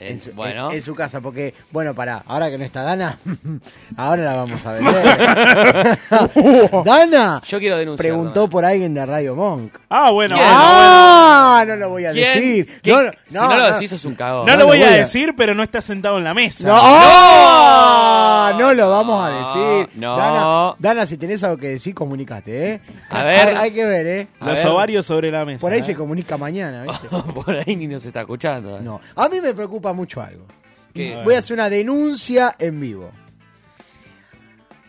S7: Eh,
S6: en su,
S7: bueno.
S6: en- en su casa, porque, bueno, pará, ahora que no está Dana, ahora la vamos a vender. Dana
S7: Yo quiero denunciar.
S6: preguntó por alguien de Radio Monk.
S8: Ah, bueno.
S7: ¿Quién?
S6: ¡Ah! No lo voy a
S7: ¿Quién?
S6: decir.
S7: ¿Quién?
S6: No, no,
S7: si no, lo
S6: no.
S7: decís, sos un cagón.
S8: No lo voy a decir, pero no está sentado en la mesa.
S6: No, ¡Oh! no lo vamos a decir.
S7: No.
S6: Dana, Dana, si tenés algo que decir, comunicate, ¿eh?
S7: A ver.
S6: Hay, hay que ver, ¿eh?
S7: A
S8: Los
S7: ver.
S8: ovarios sobre la mesa.
S6: Por ahí
S8: ¿eh?
S6: se comunica mañana, ¿viste?
S7: por ahí ni nos está escuchando.
S6: No. A mí me preocupa mucho algo.
S7: ¿Qué?
S6: Voy a hacer una denuncia en vivo.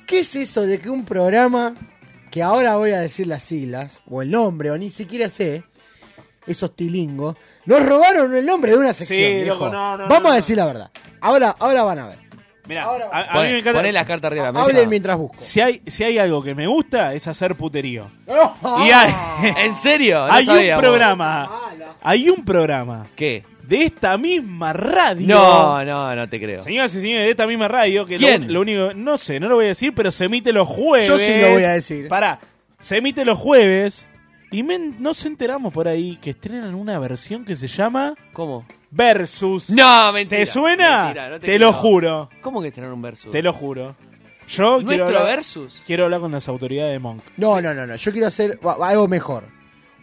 S6: ¿Qué es eso de que un programa que ahora voy a decir las siglas, o el nombre, o ni siquiera sé, esos tilingos, nos robaron el nombre de una sección?
S8: Sí,
S6: viejo?
S8: loco, no, no,
S6: Vamos
S8: no,
S6: a
S8: no.
S6: decir la verdad. Ahora, ahora van a ver.
S8: Mirá,
S6: Ahora-
S8: a, a mí me
S7: Poné,
S8: encanta.
S7: poné la carta arriba de la mesa.
S6: Hablen mientras busco.
S8: Si hay, si hay algo que me gusta es hacer puterío.
S6: ¡Oh!
S8: Y hay,
S7: ¿En serio? No
S8: Ah. hay un
S7: sabíamos.
S6: Ah,
S8: programa. Hay un programa
S7: ¿Qué?
S8: de esta misma radio.
S7: No, no, no te creo.
S8: Señoras y señores, de esta misma radio, que lo-
S7: ¿Quién?
S8: Lo, único, no sé, no lo voy a decir, pero se emite los jueves.
S6: Yo sí lo voy a decir.
S8: Pará, se emite los jueves y men- nos enteramos por ahí que estrenan una versión que se llama
S7: ¿Cómo?
S8: Versus.
S7: No, mentira.
S8: ¿Te suena?
S7: Mentira, no
S8: te
S7: te creo.
S8: lo juro,
S7: ¿Cómo que tener un versus?
S8: te lo juro. Yo quiero
S7: ¿Nuestro
S8: hablar,
S7: versus?
S8: quiero hablar con las autoridades de Monk.
S6: No, no, no, no. Yo quiero hacer va- va- algo mejor.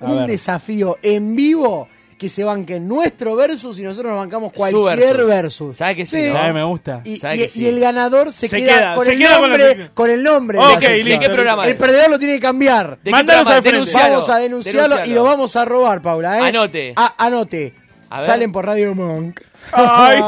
S8: A
S6: un
S8: ver.
S6: desafío en vivo que se banque nuestro versus y nosotros nos bancamos
S7: Su
S6: cualquier versus.
S7: versus. ¿Sabes que sí, no?
S8: ¿Sabes? Me gusta.
S6: Y,
S7: ¿Sabe
S6: y-
S7: que sí?
S6: y el ganador se,
S8: Se
S6: queda,
S8: queda-
S6: con,
S8: se
S6: el
S8: queda con
S6: nombre, con,
S8: la-
S6: el nombre. de la
S8: Ok,
S6: sección.
S7: ¿De qué
S8: listo.
S7: programa
S6: El
S7: es?
S6: perdedor lo tiene que cambiar.
S7: ¿De qué
S8: Mándanos
S7: programa?
S8: al frente.
S7: Denuncialo,
S6: Vamos a denunciarlo y lo vamos a robar, Paula. ¿eh?
S7: Anote.
S6: A- anote.
S7: A ver.
S6: Salen por Radio Monk.
S8: Ay,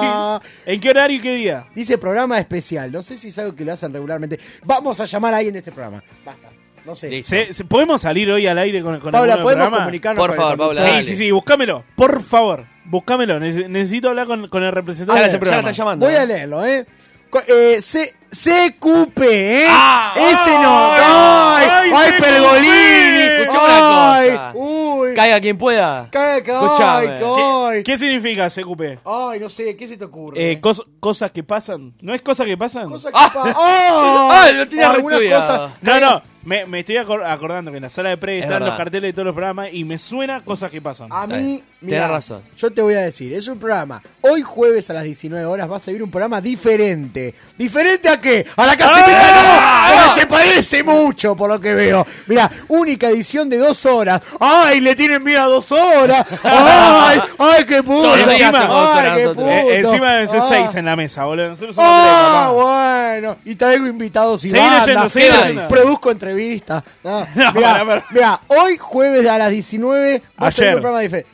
S8: ¿En qué horario y qué día?
S6: Dice programa especial. No sé si es algo que lo hacen regularmente. Vamos a llamar a alguien de este programa. Basta. No sé.
S7: Listo.
S8: ¿Se- se- podemos salir hoy al aire con, con
S6: Paula,
S8: alguno del
S6: ¿podemos
S8: programa?
S6: comunicarnos
S7: Por
S6: con el
S7: favor,
S6: conductor?
S7: Paula,
S8: Sí,
S7: dale.
S8: sí, sí, búscamelo, por favor, búscamelo. Nece- necesito hablar con, con el representante de
S7: Ya la-
S8: ese
S7: ya la
S8: programa.
S7: están llamando.
S6: Voy a leerlo, ¿eh? Co- eh, C- CQP, ¿eh?
S7: Ah,
S6: Ese no.
S8: ay,
S6: ¡Ay! ¡Ay,
S8: ay, CQP.
S6: Pergolini!
S7: Escuchame una
S6: ¡Ay!
S7: cosa.
S6: ¡Uy! hoy.
S7: Caiga quien pueda.
S6: Caiga, que-
S7: Escuchame.
S6: ay, que hoy.
S8: ¿Qué significa CQP?
S6: Ay, no sé, ¿qué se te ocurre?
S8: Eh, cos- cosas que pasan. ¿No es cosas que pasan?
S6: Cosas que Ah. pa- ¡Oh! Ah, lo tenía Algunas reestudiado. cosas-
S8: No, no. Me, me estoy acor- acordando que en la sala de pre
S6: Es
S8: están los
S6: verdad.
S8: carteles de todos los programas y me suena cosas que pasan.
S6: A mí, mira, yo te voy a decir, es un programa. Hoy jueves a las 19 horas vas a vivir un programa diferente. ¿Diferente a qué? ¡A la
S8: ¡Ah!
S6: casa invita, no! Porque se parece mucho, por lo que veo. Mira, única edición de dos horas. ¡Ay, le tienen miedo a dos horas! ¡Ay, ay, qué puto!
S8: Todos los días
S6: Ay,
S8: hacemos dos horas
S6: qué
S8: nosotros.
S6: puto.
S8: Eh, encima deben ser
S6: Ah.
S8: seis en la mesa, boludo. Nosotros somos tres,
S6: ¡Ah,
S8: papá.
S6: bueno! Y traigo invitados y
S8: Seguí
S6: bandas.
S8: leyendo, seguí
S6: Mira,
S8: leyendo.
S6: Produzco entrevistas. Ah,
S8: No, pará,
S6: mira,
S8: pará.
S6: mira, hoy jueves a las 19 va a salir
S8: Ayer.
S6: un programa diferente.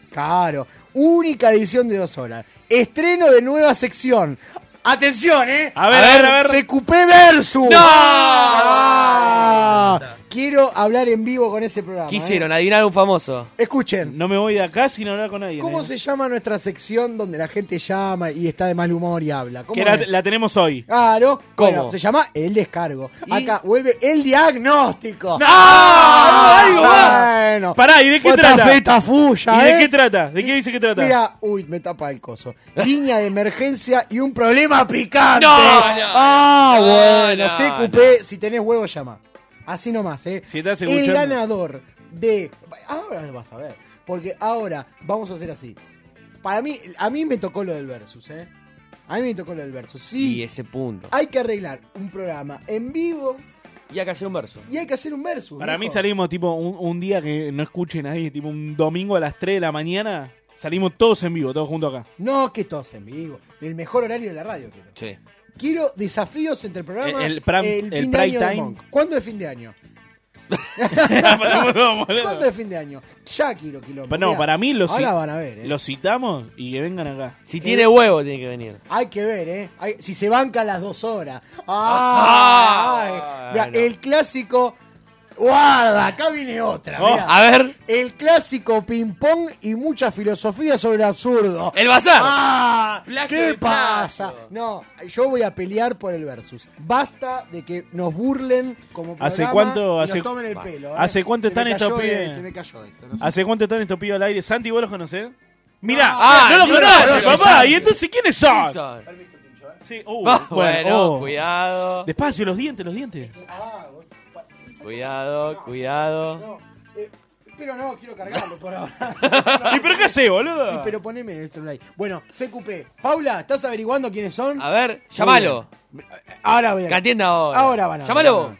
S6: Sí, claro. Única edición de dos horas. Estreno de nueva sección. Atención, eh.
S8: A ver, a ver, a ver.
S6: CQP versus. Ah, Quiero hablar en vivo con ese programa.
S7: ¿Qué
S6: eh.
S7: hicieron? ¿Adivinar un famoso?
S6: Escuchen.
S8: No me voy de acá sin hablar con nadie.
S6: ¿Cómo se llama nuestra sección donde la gente llama y está de mal humor y habla? ¿Cómo
S8: Que la,
S6: es?
S8: la tenemos hoy.
S6: Claro.
S8: ¿Cómo?
S6: Bueno, se llama el descargo. Acá vuelve el diagnóstico.
S8: ¡No!
S6: Ah,
S8: ¡Algo más!
S6: Bueno.
S8: Pará, ¿y de qué
S6: Otra
S8: trata?
S6: feta fuya,
S8: ¿Y de
S6: ¿eh?
S8: qué trata? ¿De qué dice que trata?
S6: Mira, uy, me tapa el coso. Línea de emergencia y un problema picante.
S8: No, no,
S6: ah,
S8: no,
S6: bueno,
S8: no,
S6: CQP, si tenés huevo, llama. Así nomás, ¿eh?
S8: Si estás
S6: el
S8: escuchando.
S6: ganador de. Ahora vas a ver. Porque ahora vamos a hacer así. Para mí, a mí me tocó lo del Versus, ¿eh? A mí me tocó lo del Versus. Sí,
S7: Y ese punto.
S6: hay que arreglar un programa en vivo
S7: Y acá hacer un verso.
S6: y hay que hacer un versus.
S8: Para mí
S6: viejo.
S8: salimos tipo un, un día que no escuche nadie, tipo un domingo a las 3 de la mañana, salimos todos en vivo, todos juntos acá.
S6: No, que todos en vivo. El mejor horario de la radio. Quiero,
S7: Sí.
S6: Quiero desafíos entre el programa.
S8: El- el pram- el
S6: fin de
S8: prime
S6: año de
S8: time.
S6: Monk. ¿Cuándo es fin de año? ¿Cuándo es fin de año? Ya quiero quilombo.
S8: Pa- No,
S6: Mirá,
S8: para mí los,
S6: Ahora
S8: ci-
S6: van a ver, ¿eh?
S8: los citamos y que vengan acá.
S7: Si
S6: tiene
S7: huevo tiene que venir.
S6: Hay que ver, ¿eh? Hay- si se banca las dos horas. ¡Ah! Ay. Mirá, El clásico. ¡Guarda! Acá viene otra.
S7: Oh,
S6: mirá.
S7: a ver.
S6: El clásico ping-pong y mucha filosofía sobre el absurdo.
S7: ¡El bazar!
S6: ¡Ah!
S7: Placa
S6: ¿Qué
S7: de
S6: pasa? No, yo voy a pelear por el versus. Basta de que nos burlen como programa
S8: ¿Hace cuánto,
S6: y
S8: hace,
S6: nos tomen el pelo. ¿eh?
S8: ¿Hace cuánto
S6: Se me
S8: están estos
S6: cayó, eh,
S8: pibes?
S6: Se me cayó esto. no sé.
S8: ¿Hace cuánto están estos pibes al aire? Santi, ¿vos los conocés? Mirá,
S7: Ah,
S8: no
S7: no
S8: los
S7: los
S8: conocés,
S7: conoce,
S8: papá.
S7: Santi.
S8: ¿Y entonces quiénes son?
S7: ¿Quiénes son?
S8: Sí, uh,
S7: Ah, bueno,
S8: oh.
S7: cuidado.
S8: Despacio, los dientes, los dientes.
S7: Cuidado, cuidado.
S6: eh, Pero no, quiero cargarlo por ahora.
S8: ¿Y pero qué hace, boludo?
S6: Y pero poneme el celular ahí. Bueno, CQP. Paula, ¿estás averiguando quiénes son?
S7: A ver, llamalo.
S6: Ahora voy a...
S7: Que atienda ahora.
S6: Ahora van a...
S7: Llamalo vos.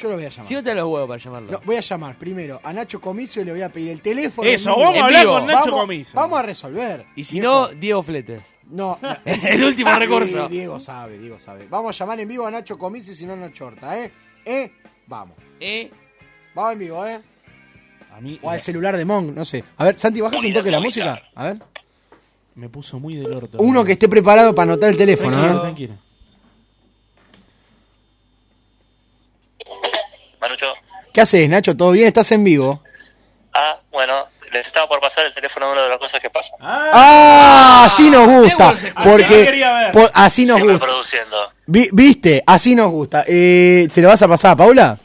S6: Yo lo voy a llamar.
S7: Si no te da los huevos para llamarlo.
S6: No, voy a llamar primero a Nacho Comicio y le voy a pedir el teléfono.
S7: Eso,
S6: en
S7: vamos a
S6: vivo.
S7: hablar con Nacho
S6: Vamos-
S7: Comicio.
S6: Vamos a resolver.
S7: Y si no, Diego Fletes.
S6: No, no.
S7: Es el último
S6: Sí,
S7: recurso.
S6: Diego sabe, Diego sabe. Vamos a llamar en vivo a Nacho Comicio y si no, no chorta, ¿eh? ¿Eh? Vamos.
S7: ¿Eh?
S6: Vamos en vivo, ¿eh?
S8: A mí
S6: O al celular de Monk, no sé. A ver, Santi, bajas un toque la música. A ver.
S8: me puso muy del orto.
S6: Uno que esté preparado para anotar el teléfono,
S8: Tranquilo,
S6: ¿eh?
S8: tranquilo.
S14: Manucho.
S6: ¿Qué haces, Nacho? ¿Todo bien? ¿Estás en vivo?
S14: Ah, bueno, les estaba por pasar el teléfono de una de las cosas que pasan.
S6: ¡Ah! Así nos gusta.
S14: Networks Exclusive. Yo
S6: Porque
S14: quería ver.
S6: por- ah, así nos
S14: Siempre
S6: gusta.
S14: produciendo.
S6: Vi- ¿Viste? Así nos gusta. Eh, ¿Se lo vas a pasar a Paula?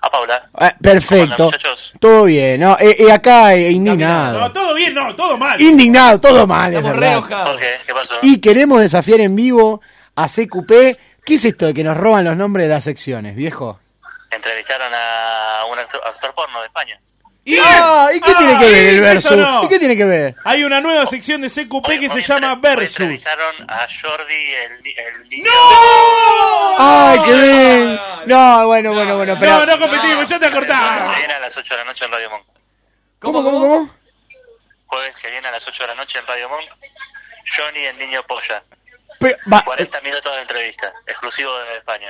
S14: A Paula.
S6: Ah, perfecto.
S14: ¿Cómo andan, muchachos?
S6: todo bien. No, eh, eh, acá eh, indignado.
S8: No, todo bien, no, todo mal.
S6: Indignado, todo mal. es verdad.
S14: ¿Por qué? ¿Qué pasó?
S6: Y queremos desafiar en vivo a CQP. ¿Qué es esto de que nos roban los nombres de las secciones, viejo?
S14: Entrevistaron a un actor, actor porno de España.
S8: ¿Y,
S6: Ah, ¿y qué tiene que ver el versus? ¿Y qué tiene que ver?
S8: Hay una nueva sección de CQP que se llama Versus.
S14: Entrevistaron a Jordi, el, ni- el niño.
S6: ¡Ay, qué bien! No, bueno, bueno, bueno. pero-
S8: No, no competimos, ya te
S14: Jueves
S8: acordás.
S14: que viene a las 8 de la noche en Radio Monk.
S6: ¿Cómo, cómo, cómo?
S14: Jueves que viene a las 8 de la noche en Radio Monk. Johnny, el niño polla.
S6: Pero, va-
S14: 40 minutos de entrevista, exclusivo de España.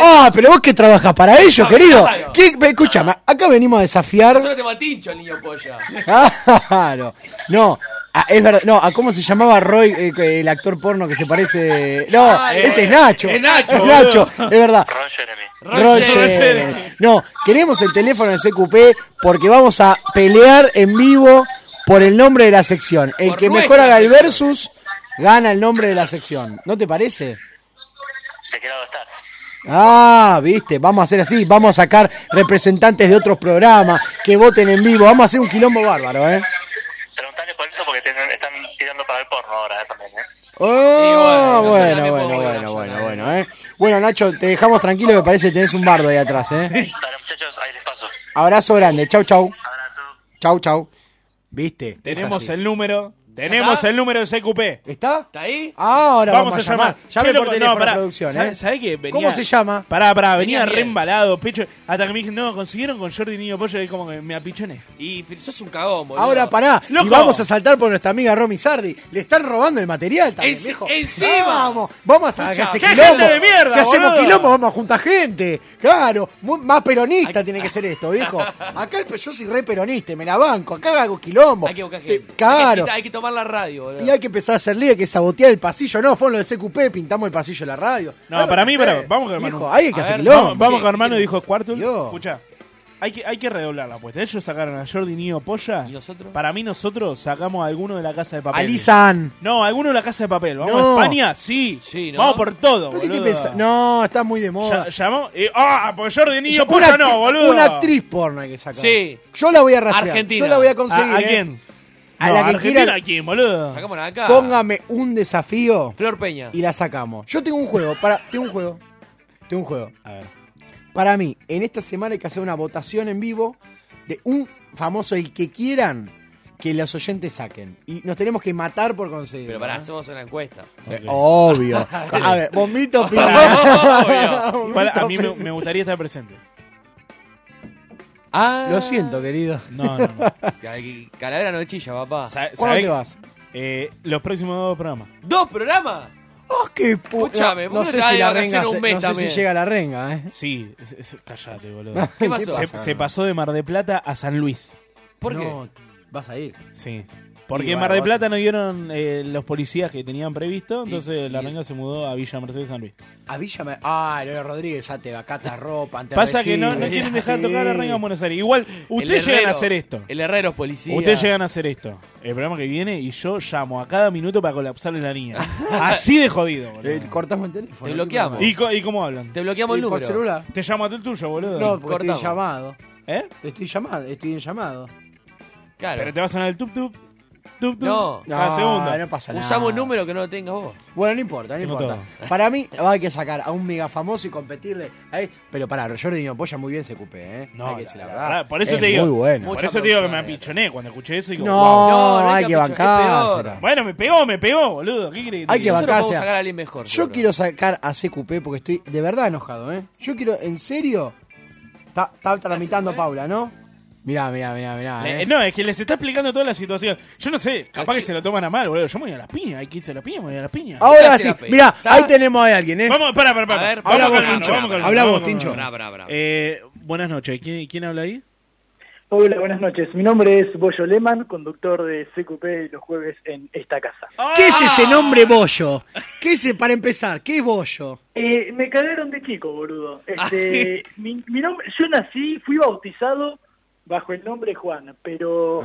S6: Ah, pero vos que trabajas para ellos,
S7: No,
S6: querido.
S7: claro.
S6: ¿Qué- pero Escúchame, acá venimos a desafiar.
S7: Solo te matincho el niño polla.
S6: Ah, Claro. No, ah, es verdad. No, ¿a cómo se llamaba Roy, eh, que- el actor porno que se parece? No,
S7: Ah, eh,
S6: ese es Nacho.
S7: es Nacho,
S6: Es Nacho,
S7: boludo.
S6: es verdad.
S14: Ron Jeremy.
S6: Ron
S7: Ron
S6: Jeremy.
S7: Jeremy.
S6: No, queremos el teléfono de CQP porque vamos a pelear en vivo por el nombre de la sección. El
S7: Por
S6: que mejor
S7: nuestra
S6: haga el versus gana el nombre de la sección. ¿No te parece?
S14: ¿De qué lado estás?
S6: Ah, viste, vamos a hacer así, vamos a sacar representantes de otros programas que voten en vivo, vamos a hacer un quilombo bárbaro, ¿eh?
S15: Preguntale por eso porque tienen- están tirando para el porno ahora eh, también, ¿eh?
S6: Oh, bueno, bueno, bueno, bueno, bueno, ¿eh? Bueno, Nacho, te dejamos tranquilo que parece que tenés un bardo ahí atrás, ¿eh?
S15: Dale, muchachos, ahí les paso.
S6: Abrazo grande, chau, chau. Chau, chau. ¿Viste? Es
S8: Tenemos
S6: así.
S8: el número. Tenemos el número de CQP.
S6: ¿Está? Ah,
S8: ¿Está ahí?
S6: Ahora vamos, a llamar. Llame
S8: Che,
S6: por
S8: loco,
S6: teléfono
S8: no,
S6: a
S8: pará.
S6: producción,
S8: ¿Sabe-
S6: ¿eh?
S8: sabe qué? Venía-
S6: ¿Cómo se llama?
S8: Pará, pará, venía,
S7: Venía
S8: re
S7: bien.
S8: embalado, pecho. Hasta que me dije, no, consiguieron con Jordi Niño Pollo y como que me apichoné.
S7: Y pero sos un cagón, boludo.
S6: Ahora pará,
S7: Loco.
S6: y vamos a saltar por nuestra amiga Romy Sardi. Le están robando el material también,
S7: Enci-
S6: viejo.
S7: encima.
S6: Vamos, vamos a
S7: Escucha,
S6: hacer
S7: ¡qué
S6: quilombo.
S7: gente de mierda,
S6: si hacemos
S7: boludo!
S6: quilombo, vamos a juntar gente. Claro, mu- más peronista tiene que ser esto, viejo. Acá el, pe- yo soy re peronista, y me la banco. Acá hago quilombo. Eh,
S7: Hay que buscar gente. Hay que,
S6: Claro.
S7: quitar- hay que tomar la radio, boludo.
S6: Y hay que empezar a ser líder, que sabotear el pasillo. No, fue en lo de CQP, pintamos el pasillo de la radio.
S8: No,
S6: Claro
S8: para
S6: que
S8: mí,
S6: sé.
S8: para, vamos con hermano.
S6: Viejo, hay que
S8: A
S6: hacer
S8: ver,
S6: quilombo.
S8: Vamos, vamos con hermano, dijo Squartus.
S6: Dios.
S8: Escucha, hay que, hay que redoblar la apuesta. Ellos sacaron a Jordi Niño Polla. ¿Y nosotros? Para mí, nosotros sacamos a alguno de la casa de papel.
S6: Alisan.
S8: No, alguno de la casa de papel. ¿Vamos
S6: No.
S8: a España? Sí.
S6: ¿no?
S8: Vamos por todo,
S6: ¿Por qué te
S8: boludo.
S6: pensás? No, está muy de moda.
S8: Ya- llamó. y- ¡Ah! porque Jordi Niño
S6: Una
S8: Polla no,
S6: actri-
S8: boludo.
S6: Una actriz porno hay que sacar.
S8: Sí.
S6: Yo la voy a rastrear.
S8: Argentina.
S6: Yo la voy a conseguir.
S8: ¿A, a
S6: eh.
S8: quién?
S6: A
S8: No,
S6: la que
S8: Argentina,
S6: quiera.
S8: ¿a quién, boludo?
S7: Sacámosla acá.
S6: Póngame un desafío
S7: Flor Peña.
S6: y la sacamos. Yo tengo un juego. Para, tengo un juego. Tengo un juego.
S8: A ver.
S6: Para mí, en esta semana hay que hacer una votación en vivo de un famoso, el que quieran que los oyentes saquen. Y nos tenemos que matar por conseguirlo.
S7: Pero pará,
S6: ¿eh?
S7: hacemos una encuesta.
S6: Eh, Obvio. A ver, bombito
S7: Obvio.
S6: Obvio.
S8: Igual a mí me, me gustaría estar presente.
S7: Ah.
S6: Lo siento, querido.
S8: No, no, no.
S7: Cal- Calavera no chilla, papá.
S8: ¿Sabés?
S6: te vas?
S8: Eh, los próximos dos programas.
S7: ¿Dos programas?
S6: ¡Ah, qué puta!
S7: Escuchame,
S6: no
S7: ¿por qué
S6: sé
S7: no te
S6: si la
S7: vas de vacaciones
S6: renga se-
S7: un mes
S6: no sé si
S7: también?
S6: llega la renga, ¿eh?
S8: Sí, es- es- callate, boludo.
S6: ¿Qué pasó?
S8: Se, se pasó de Mar de Plata a San Luis.
S7: ¿Por qué?
S6: vas a ir.
S8: Sí. Porque
S6: Y
S8: en
S6: bueno,
S8: Mar de
S6: vos-
S8: Plata no dieron eh, los policías que tenían previsto,
S6: Y-
S8: entonces la renga se mudó a Villa Mercedes San Luis.
S6: A Villa Me- Ah, Leo Rodríguez, ya te vacata ropa. te
S8: Pasa que no, no
S6: recibe.
S8: quieren dejar
S6: Sí.
S8: tocar la renga en Buenos Aires. Igual, ustedes llegan a hacer esto.
S7: El herrero es policía.
S6: ah.
S8: Ustedes llegan a hacer esto. El programa que viene y yo llamo a cada minuto para colapsarle la niña. Así de jodido, boludo.
S6: Eh, cortamos el teléfono.
S8: Te
S7: bloqueamos.
S8: ¿Y, co- y cómo hablan?
S7: Te bloqueamos
S6: el ¿Y por número. celular?
S8: Te llamo a tu el tuyo, boludo.
S6: No, porque estoy en llamado.
S8: ¿Eh?
S6: Estoy llamado, estoy en llamado.
S7: Claro.
S8: Pero te va a sonar el tup tup. Tup tup.
S7: No.
S8: Cada
S6: No,
S8: segundo.
S6: Ah, no pasa nada.
S7: Usamos un número que no lo tengas vos.
S6: Bueno, no importa, no
S8: Tengo
S6: importa. Para mí, hay que sacar a un mega famoso y competirle a él. Pero pará, Jordi Niño Polla muy bien se cupé, ¿eh?
S8: No,
S6: hay que decir la
S8: la
S6: verdad.
S8: verdad, Por eso
S6: es
S8: te digo.
S6: Muy bueno.
S8: Por eso te digo que me apichoné cuando escuché eso. y digo,
S6: No,
S8: wow.
S6: No, no hay hay que que apichonar, es bancársela. peor.
S8: Bueno, me pegó, me pegó, boludo. ¿Qué querés?
S6: Hay que
S8: Nosotros
S6: bancarse.
S8: podemos sacar a
S7: alguien mejor.
S6: Yo quiero sacar a CQP porque estoy de verdad enojado, ¿eh? Yo quiero, en serio. Está, está tramitando Paula, ¿no? Mirá, mirá, mirá, mirá.
S8: Le-
S6: ¿eh?
S8: No, es que les está explicando toda la situación. Yo no sé, capaz que se lo toman a mal, boludo. Yo me voy a las piñas, hay que irse a las piñas, me voy a las piñas.
S6: Ahora sí, mirá, ahí tenemos a alguien, ¿eh?
S8: Vamos, pará, pará, pará.
S6: A ver,
S8: Vamos
S6: habla
S8: con
S6: vos,
S8: el
S6: Tincho.
S8: Tincho, vamos con el
S6: Habla
S8: Tincho,
S6: vos,
S8: vamos con el Tincho.
S6: Tincho. Brá,
S8: Eh, buenas noches, ¿Quién, quién habla ahí?
S5: Hola, buenas noches. Mi nombre es Boyo Lehmann, conductor de CQP y los jueves en esta casa.
S8: Ah,
S7: ¡Ah!
S6: ¿Qué es ese nombre Bollo? ¿Qué es, ese- para empezar, qué es Bollo?
S5: Eh, me cagaron de chico, boludo.
S6: Ah,
S5: Este, mi, mi nombre, yo nací, fui bautizado bajo el nombre Juan, pero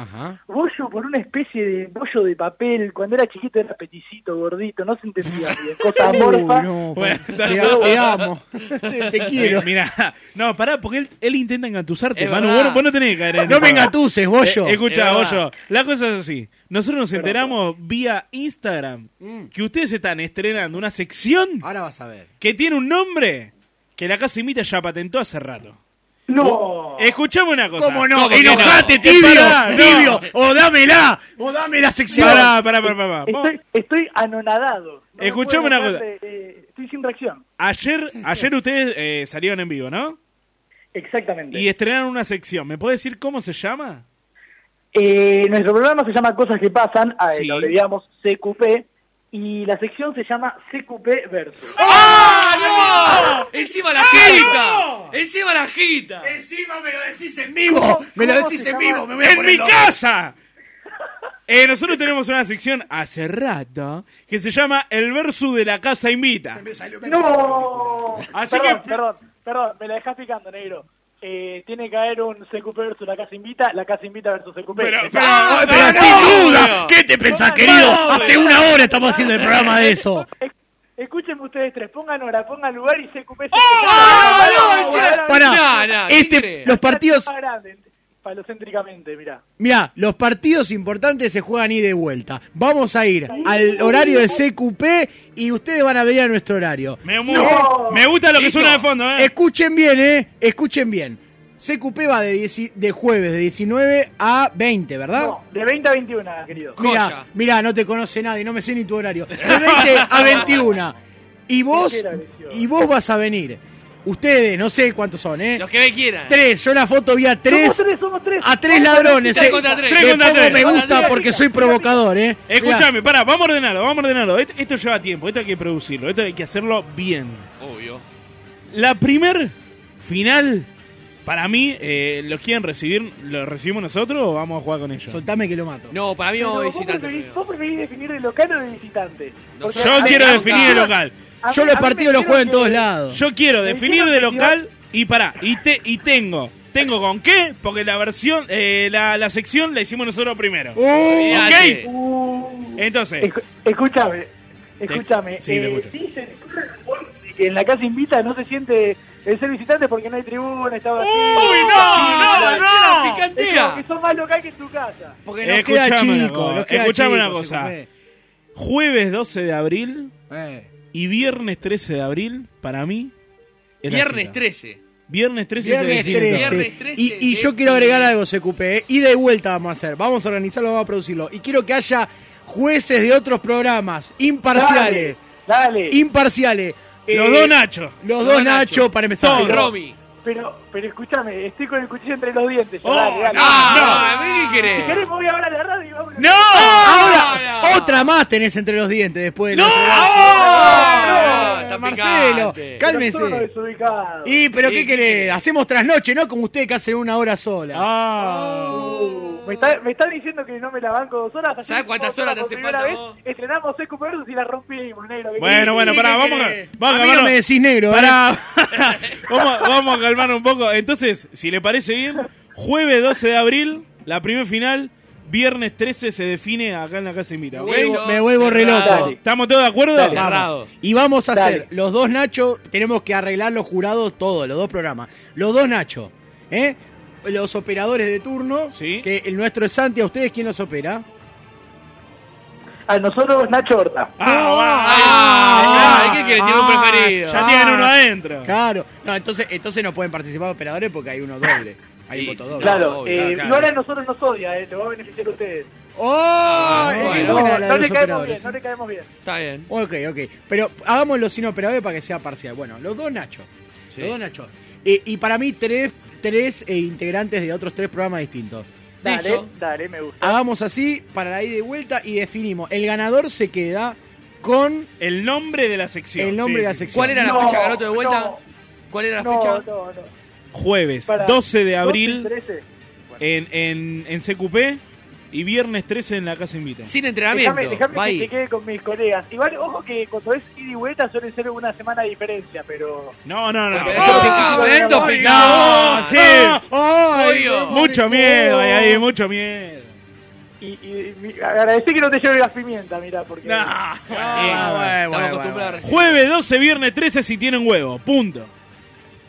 S5: Bollo por una especie de bollo de papel. Cuando era chiquito era peticito, gordito, no se entendía bien. Cosa amorfa.
S8: Bueno,
S5: te- te amo. Te- te quiero.
S8: Eh, Mirá, no, pará, porque él, él intenta engatusarte,
S5: Es
S8: hermano.
S5: verdad.
S8: Vos, vos no tenés que caer en
S6: No
S8: eso.
S6: me engatuses, Goyo.
S8: Eh, escuchá,
S6: Es verdad.
S8: Goyo, la cosa es así. Nosotros nos enteramos vía Instagram que ustedes están estrenando una sección
S6: Mm. Ahora vas a ver.
S8: que tiene un nombre que la casa imita ya patentó hace rato.
S5: No.
S8: Escuchame una cosa.
S6: ¿Cómo no?
S8: que
S6: Enojate,
S8: no?
S6: tibio,
S8: Pará, no.
S6: tibio, o dámela,
S5: Oh,
S6: o dame la sección.
S8: Pará, pará, pará, pará.
S5: Estoy, estoy anonadado. No
S8: Escuchame
S5: puedo
S8: una cosa.
S5: dejar de- eh, estoy sin reacción.
S8: Ayer, ayer ustedes eh, salieron en vivo, ¿no?
S5: Exactamente.
S8: Y estrenaron una sección. ¿Me puedes decir cómo se llama?
S5: Eh, nuestro programa se llama Cosas que pasan, a-
S8: Sí.
S5: lo abreviamos CQP, y la sección se llama CQP Versus.
S7: ¡Ah, no! ¡Encima la jita! ¡Encima la jita!
S6: ¡Encima me lo decís en
S7: vivo!
S6: ¡Me lo
S7: ¿Cómo
S6: decís
S7: se
S6: en
S7: llama?
S6: vivo! ¡Me voy a
S8: ¡En
S6: poner
S8: mi
S6: loco.
S8: casa! Eh, nosotros tenemos una sección hace rato que se llama El verso de la casa invita.
S5: ¡No!
S8: Así
S5: perdón,
S8: que-
S5: Perdón, perdón, me la dejás picando, negro. Eh, tiene que haber un CQP versus la casa invita, la casa invita versus CQP. Pero,
S6: Ah, pero sin duda, ¿qué te pensás, querido? Hace una hora estamos haciendo el programa de eso.
S5: Escúchenme ustedes tres, pongan hora, pongan lugar y se cumple.
S8: ¡Oh,
S6: Pará, este, los partidos,
S5: Palocéntricamente, mirá.
S6: mirá, los partidos importantes se juegan ida y de vuelta. Vamos a ir al horario de CQP y ustedes van a venir a nuestro horario.
S8: Me, mu- me gusta lo que
S6: Listo.
S8: suena de fondo, ¿eh?
S6: Escuchen bien, ¿eh? Escuchen bien. CQP va de, dieci- de jueves, de 19 a 20, ¿verdad?
S5: No, de 20 a 21, querido.
S6: Mira, mira, no te conoce nadie, no me sé ni tu horario. De 20 a 21. Y vos, y vos vas a venir. Ustedes, no sé cuántos son, ¿eh?
S7: Los que me quieran.
S6: Tres, yo la foto vi a tres.
S7: Somos tres, somos tres.
S6: A tres
S7: Somos
S6: ladrones,
S7: tres
S6: ¿eh?
S7: contra tres.
S6: Le
S8: Tres contra
S6: pongo
S8: tres.
S6: me
S8: Contra
S6: gusta
S8: tres.
S6: porque soy provocador, ¿eh?
S8: Escuchame, pará, vamos a ordenarlo, vamos a ordenarlo. Esto, esto lleva tiempo, esto hay que producirlo, esto hay que hacerlo bien.
S7: Obvio.
S8: La primer final, para mí, eh, ¿los quieren recibir? ¿Lo recibimos nosotros o vamos a jugar con ellos?
S6: Soltame que lo mato.
S7: No, para mí vamos
S5: Pero
S7: a
S5: vos,
S7: visitar.
S5: preferís, vos preferís definir de local o de visitante. Porque
S8: Yo
S5: a-
S8: quiero
S5: a-
S8: definir de local.
S5: a- a mí me dijeron que-
S8: Yo quiero
S5: Me
S8: definir
S5: dijeron
S8: de
S5: que si
S8: local y pará, y, te, y tengo. ¿Tengo con qué? Porque la versión, eh, la, la sección la hicimos nosotros primero.
S5: Uh, Olvídate.
S8: ¿Ok? Entonces.
S5: Escúchame, escúchame.
S8: Sí, te
S5: eh,
S8: escucho.
S5: dicen que en la casa invita no se siente el ser visitante porque no hay tribuna, está vacío.
S8: ¡Uy, no, no, no!
S5: Es como que sos más local que en tu casa.
S6: Porque
S8: Eh, escuchame una cosa, escuchame una cosa. Jueves 12 de abril
S5: Eh.
S8: y viernes 13 de abril, para mí. es la
S7: Viernes
S8: cita.
S7: 13.
S8: Viernes 13 es
S6: Viernes
S8: distinto.
S6: 13. Y, y yo quiero agregar algo, CQP. ¿eh? Ida Y de vuelta vamos a hacer. Vamos a organizarlo, vamos a producirlo. Y quiero que haya jueces de otros programas, imparciales.
S5: Dale.
S6: Imparciales.
S5: Eh,
S6: Eh,
S5: Los dos Nacho.
S6: Los dos Nacho para empezar.
S5: Todo.
S6: Pero-
S5: Pero, pero escúchame, estoy con el cuchillo entre los dientes.
S8: Oh,
S5: ya, dale, dale.
S7: Ah, no, ¿a mí qué querés?
S5: Si querés, me voy ahora a la radio y Ah, vamos.
S8: ¡No! Ah.
S6: Ahora, otra más tenés entre los dientes después de la- Marcelo, cálmese.
S5: Pero todo desubicado.
S6: Y, pero ¿qué querés? Hacemos trasnoche, ¿no? Como usted que hace una hora sola.
S5: Me está, me está diciendo que no me la banco dos horas.
S7: ¿Sabes cuántas
S5: Por
S7: horas te hace
S5: primera
S7: falta
S5: vez,
S7: vos?
S5: Estrenamos Seco Versus y la rompimos, negro. ¿qué
S8: Bueno,
S5: querés?
S8: bueno,
S5: ¿Qué
S8: pará,
S5: querés?
S8: vamos a, vamos
S6: A mí no me decís negro, ¿eh?
S8: pará. vamos, a- vamos a calmar un poco. Entonces, si le parece bien, jueves 12 de abril, la primer final, viernes 13 se define acá en la Casa Invita. ¿ok?
S6: Me vuelvo- me vuelvo re loco.
S8: ¿Estamos todos de acuerdo?
S6: Dale. Vamos. Y vamos a hacer los dos Nacho, tenemos que arreglar los jurados todos, los dos programas. Los dos Nacho, ¿eh? Los operadores de turno, que el nuestro es Santi, ¿a ustedes quién los opera?
S5: A nosotros Nacho Horta.
S6: Ah,
S5: ¿qué quiere? Tiene un preferido. Ah. Ya tienen uno adentro.
S6: Claro. No, entonces, entonces no pueden participar operadores porque hay uno doble. Hay un voto doble.
S5: Claro, eh, Igual a nosotros nos odia, eh, lo va a beneficiar a ustedes.
S6: ¡Oh! es
S5: Ah, bueno.
S6: buena la
S5: no,
S6: de
S5: no
S6: los
S5: le caemos bien,
S6: operadores,
S5: no le caemos bien.
S7: Está bien.
S6: Ok, ok. Pero hagámoslo sin operadores para que sea parcial. Bueno, los dos Nacho. Los dos Nacho. Eh, y para mí, tres, tres eh, integrantes de otros tres programas distintos.
S5: Dale,
S6: Listo.
S5: dale, me gusta.
S6: Hagamos así para la ida y vuelta y definimos. El ganador se queda con
S8: el nombre de la sección.
S6: El nombre
S8: Sí,
S6: de la
S8: sí, sí.
S6: sección.
S7: ¿Cuál era la
S8: No,
S7: fecha, Garoto, de vuelta? ¿Cuál era la
S5: No,
S7: fecha?
S5: no, no.
S8: Jueves
S5: Para-
S8: 12 de abril
S5: 12 y 13.
S8: en, en, en CQP y viernes 13 en la Casa Invita.
S7: Sin
S5: Déjame, déjame que se quede con mis colegas. Igual, ojo que cuando es ida y vuelta suelen ser una semana de diferencia, pero...
S8: No, no, no.
S5: Pero esto es picado,
S8: no,
S5: esto es
S8: no,
S5: picado.
S8: no, sí.
S5: Ah, ay, Obvio.
S8: Mucho
S5: qué
S8: miedo hay ahí,
S5: maricón.
S8: mucho miedo.
S5: Y, y- mi- agradecí que no te lleve la pimienta, mirá, porque... Ah,
S8: Ah, bueno, bueno, Jueves 12, viernes 13 si tienen huevo. Punto.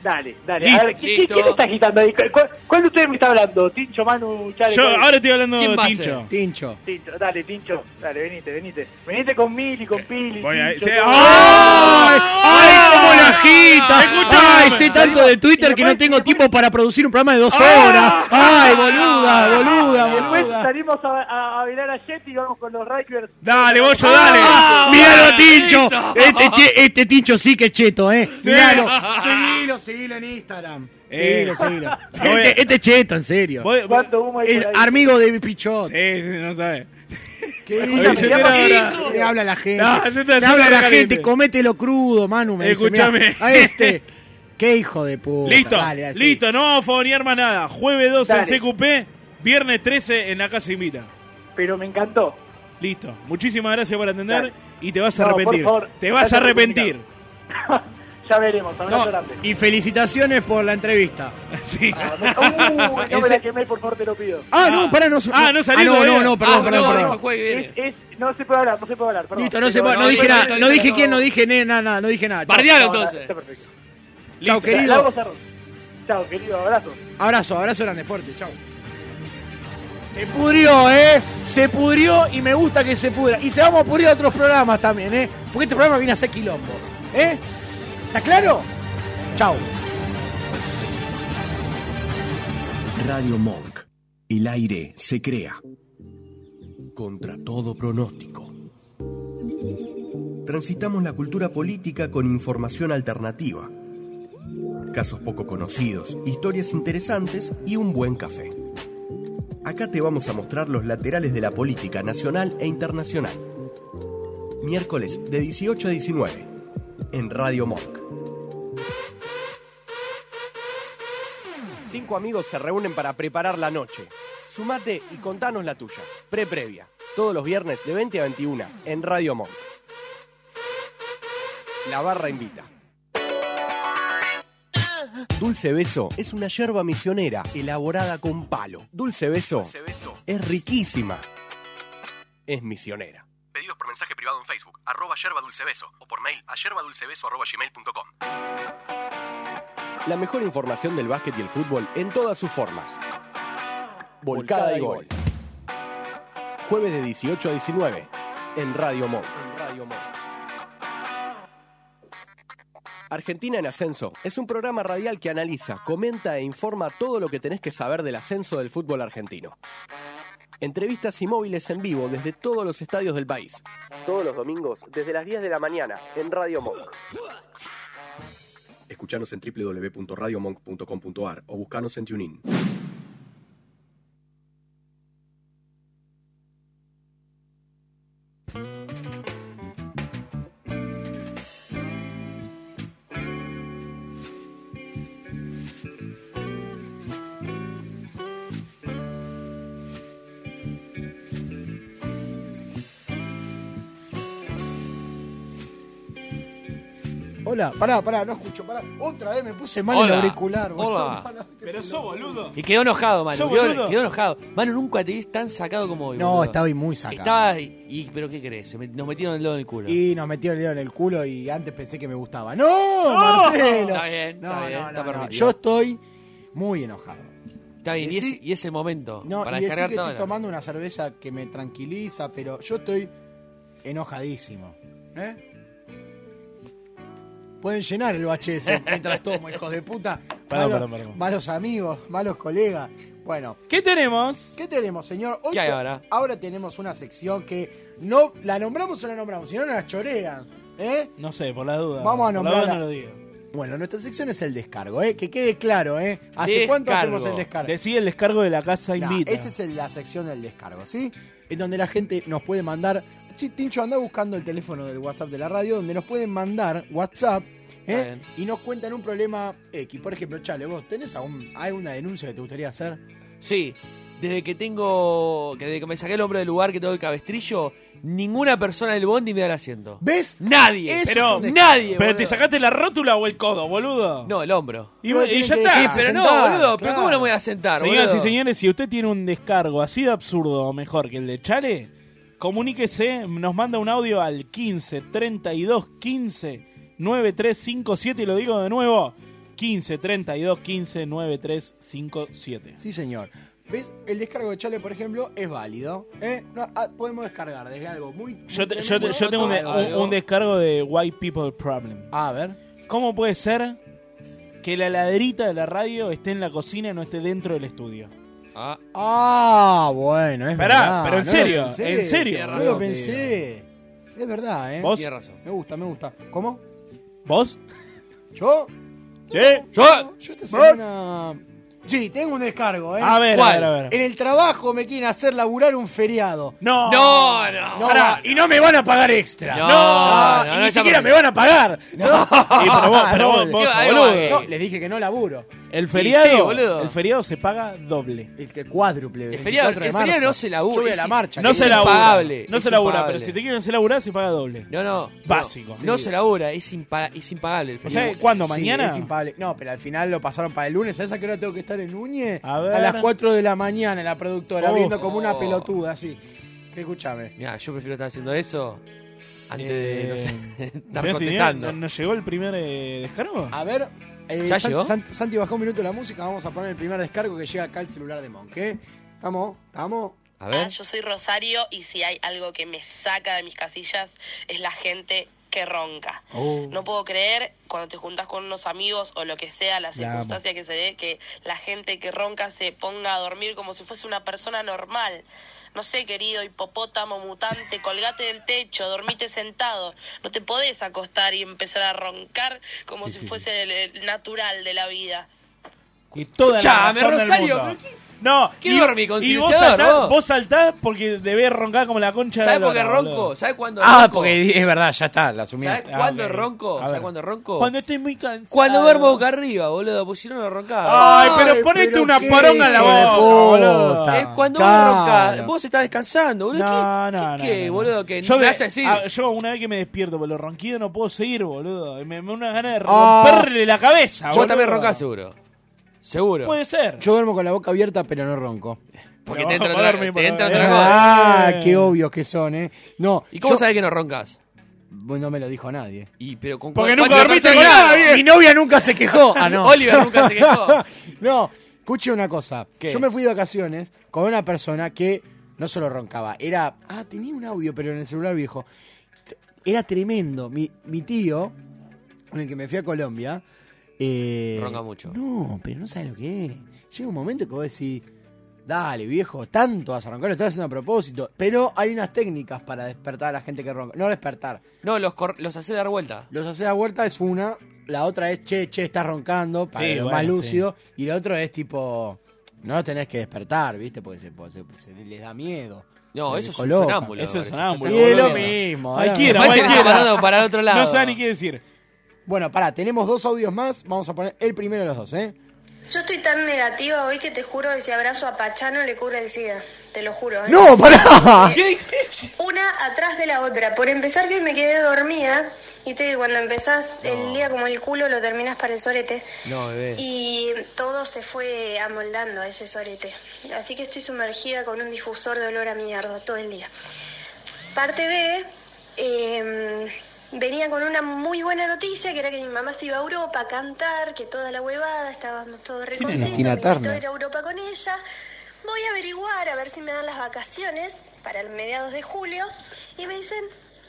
S5: Dale, dale.
S8: Sí.
S5: a ver, ¿qué- ¿qué,
S8: Listo.
S5: quién está agitando ahí? ¿Cuál, cuál de ustedes me está hablando? ¿Tincho, Manu, Chale?
S8: Yo
S5: cuál?
S8: ahora estoy hablando de Tincho.
S6: Tincho.
S5: Tincho, dale, Tincho. Dale, venite, venite. Venite con Mili, con Pili.
S8: Voy a-
S5: Tincho,
S8: sí,
S5: todo.
S8: ¡ay!
S6: ¡Ay, cómo la agita! Ah, ¡Ay, sé tanto de Twitter que no tengo tiempo para producir un programa de dos horas!
S5: Ah.
S6: ¡Ay, boluda, boluda,
S5: Después
S6: boluda!
S5: salimos a, a, a bailar a Jet y vamos con los Rikers.
S8: Dale, Goyo,
S6: dale. Míralo,
S5: bueno,
S6: Ah, Tincho.
S5: listo.
S6: Este, che- este Tincho sí que es cheto, ¿eh?
S16: Sí.
S6: Míralo. Seguilo, seguilo en Instagram. Seguilo,
S8: Eh.
S6: seguilo.
S8: Voy a-
S6: Este, este es cheto, en serio.
S8: Voy- voy- ¿Cuánto humo hay por
S6: Es
S8: ahí?
S6: amigo de Pichot.
S8: Sí, sí, no sabes.
S6: ¿Qué
S8: Escúchame,
S6: dice?
S8: yo te ahora-
S6: Le habla a la gente.
S8: No, yo te-
S6: Le
S8: yo
S6: habla
S8: te
S6: a la
S8: recaliente.
S6: gente. Comételo crudo, Manu. Me dice,
S8: Escúchame.
S6: mirá, A este. Qué hijo de puta.
S8: Listo,
S6: Dale, así.
S8: listo, no vamos a fogonear más nada. Jueves 12
S6: Dale.
S8: en CQP, viernes 13 en la Casa Invita.
S5: Pero me encantó.
S8: Listo, muchísimas gracias por atender
S5: Dale.
S8: y te vas a
S5: No, por
S8: arrepentir.
S5: favor,
S8: te vas a
S5: gracias por
S8: arrepentir.
S17: Ya veremos, abrazo grande.
S13: Y felicitaciones por la entrevista. Sí.
S8: Ah,
S17: Uh, no me la
S13: Ese-
S17: quemé, por favor, te lo pido.
S13: Ah, no, pará, no.
S17: Ah, no salió
S13: Ah, no,
S17: todavía.
S13: no, no, perdón, perdón, perdón.
S17: Es- es- no se puede hablar, no se puede hablar, perdón.
S13: Listo, no, se, puede- no dije nada, no dije quién, no dije ne- nada, nada, no dije nada. Chau.
S17: Bardealo, entonces. Está
S13: Chau,
S17: Listo, la hago
S13: querido.
S17: cerrar. Chao, querido, abrazo.
S13: Abrazo, abrazo grande, fuerte, chau. Se pudrió, ¿eh? Se pudrió y me gusta que se pudra. Y se vamos a pudrir a otros programas también, ¿eh? Porque este programa viene a ser quilombo, ¿eh? ¿Está claro? Chau.
S1: Radio Monk. El aire se crea. Contra todo pronóstico. Transitamos la cultura política con información alternativa. Casos poco conocidos, historias interesantes y un buen café. Acá te vamos a mostrar los laterales de la política nacional e internacional. Miércoles de 18 a 19 en Radio Monk. Cinco amigos se reúnen para preparar la noche. Sumate y contanos la tuya. Pre-previa. Todos los viernes de 20 a 21 en Radio Monk. La barra invita. Dulce Beso es una yerba misionera elaborada con palo. Dulce Beso, es riquísima. Es misionera. Pedidos por mensaje privado en Facebook, arroba yerba dulce beso, o por mail a yerbadulcebeso arroba gmail.com. La mejor información del básquet y el fútbol en todas sus formas. Volcada y Gol. Jueves de 18 a 19 en Radio Monk. Argentina en Ascenso es un programa radial que analiza, comenta e informa todo lo que tenés que saber del ascenso del fútbol argentino. Entrevistas y móviles en vivo desde todos los estadios del país. Todos los domingos desde las 10 de la mañana en Radio Monk. Escuchanos en www.radiomonk.com.ar o buscanos en TuneIn.
S6: Hola, pará, pará, no escucho, pará. Otra vez me puse mal
S7: Hola.
S6: el auricular, boludo.
S7: Hola.
S6: Pará.
S8: Pero sos boludo.
S7: Y quedó enojado,
S6: ¿Sos
S7: Manu.
S6: boludo?
S7: Quedó, quedó enojado. Manu, nunca te ves tan sacado como hoy.
S6: No,
S7: boludo.
S6: estaba hoy muy sacado.
S7: Estaba. Y, y- ¿Pero qué crees? Se met- Nos metieron el dedo en el culo.
S6: Y nos metió el dedo en el culo y antes pensé que me gustaba. ¡No, Marcelo!
S7: Está bien,
S6: No,
S7: está bien,
S6: no, no,
S7: está
S6: no.
S7: permitido.
S6: Yo estoy muy enojado.
S7: Está bien, y
S6: Decí-
S7: es, y es el momento
S6: No,
S7: para
S6: y decir
S7: descargar
S6: que
S7: todo.
S6: estoy tomando una cerveza que me tranquiliza, pero yo estoy enojadísimo. ¿Eh? Pueden llenar el bache ese mientras tomo, hijos de puta.
S8: Pará,
S6: Malos-
S8: pará, pará.
S6: Malos amigos, malos colegas. Bueno.
S8: ¿Qué tenemos?
S6: ¿Qué tenemos, señor? Hoy
S8: ¿Qué hay
S6: te-
S8: ahora?
S6: tenemos una sección que no la nombramos o la nombramos, si no nos la chorean. ¿Eh?
S8: No sé, por la duda.
S6: Vamos a
S8: Por la
S6: nombrar
S8: duda
S6: a-
S8: no lo digo.
S6: Bueno, nuestra sección es el descargo, ¿eh? que quede claro. ¿eh? ¿Hace cuánto hacemos el descargo?
S8: Decía el descargo de la casa
S6: Nah,
S8: invita.
S6: esta es el- la sección del descargo, ¿sí? En donde la gente nos puede mandar. Chi- Tincho, anda buscando el teléfono del WhatsApp de la radio, donde nos pueden mandar WhatsApp
S7: Está
S6: ¿eh?
S7: bien.
S6: y nos cuentan un problema X. Por ejemplo, Chale, vos tenés algún, alguna denuncia que te gustaría hacer.
S7: Sí, desde que tengo. que Desde que me saqué el hombre del lugar que tengo el cabestrillo, ninguna persona del bondi me da el asiento.
S6: ¿Ves?
S7: Nadie,
S8: Ese es
S7: pero
S8: un descargo.
S7: nadie.
S8: Pero
S7: boludo.
S8: te sacaste la rótula o el codo, boludo.
S7: No, el hombro.
S8: Y, y ya
S7: Sí,
S8: está.
S7: pero no, boludo, pero ¿cómo no me voy a sentar,
S8: Señoras
S7: boludo?
S8: y señores, si usted tiene un descargo así de absurdo o mejor que el de Chale, comuníquese, nos manda un audio al 15 32 15 9357 y lo digo de nuevo, 15 32 15 9357.
S6: Sí, señor. ¿Ves? El descargo de Chale, por ejemplo, es válido. ¿eh? No, ah, podemos descargar desde algo muy. muy
S8: Yo, te- yo
S6: tremendo,
S8: te- yo tengo un,
S6: todo.
S8: un- un descargo de White People Problem.
S6: A ver.
S8: ¿Cómo puede ser que la laderita de la radio esté en la cocina y no esté dentro del estudio?
S7: Ah,
S6: Ah, bueno, es
S8: Pará,
S6: verdad.
S8: pero en
S6: no lo
S8: serio,
S6: pensé.
S8: en serio,
S6: No
S8: boludo.
S6: lo pensé. Es verdad, ¿eh?
S8: ¿Vos? Tienes razón.
S6: Me gusta, me gusta. ¿Cómo?
S8: ¿Vos?
S6: ¿Yo?
S8: ¿Qué?
S6: Yo esta semana Sí, tengo un descargo, ¿eh?
S8: A ver, a ¿Cuál? ver, a ver.
S6: En el trabajo me quieren hacer laburar un feriado.
S8: No.
S7: No, no.
S6: Pará, Y no me van a pagar extra.
S7: No,
S6: Ah,
S7: no,
S6: y
S7: no
S6: ni
S7: está
S6: siquiera
S7: perfecto.
S6: me van a pagar. No.
S8: pero vos- pero vos-
S6: no,
S8: vos,
S6: no,
S8: boludo.
S6: no, les dije que no laburo.
S8: El
S6: Sí,
S8: feriado,
S6: sí, boludo.
S8: el feriado se paga doble.
S6: El que cuádruple.
S7: El feriado, el feriado no se labura.
S6: Yo voy a
S7: es
S6: la
S7: in-
S6: marcha.
S8: No
S7: es
S8: se labura.
S7: impagable,
S8: No
S7: es
S8: se labura,
S7: impagable.
S8: pero si te quieren hacer laburar se paga doble.
S7: No, no.
S8: Básico.
S7: No, no se labura, es, impa- es impagable el feriado.
S6: Sí, es impagable. no, pero al final lo pasaron para el lunes. ¿Sabes a qué hora tengo que estar en Núñez? A,
S7: ver.
S6: las 4 de la mañana en la productora,
S7: Oh.
S6: viendo como una
S7: Oh.
S6: pelotuda así. Que escúchame.
S7: Mira, yo prefiero estar haciendo eso antes de,
S8: Eh,
S7: no sé, estar
S8: Señor,
S7: contestando.
S8: señor, ¿Nos llegó el primer eh, descargo?
S6: A ver, eh,
S7: ¿Ya
S6: San-
S7: llegó?
S6: San- Santi bajó un minuto la música. Vamos a poner el primer descargo que llega acá al celular de Monk. ¿eh? ¿Estamos? ¿Estamos?
S7: A
S18: Ah, yo soy Rosario y si hay algo que me saca de mis casillas es la gente que ronca.
S6: Oh.
S18: No puedo creer cuando te juntas con unos amigos o lo que sea, la
S19: La amo.
S18: circunstancia que se dé, que la gente que ronca se ponga a dormir como si fuese una persona normal. No sé, querido hipopótamo mutante, colgate del techo, dormite sentado. No te podés acostar y empezar a roncar como
S8: Sí,
S18: si
S8: sí, sí.
S18: fuese el- el natural de la vida.
S8: Y toda la
S7: Escuchame,
S8: razón del
S7: Rosario,
S8: mundo.
S7: ¿pero
S8: No,
S7: qué
S8: y-
S7: dormí con
S8: y vos
S7: silenciador,
S8: saltás,
S7: vos?
S8: vos saltás porque debés roncar como la concha
S7: ¿Sabes
S8: de la
S7: por qué
S8: lora,
S7: ronco?
S8: boludo.
S7: ¿Sabes cuándo
S8: Ah,
S7: ronco?
S8: porque
S6: es verdad, ya está, la asumí.
S7: ¿Sabes
S8: Ah,
S7: cuándo
S8: ok.
S7: ronco?
S8: A
S7: ¿Sabes
S8: ver.
S7: cuándo ronco?
S8: Cuando estoy muy cansado.
S7: Cuando duermo boca arriba, boludo, pues si no, no roncaba.
S8: Ay, eh, pero Ay, ponete pero una qué poronga en la hijo de boca, boludo. puta.
S6: Eh,
S7: Es cuando
S8: Claro.
S7: vos roncás, vos estás descansando, boludo.
S8: No,
S7: ¿Qué,
S8: no,
S7: qué-
S8: no,
S7: qué,
S8: no, no.
S7: boludo? Que
S8: yo
S7: me
S8: de-
S7: hace decir.
S8: ah, yo una vez que me despierto, boludo, ronquido no puedo seguir, boludo. Me, me da una gana de
S6: Ah.
S8: romperle la cabeza,
S7: Yo
S8: boludo.
S7: también roncás seguro. Seguro.
S8: Puede ser.
S6: Yo duermo con la boca abierta, pero no ronco.
S7: Porque te entra otra, te entra otra cosa.
S6: Ah, qué obvios que son, ¿eh? No.
S7: eh, ¿Y cómo
S6: yo-
S7: sabes que no roncas?
S6: Bueno, no me lo dijo nadie.
S7: Y, pero con
S6: Porque
S7: cuál-
S6: nunca
S7: cuál-
S6: dormiste
S7: cuál-
S6: con
S7: cuál-
S6: nadie. Mi novia nunca se quejó. Ah, no.
S7: Oliver nunca se quejó.
S6: no, escuche una cosa.
S7: ¿Qué?
S6: Yo me fui de vacaciones con una persona que no solo roncaba, era. Ah, tenía un audio, pero en el celular viejo. T- Era tremendo. Mi, mi tío, con el que me fui a Colombia. eh,
S7: Ronca mucho.
S6: No, pero no sabes lo que es. Llega un momento que vos decís. Dale, viejo, tanto vas a roncar, lo estás haciendo a propósito. Pero hay unas técnicas para despertar a la gente que ronca. No despertar,
S7: No, los, cor- los hace dar vuelta.
S6: los hace a huerta es una, la otra es che, che, estás roncando, para
S7: Sí,
S6: lo
S7: bueno,
S6: más lúcido, y la otra es tipo, no lo tenés que despertar, ¿viste? Porque se, porque se- se les da miedo.
S7: No,
S6: Se
S7: eso
S6: les
S7: es un
S6: coloca.
S7: sonámbulo, Eso es me parece. sonámbulo,
S6: Y es lo
S7: boludo.
S6: mismo.
S7: Cualquiera, Parece que está cualquiera. pasando para el otro lado. No sabe ni qué
S8: decir.
S6: Bueno, pará, tenemos dos audios más, vamos a poner el primero de los dos, ¿eh?
S20: Yo estoy tan negativa hoy que te juro que si abrazo a Pachano le cura el SIDA. Te lo juro. ¿eh?
S6: ¡No, pará!
S20: Una atrás de la otra. Por empezar que me quedé dormida. Viste que cuando empezás el día como el culo lo terminas para el sorete.
S7: No, bebé.
S20: Y todo se fue amoldando a ese sorete. Así que estoy sumergida con un difusor de olor a mierda todo el día. Parte B, eh, venía con una muy buena noticia, que era que mi mamá se iba a Europa a cantar, que toda la huevada, estábamos todos
S6: es la
S20: recontentos, me
S6: Tina
S20: invitó a
S6: Turner?
S20: ir a Europa con ella. Voy a averiguar a ver si me dan las vacaciones para el mediados de julio. Y me dicen,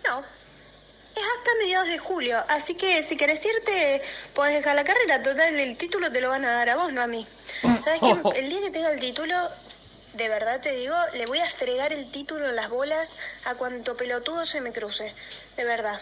S20: no, es hasta mediados de julio, así que si querés irte, podés dejar la carrera. Total, el título te lo van a dar a vos, no a mí. ¿Sabes qué? El día que tenga el título, de verdad te digo, le voy a fregar el título en las bolas a cuanto pelotudo se me cruce. De verdad.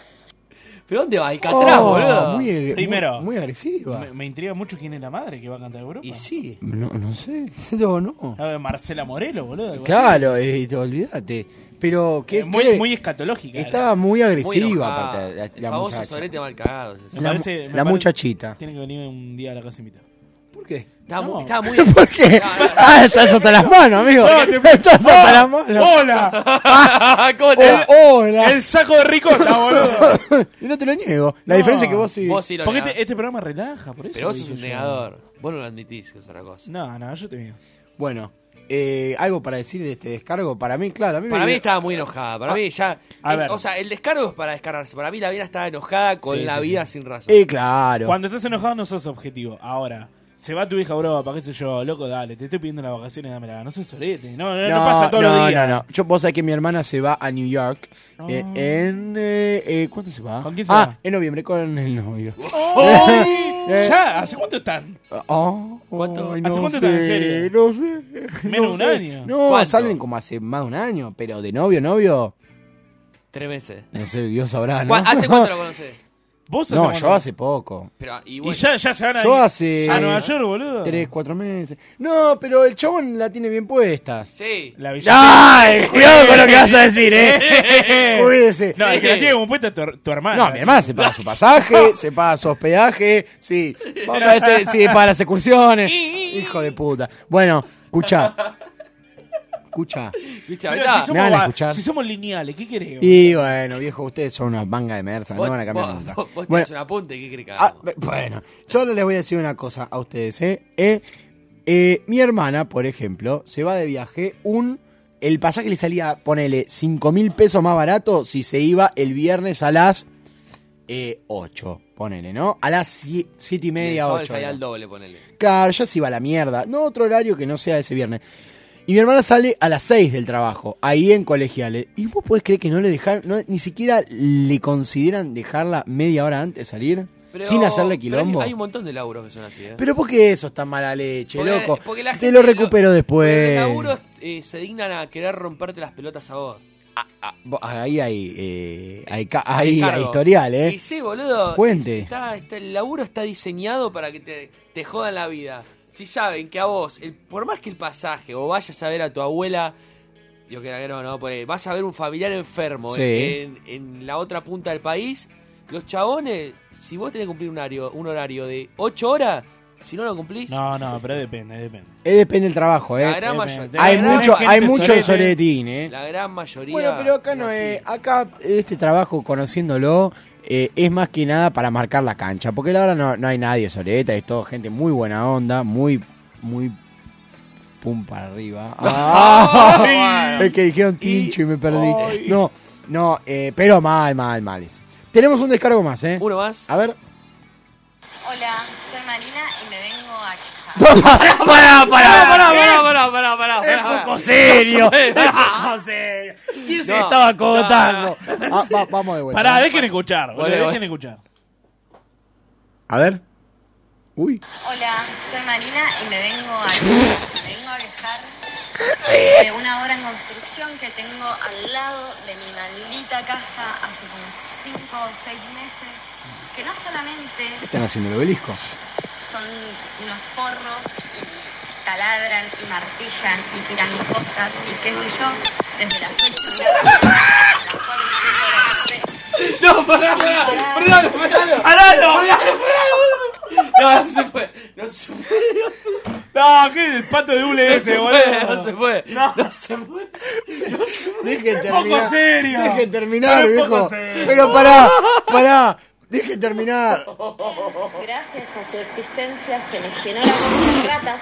S7: ¿Pero dónde va? Alcatraz,
S6: Oh,
S7: boludo.
S6: muy- muy-
S8: Primero.
S6: muy agresiva.
S8: Me, me intriga mucho quién es la madre que va a cantar Europa. Y
S7: sí.
S6: No, no sé, no, no.
S8: Marcela Morelo, boludo.
S6: Claro, eh, te- olvídate. Pero qué...
S8: Eh, muy,
S6: qué-
S8: muy escatológica.
S6: Estaba muy agresiva,
S8: enojada.
S6: aparte, la,
S7: El
S6: la
S7: famoso
S6: muchacha.
S7: sorete mal cagado.
S6: La mu- la muchachita.
S8: Tiene que venir un día a la casa invitada.
S6: ¿Por qué?
S7: Estaba
S8: No.
S7: muy, estaba muy
S6: ¿Por qué? Ah, estás hasta las manos, amigo.
S8: No, te-
S6: Estás hasta
S8: ¡Oh!
S6: las manos.
S5: Ah,
S8: ¡Hola!
S7: ¿Cómo
S8: te
S6: Oh,
S8: va?
S6: hola.
S8: El saco de ricota, Ah, boludo.
S6: Y no te lo niego. La diferencia es que vos sí.
S8: Porque este, este programa relaja, por eso.
S7: Pero vos
S8: dije
S7: sos un
S8: yo.
S7: negador. Vos no lo admitís, que es otra cosa.
S8: No, no, yo te digo.
S6: Bueno, eh, algo para decir de este descargo. Para mí, claro. A mí
S7: Para
S6: me-
S7: mí estaba muy enojada. Para
S6: Ah,
S7: mí ya.
S6: a
S7: el-
S6: ver.
S7: o sea, el descargo es para descargarse. Para mí la vida estaba enojada con
S8: Sí,
S7: la
S8: sí,
S7: vida
S8: sí.
S7: sin razón.
S6: Eh, claro.
S8: Cuando estás enojado no sos objetivo. Ahora, se va tu vieja a Europa, qué sé yo, loco, dale, te estoy pidiendo las vacaciones, dámela. No sos sorete. No, no, no, pasa todos
S6: no,
S8: los días.
S6: No, no, Yo, vos sabés que mi hermana se va a New York. eh,
S8: No.
S6: en. eh, eh, ¿Cuándo se va?
S8: Ah. ¿Con quién se
S6: ah,
S8: va?
S6: en noviembre con el novio.
S8: ¡Ay!
S6: Eh,
S8: ya, ¿hace cuánto están?
S6: Oh, ay, no
S8: ¿Hace cuánto
S6: sé,
S8: están en serio?
S6: No sé.
S8: Menos
S6: no
S8: un
S6: sé.
S8: año.
S6: No,
S8: ¿Cuánto?
S6: salen como hace más de un año. Pero de novio, novio.
S7: Tres meses.
S6: No sé, Dios sabrá. ¿no?
S7: ¿Cuá- ¿Hace cuánto lo conocés?
S8: ¿Vos
S6: No,
S8: hace
S6: yo
S8: cuánto?
S6: hace poco.
S7: Pero, y,
S8: Y ya, ya se van a
S6: Yo
S8: ir
S6: hace.
S8: a Nueva York, boludo.
S6: Tres, cuatro meses. No, pero el chabón la tiene bien puesta.
S7: Sí.
S8: La
S6: ¡Ay! Cuidado con lo que vas a decir, ¿eh? Cuídese.
S8: No, el que la tiene como puesta es tu, tu hermana.
S6: No, mi hermana se paga su pasaje, se paga su hospedaje, sí. Vamos a ver si- sí, paga las excursiones. Hijo de puta. Bueno, escucha. Escucha.
S7: Escucha,
S8: Mira,
S7: ¿verdad?
S8: si,
S6: Me
S8: somos,
S6: van a
S8: va-
S6: escuchar.
S8: si somos lineales, ¿qué querés? boludo?
S6: Y bueno, viejo, ustedes son una manga de merda, no
S7: Vos-
S6: van a cambiar
S7: vos-
S6: nunca.
S7: vos- vos
S6: Bueno,
S7: tenés un apunte, ¿qué crees que
S6: Ah, be- bueno, yo les voy a decir una cosa a ustedes, ¿eh? Eh, eh, mi hermana, por ejemplo, se va de viaje un... El pasaje le salía, ponele, 5 mil pesos más barato si se iba el viernes a las 8, ponele, ¿no? A las 7 y
S7: Y el
S6: media,
S7: sábado
S6: 8.
S7: salía al doble, ponele.
S6: Claro, ya se iba a la mierda. No otro horario que no sea ese viernes. Y mi hermana sale a las 6 del trabajo, ahí en colegiales. Y vos podés creer que no le dejaron, no, ni siquiera le consideran dejarla media hora antes de salir,
S7: Pero-
S6: sin hacerle
S7: pero
S6: quilombo.
S7: hay, hay un montón de laburos que son así, ¿eh?
S6: Pero ¿por qué eso está mala leche,
S7: Porque la-
S6: loco?
S7: porque la
S6: Te
S7: gente
S6: lo
S7: lo-
S6: recupero
S7: Porque
S6: después.
S7: los laburos eh, se dignan a querer romperte las pelotas a vos.
S6: Ah, Bo- Ahí hay, eh, hay, ca- hay-
S7: Cargo.
S6: hay historial, ¿eh?
S7: Y sí, boludo.
S6: Cuente.
S7: Está, está- el laburo está diseñado para que te, te jodan la vida. Si saben que a vos, el- por más que el pasaje, o vayas a ver a tu abuela, yo creo que no, no, porque vas a ver un familiar enfermo
S6: Sí.
S7: en, en la otra punta del país, los chabones, si vos tenés que cumplir un horario, un horario de 8 horas, si no lo cumplís...
S8: No, no, pero depende, depende.
S6: Eh, depende del trabajo, ¿eh?
S7: La gran mayoría.
S6: Hay
S7: la gran
S6: mucho,
S7: gente
S6: hay mucho
S7: sorete.
S6: soretín, ¿eh?
S7: La gran mayoría.
S6: Bueno, pero acá no es. Acá este trabajo, conociéndolo, eh, es más que nada para marcar la cancha. Porque la verdad no, no hay nadie soleta, es todo gente muy buena onda, muy. muy pum para arriba. Ah,
S13: Ay.
S6: es que dijeron tincho y, me perdí. No, no, eh, pero mal, mal, mal eso. Tenemos un descargo más, ¿eh?
S7: Uno más.
S6: A ver.
S19: Hola, soy Marina y me vengo a
S6: No, pará, pará, pará, pará,
S5: pará,
S7: pará, pará, pará,
S5: Es
S6: pará.
S5: poco serio.
S6: No se puede.
S5: Es poco serio.
S6: ¿Quién
S5: se estaba acotando?
S6: Ah, va- vamos de vuelta.
S8: Pará, dejen escuchar, boludo,
S6: Bueno,
S8: dejen escuchar.
S6: A ver. Uy.
S19: Hola, soy Marina y me vengo a me vengo a quejar de una obra en construcción que tengo al lado de mi maldita casa hace como 5 o 6 meses, que no solamente
S6: ¿Qué están haciendo el obelisco?
S19: son unos forros y taladran y martillan y tiran cosas y qué sé yo, desde las 8 de la mañana a las 4 de la tarde.
S7: No, pará, pará. Paralo,
S8: Paralo.
S7: paralo. Paralo, paralo. No, no se puede. No se puede. No se puede.
S8: No, que es el pato de
S7: No
S8: ULS,
S7: se puede,
S8: boludo.
S7: no se puede. No, se puede.
S6: Dejen
S8: Poco
S6: terminar.
S8: serio.
S6: Dejen terminar,
S8: Pero es poco
S6: viejo.
S8: serio.
S6: Pero pará, pará. Dejen terminar.
S19: Gracias a su existencia se me llenó la boca de ratas.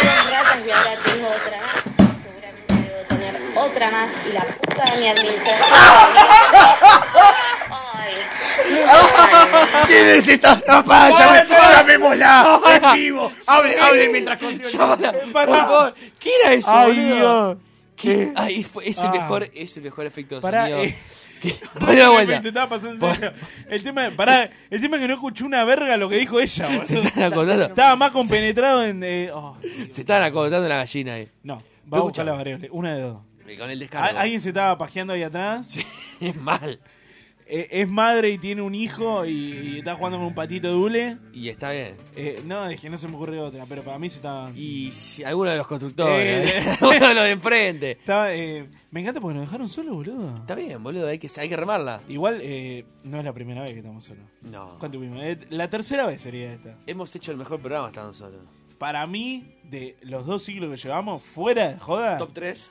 S19: Eran ratas y ahora tengo otra más. Seguramente debo tener otra más y la puta de mi administración. Ay, muchas
S5: ¿Quién es esta rapada?
S19: Ay,
S5: Llamé-
S19: pará.
S5: Llamémosla en vivo. Hablen,
S19: Ay.
S5: hablen mientras consigo.
S7: Por favor. ¿Qué era eso,
S5: Ay,
S7: boludo?
S5: Dios.
S7: ¿Qué? Ay, fue- es, el
S8: Ah.
S7: mejor, eh, es el mejor efecto de
S8: Pará,
S7: sonido.
S8: eh.
S7: ¿Qué? Ponle la
S8: Te
S7: vuelta.
S8: estaba pasando en serio. El tema, pará, el tema es que no escuché una verga lo que dijo ella, boludo.
S7: Se están acordando.
S8: Estaba más compenetrado en. eh, oh,
S7: Se estaban acordando la gallina eh. ahí.
S8: No,
S7: Tú
S8: vamos a
S7: escuchá.
S8: buscar las variables. Una de dos.
S7: Y Con el descargo.
S8: ¿Al- ¿Alguien se estaba pajeando ahí atrás? Sí,
S7: es mal.
S8: es madre y tiene un hijo y, y está jugando con un patito de hule.
S7: Y está bien.
S8: Eh, no, es que no se me ocurre otra, pero para mí se estaba.
S7: Y si- alguno de los constructores.
S8: Eh,
S7: alguno de los de enfrente.
S8: Estaba, eh, me encanta porque nos dejaron solos, boludo.
S7: Está bien, boludo. Hay que, hay que remarla.
S8: Igual eh, no es la primera vez que estamos solos.
S7: No.
S8: ¿Cuánto tuvimos? Eh, la tercera vez sería esta.
S7: Hemos hecho el mejor programa estando solos.
S8: Para mí, de los dos siglos que llevamos, fuera de joda.
S7: ¿Top 3?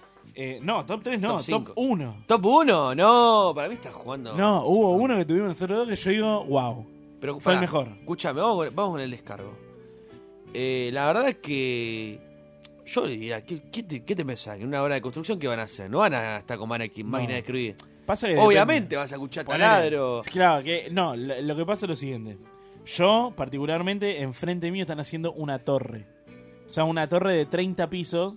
S8: no, top 3 no,
S7: Top
S8: top,
S7: cinco.
S8: 1.
S7: ¿Top 1? No, para mí estás jugando.
S8: No, hubo uno que tuvimos nosotros dos que yo digo, wow.
S7: Pero,
S8: fue el
S7: pará,
S8: mejor.
S7: Escuchame, vamos con, vamos con el descargo. Eh, la verdad es que. Yo le diría, ¿qué, qué te, qué te pensás? ¿En una hora de construcción qué van a hacer? No van a estar con máquina, máquina de escribir.
S8: Pasa que
S7: Obviamente
S8: depende.
S7: vas a escuchar
S8: Ponele.
S7: taladro.
S8: Claro, que no, lo, lo que pasa es lo siguiente. Yo, particularmente, enfrente mío están haciendo una torre. O sea, una torre de 30 pisos,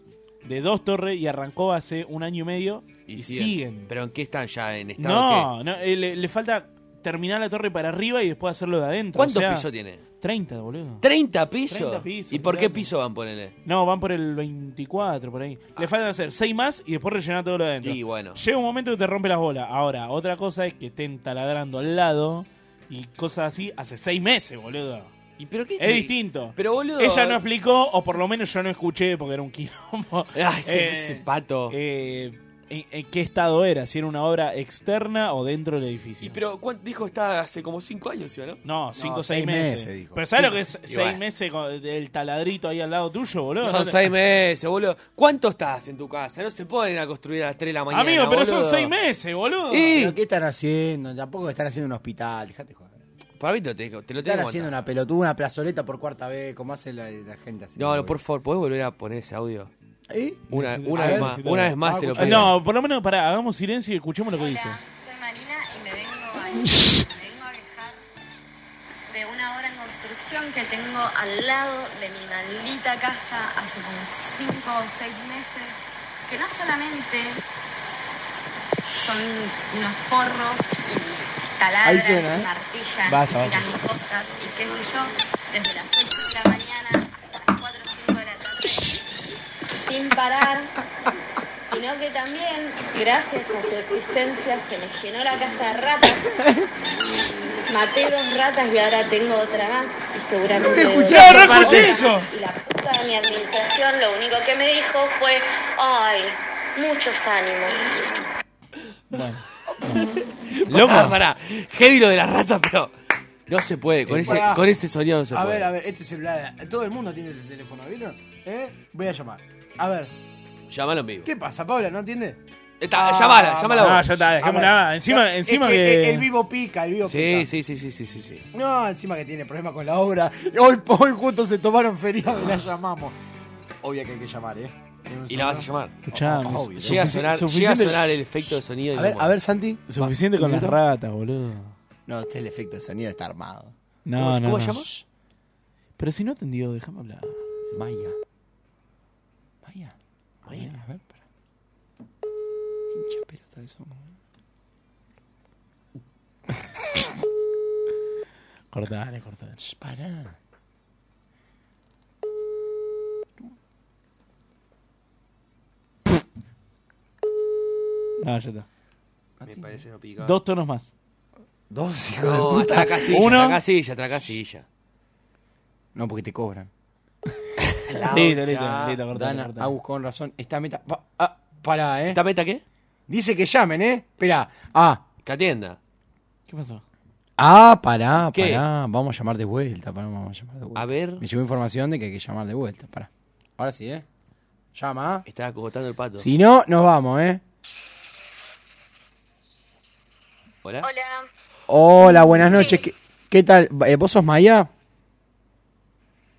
S8: de dos torres, y arrancó hace un año y medio. Y, siguen.
S7: ¿Pero en qué están ya? ¿En estado
S8: No, no, eh, le, le falta terminar la torre para arriba y después hacerlo de adentro.
S7: ¿Cuántos
S8: o sea,
S7: pisos tiene?
S8: 30, boludo.
S7: ¿30 pisos?
S8: 30 pisos,
S7: ¿Y por qué
S8: claro.
S7: piso van, ponele?
S8: No, van por el 24, por ahí. Le faltan hacer 6 más y después rellenar todo lo de adentro.
S7: Ah. Y bueno.
S8: Llega un momento que te rompe las bolas. Ahora, otra cosa es que estén taladrando al lado y cosas así hace 6 meses, boludo.
S7: ¿Y pero qué
S8: es distinto.
S7: Pero, boludo, eh.
S8: Ella no explicó, o por lo menos yo no escuché porque era un quilombo.
S7: Ay, ese- ese
S8: pato. en, en qué estado era? ¿Si era una obra externa o dentro del edificio?
S7: Pero ¿cuánto dijo está hace como 5 años, ¿sí o no?
S8: No, 5 o 6 meses. Pero ¿sabes lo que es 6 meses con el taladrito ahí al lado tuyo, boludo? No
S7: Son
S8: te-
S7: 6 meses, boludo. ¿Cuánto estás en tu casa? No se pueden ir a construir a las 3 de la mañana.
S8: Amigo, pero son
S7: boludo.
S8: 6 meses, boludo.
S6: ¿Pero qué están haciendo? Tampoco están haciendo un hospital, dejate joder.
S7: Para mí te, lo tengo- te lo tengo
S6: Están
S7: que
S6: haciendo
S7: contar.
S6: una pelotuda, una plazoleta por cuarta vez, como hace la, la gente así.
S7: No, no, por favor, ¿podés volver a poner ese audio?
S6: ¿Eh?
S7: Una,
S6: Necesito-
S7: una
S6: a
S7: vez
S6: ver,
S7: más,
S6: necesito-
S7: una vez más
S6: Ah,
S7: te lo
S6: escucha-
S7: pido.
S8: No, por lo menos para, hagamos silencio y escuchemos lo que dice.
S19: Soy Marina y me vengo a, me vengo a quejar de una obra en construcción que tengo al lado de mi maldita casa hace como 5 o 6 meses, que no solamente son unos forros y
S5: Ahí
S19: taladran
S5: suena,
S19: y
S5: ¿eh?
S19: martillan
S5: Basta,
S19: y tiran
S5: basta.
S19: cosas y qué sé yo, desde las 8 de la mañana hasta las 4 o 5 de la tarde, sin parar, sino que también, gracias a su existencia, se me llenó la casa de ratas. Maté dos ratas y ahora tengo otra más y seguramente...
S5: Escuché,
S19: debo
S5: no
S19: tener
S5: escuché
S19: otra
S5: eso.
S19: más. Y la puta de mi administración lo único que me dijo fue, ay, muchos ánimos.
S7: Loco, pará, pará. Heavy lo de la rata, pero no se puede. Con, ese,
S6: Eh, Pará.
S7: con ese sonido no se
S6: A
S7: puede.
S6: ver, a ver, este celular, todo el mundo tiene este teléfono, ¿vieron? ¿Eh? Voy a llamar. A ver,
S7: Llámalo en vivo.
S6: ¿qué pasa, Paula? ¿No entiende? Ah,
S7: Está, llámala, llámala vos.
S8: No, ya está, dejémosla. Encima-
S6: Es
S8: encima
S6: que
S8: que-
S6: El vivo pica, el vivo
S7: Sí,
S6: pica.
S7: sí, sí, sí, sí, sí, sí.
S6: No, encima que tiene problemas con la obra. Hoy, hoy justo se tomaron feriado y la llamamos. Obvia que hay que llamar, ¿eh?
S7: Y la vas a llamar.
S8: Escuchá,
S6: Ah, Obvio.
S7: llega, a sonar,
S6: Suficiente-
S7: llega a sonar el efecto de sonido. y
S6: A ver,
S7: vamos.
S6: a ver, Santi.
S8: Suficiente con las
S6: ¿Minuto?
S8: ratas, boludo.
S6: No, este el efecto de sonido está armado.
S8: No,
S6: ¿Cómo-
S8: no,
S6: cómo
S8: no.
S6: llamas?
S8: Pero si no atendió, déjame hablar.
S6: Vaya.
S8: Vaya.
S6: Vaya. A ver, para. Hincha pelota de eso.
S8: Cortale, cortale.
S6: Pará.
S8: No, ya está.
S7: Me parece no pica.
S8: Dos tonos más.
S6: Dos, hijo
S7: No,
S6: de
S7: hasta la
S6: puta.
S7: casilla,
S8: Uno.
S7: hasta la casilla, hasta la casilla.
S6: No, porque te cobran.
S8: Listo, listo, listo, cortale,
S6: Dana,
S8: cortale.
S6: Agus con razón. Esta meta. pa- ah, pará, ¿eh? ¿Esta
S7: meta qué?
S6: Dice que llamen, ¿eh? Esperá. Ah,
S7: Que atienda.
S8: ¿Qué pasó?
S6: ah, pará,
S7: ¿Qué?
S6: pará.
S7: Ah.
S6: Vamos a llamar de vuelta. Pará, vamos a llamar de vuelta.
S7: A ver.
S6: Me llegó información de que hay que llamar de vuelta. Pará. Ahora sí, ¿eh? Llama.
S7: Está acogotando el pato.
S6: Si no, nos vamos, ¿eh?
S7: ¿Hola?
S6: Hola, buenas noches. ¿Qué, qué tal? Eh, ¿Vos sos Maya?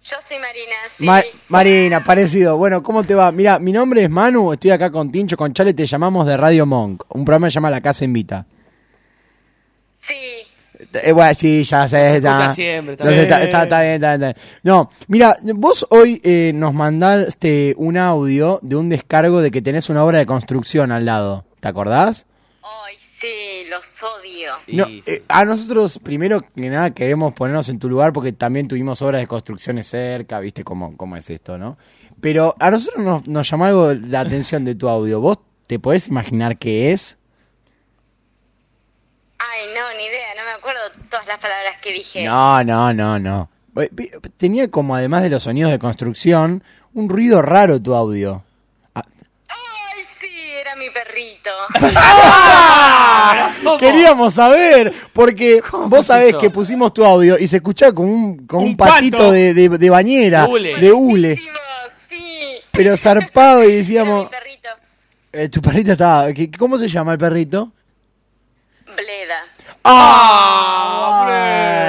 S19: Yo soy Marina,
S6: Ma- Marina, parecido. Bueno, ¿cómo te va? Mira, mi nombre es Manu, estoy acá con Tincho, con Chale, te llamamos de Radio Monk. Un programa que se llama La Casa Invita. Sí. Eh, bueno, sí, ya sé.
S5: Se escucha
S6: ya.
S5: siempre, está
S6: Ya sé,
S5: bien.
S6: está, está- está bien, está bien, está bien. No, mira, vos hoy eh, nos mandaste un audio de un descargo de que tenés una obra de construcción al lado. ¿Te acordás?
S19: Ay, sí, los odio.
S6: No, eh, a nosotros, primero que nada, queremos ponernos en tu lugar porque también tuvimos obras de construcciones cerca, viste cómo, cómo es esto, ¿no? Pero a nosotros nos, nos llamó algo la atención de tu audio. ¿Vos te podés imaginar qué es?
S19: Ay, no, ni idea, no me acuerdo todas las palabras que dije.
S6: No, no, no, no. Eh, pi- Tenía como, además de los sonidos de construcción, un ruido raro tu audio.
S19: Ay, sí, era mi perrito.
S6: Queríamos saber, porque vos sabés
S19: eso?
S6: que pusimos tu audio y se escuchaba como un, como
S19: Un
S6: un, patito
S19: pato.
S6: de, de- de bañera,
S19: Hule.
S6: de hule. Pero zarpado y decíamos... Eh, tu perrito estaba... ¿qué- ¿Cómo se llama el perrito?
S19: Bleda.
S6: ¡Ah!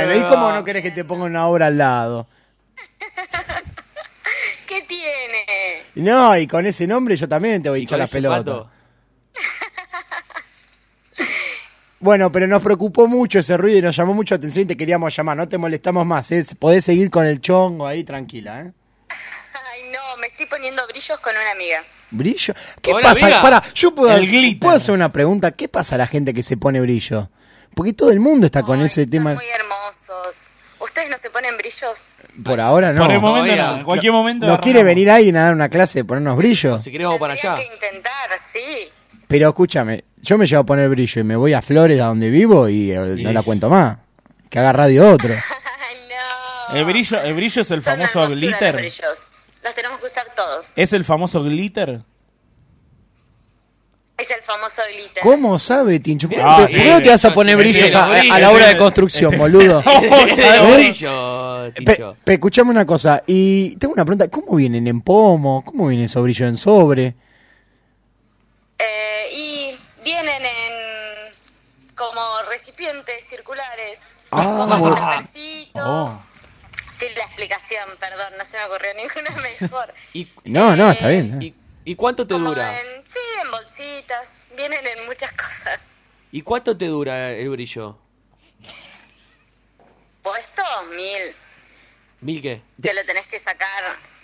S6: Bueno, ¿Y cómo no querés que te ponga una obra al lado?
S19: ¿Qué tiene?
S6: Y No, y con ese nombre yo también te voy a
S8: Ah,
S6: hinchar la
S7: ese
S6: pelota.
S7: pato?
S6: Bueno, pero nos preocupó mucho ese ruido y nos llamó mucho la atención y te queríamos llamar. No te molestamos más, ¿eh? Podés seguir con el chongo ahí tranquila, ¿eh?
S19: Ay, no, me estoy poniendo brillos con una amiga.
S6: ¿Brillo? ¿Qué
S19: Hola,
S6: pasa?
S19: amiga.
S6: Para, yo puedo,
S19: El glitter.
S6: puedo hacer una pregunta. ¿Qué pasa a la gente que se pone brillo? Porque todo el mundo está con ese tema.
S19: Muy hermosos. ¿Ustedes no se ponen brillos?
S6: Por ahora no.
S8: Por el momento no, en cualquier
S6: No-
S8: momento
S6: ¿No
S8: arrancamos.
S6: quiere venir alguien a dar una clase de ponernos brillo?
S7: Si querés vamos para allá.
S6: Pero escúchame, yo me llevo a poner brillo y me voy a Flores, a donde vivo, y eh, no la cuento más. Que haga radio otro.
S8: El brillo, el brillo es el
S19: Son una
S8: famoso
S19: hermosura los
S8: glitter.
S19: brillos. Los tenemos que usar todos.
S8: ¿Es el famoso glitter?
S19: Es el famoso glitter.
S6: ¿Cómo sabe, Tincho? ¿Por qué no
S8: Ah,
S6: te- ¿Por qué no te vas
S7: Este
S6: a
S8: sí,
S6: poner
S8: sí,
S6: brillos
S8: sí,
S6: a,
S8: los
S6: a la hora de
S8: brillos. Este,
S6: construcción, boludo?
S7: Los
S6: ¿Eh?
S7: brillos,
S6: Pe-
S7: Tincho.
S6: pe- escuchame una cosa, y tengo una pregunta, ¿cómo vienen en pomo? ¿Cómo vienen esos brillos en sobre?
S19: Eh, y vienen en como recipientes circulares.
S6: Ah,
S19: como
S6: bueno.
S19: tapercitos.
S7: Oh.
S19: Sin la explicación, perdón, no se me ocurrió ninguna mejor.
S6: No, no, está bien. eh.
S7: ¿Y, y cuánto te dura?
S19: En- sí, en bolsitas, vienen en muchas cosas.
S7: ¿Y cuánto te dura el brillo?
S19: Puesto mil,
S7: ¿Mil qué?
S19: te lo tenés que sacar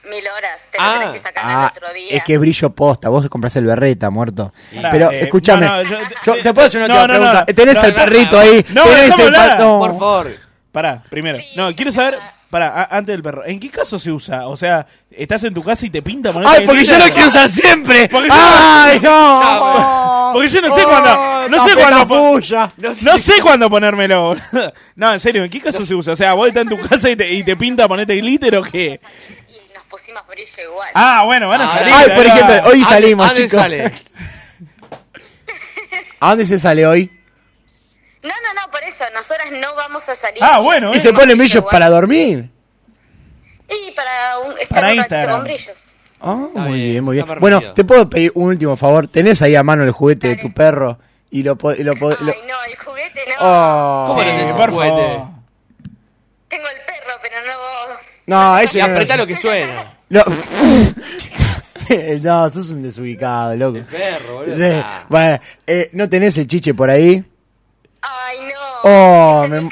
S19: mil horas, te
S7: Ah.
S19: lo tenés que sacar
S6: Ah,
S19: al otro día.
S6: es que es brillo posta, vos compras el berreta, muerto.
S8: Pará,
S6: Pero
S8: eh,
S6: escúchame,
S8: no, no, yo-
S6: yo- te puedo hacer una
S8: No, no,
S6: última pregunta.
S8: no.
S6: Tenés
S8: No,
S6: al
S8: no,
S6: perrito
S8: no.
S6: ahí,
S8: No,
S6: tenés
S8: dejame
S6: el pa-
S8: hablar.
S6: no.
S7: Por favor.
S8: Pará, primero. no, quiero saber, pará, a- antes del perro, ¿en qué caso se usa? O sea, estás en tu casa y te pinta ponerte
S6: ¡Ay, porque yo
S8: glitter.
S6: lo quiero usar siempre!
S8: Porque yo-
S6: ¡Ay, no!
S8: Porque yo no sé
S6: Oh,
S8: cuándo. No sé
S6: tapé la
S8: cuándo. pon-
S6: puya.
S8: No sé- no sé cuándo ponérmelo. boludo. No, en serio, ¿en qué caso se usa? O sea, vos estás en tu casa y te, y te pinta ponerte glitter o qué. Ah, bueno, van a salir.
S6: Ay, por
S8: ahí va.
S6: ejemplo, hoy
S8: Ah,
S6: salimos,
S8: ah,
S6: chicos.
S8: sale?
S6: ¿A dónde se sale hoy?
S19: No, no, no, por eso, nosotras no vamos a salir.
S8: Ah,
S6: Y se ponen brillos
S19: Igual.
S6: para dormir.
S19: Y para un, estar
S6: Para
S19: un ratito
S6: Instagram.
S19: con brillos.
S6: Ah, muy bien, muy bien.
S7: está permitido.
S6: Bueno, te puedo pedir un último favor. ¿Tenés ahí a mano el juguete de tu perro? Y lo po- y lo po- lo-
S19: No, el juguete no.
S6: Oh.
S7: ¿Cómo lo
S6: Sí,
S7: tenés
S6: por
S7: un juguete?
S6: Oh.
S19: Tengo el perro, pero no.
S6: No, ese
S7: Y
S6: no lo
S7: apretá
S6: sé.
S7: lo que suena.
S6: No. no, sos un desubicado, loco.
S7: perro, boludo.
S6: De-
S7: Ah.
S6: bueno, eh, ¿no tenés el chiche por ahí?
S19: Ay, no.
S6: Oh, me-
S7: Uh.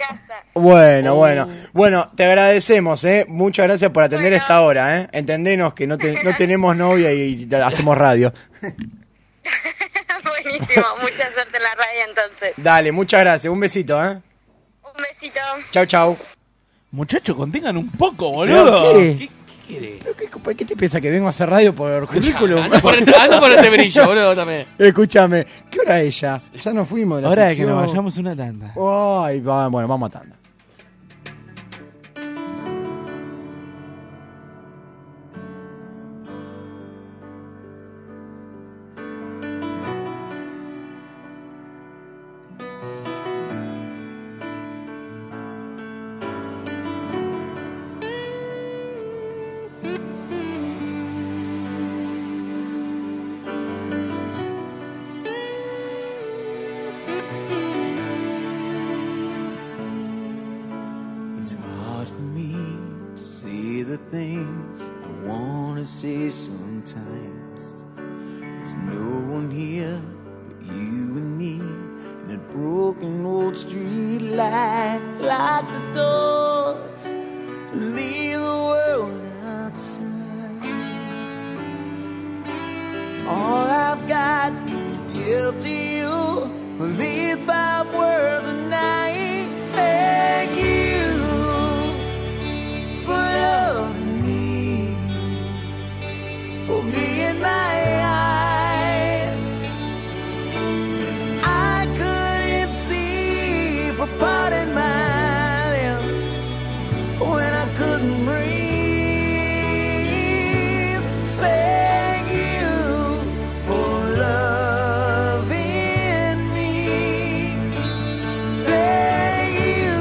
S6: Bueno, bueno. Bueno, te agradecemos, ¿eh? Muchas gracias por atender esta hora, ¿eh? Entendenos que no, te- no tenemos novia y te- hacemos radio.
S19: Buenísimo, mucha suerte en la radio entonces.
S6: Dale, muchas gracias. Un besito, ¿eh?
S19: Un besito.
S6: Chau, chau.
S8: Muchachos, contengan un poco, boludo.
S6: ¿Qué?
S8: ¿Qué-
S6: ¿Qué, qué te piensa que vengo a hacer radio por currículum?
S7: Anda por, anda por este brillo, boludo, también.
S6: Escúchame, ¿qué hora es ya? Ya nos fuimos de la
S8: Hora de que
S6: sección.
S8: nos vayamos una tanda.
S6: Ay, va- bueno, vamos a tanda.
S5: It's hard for me to see the things I wanna say sometimes. There's no one here but you and me in that broken old street light. Lock the doors, leave the world outside. All I've got to give to you are these five words, and I ain't thank you for loving me, for being my eyes. I couldn't see for parting my lips when I couldn't breathe. Thank you for loving me. Thank you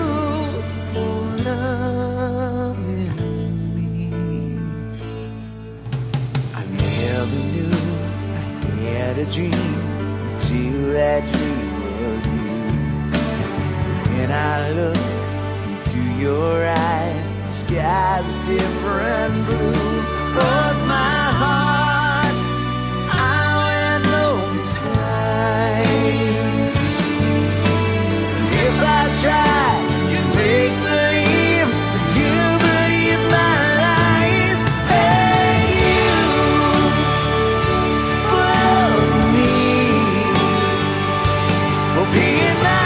S5: for loving me. I never knew I had a dream until that dream was you. When I look into your eyes, the sky's a different blue. Cause my heart, I went low the sky. If I try, you make believe, but you believe my lies. Thank you for loving me, for being my eyes.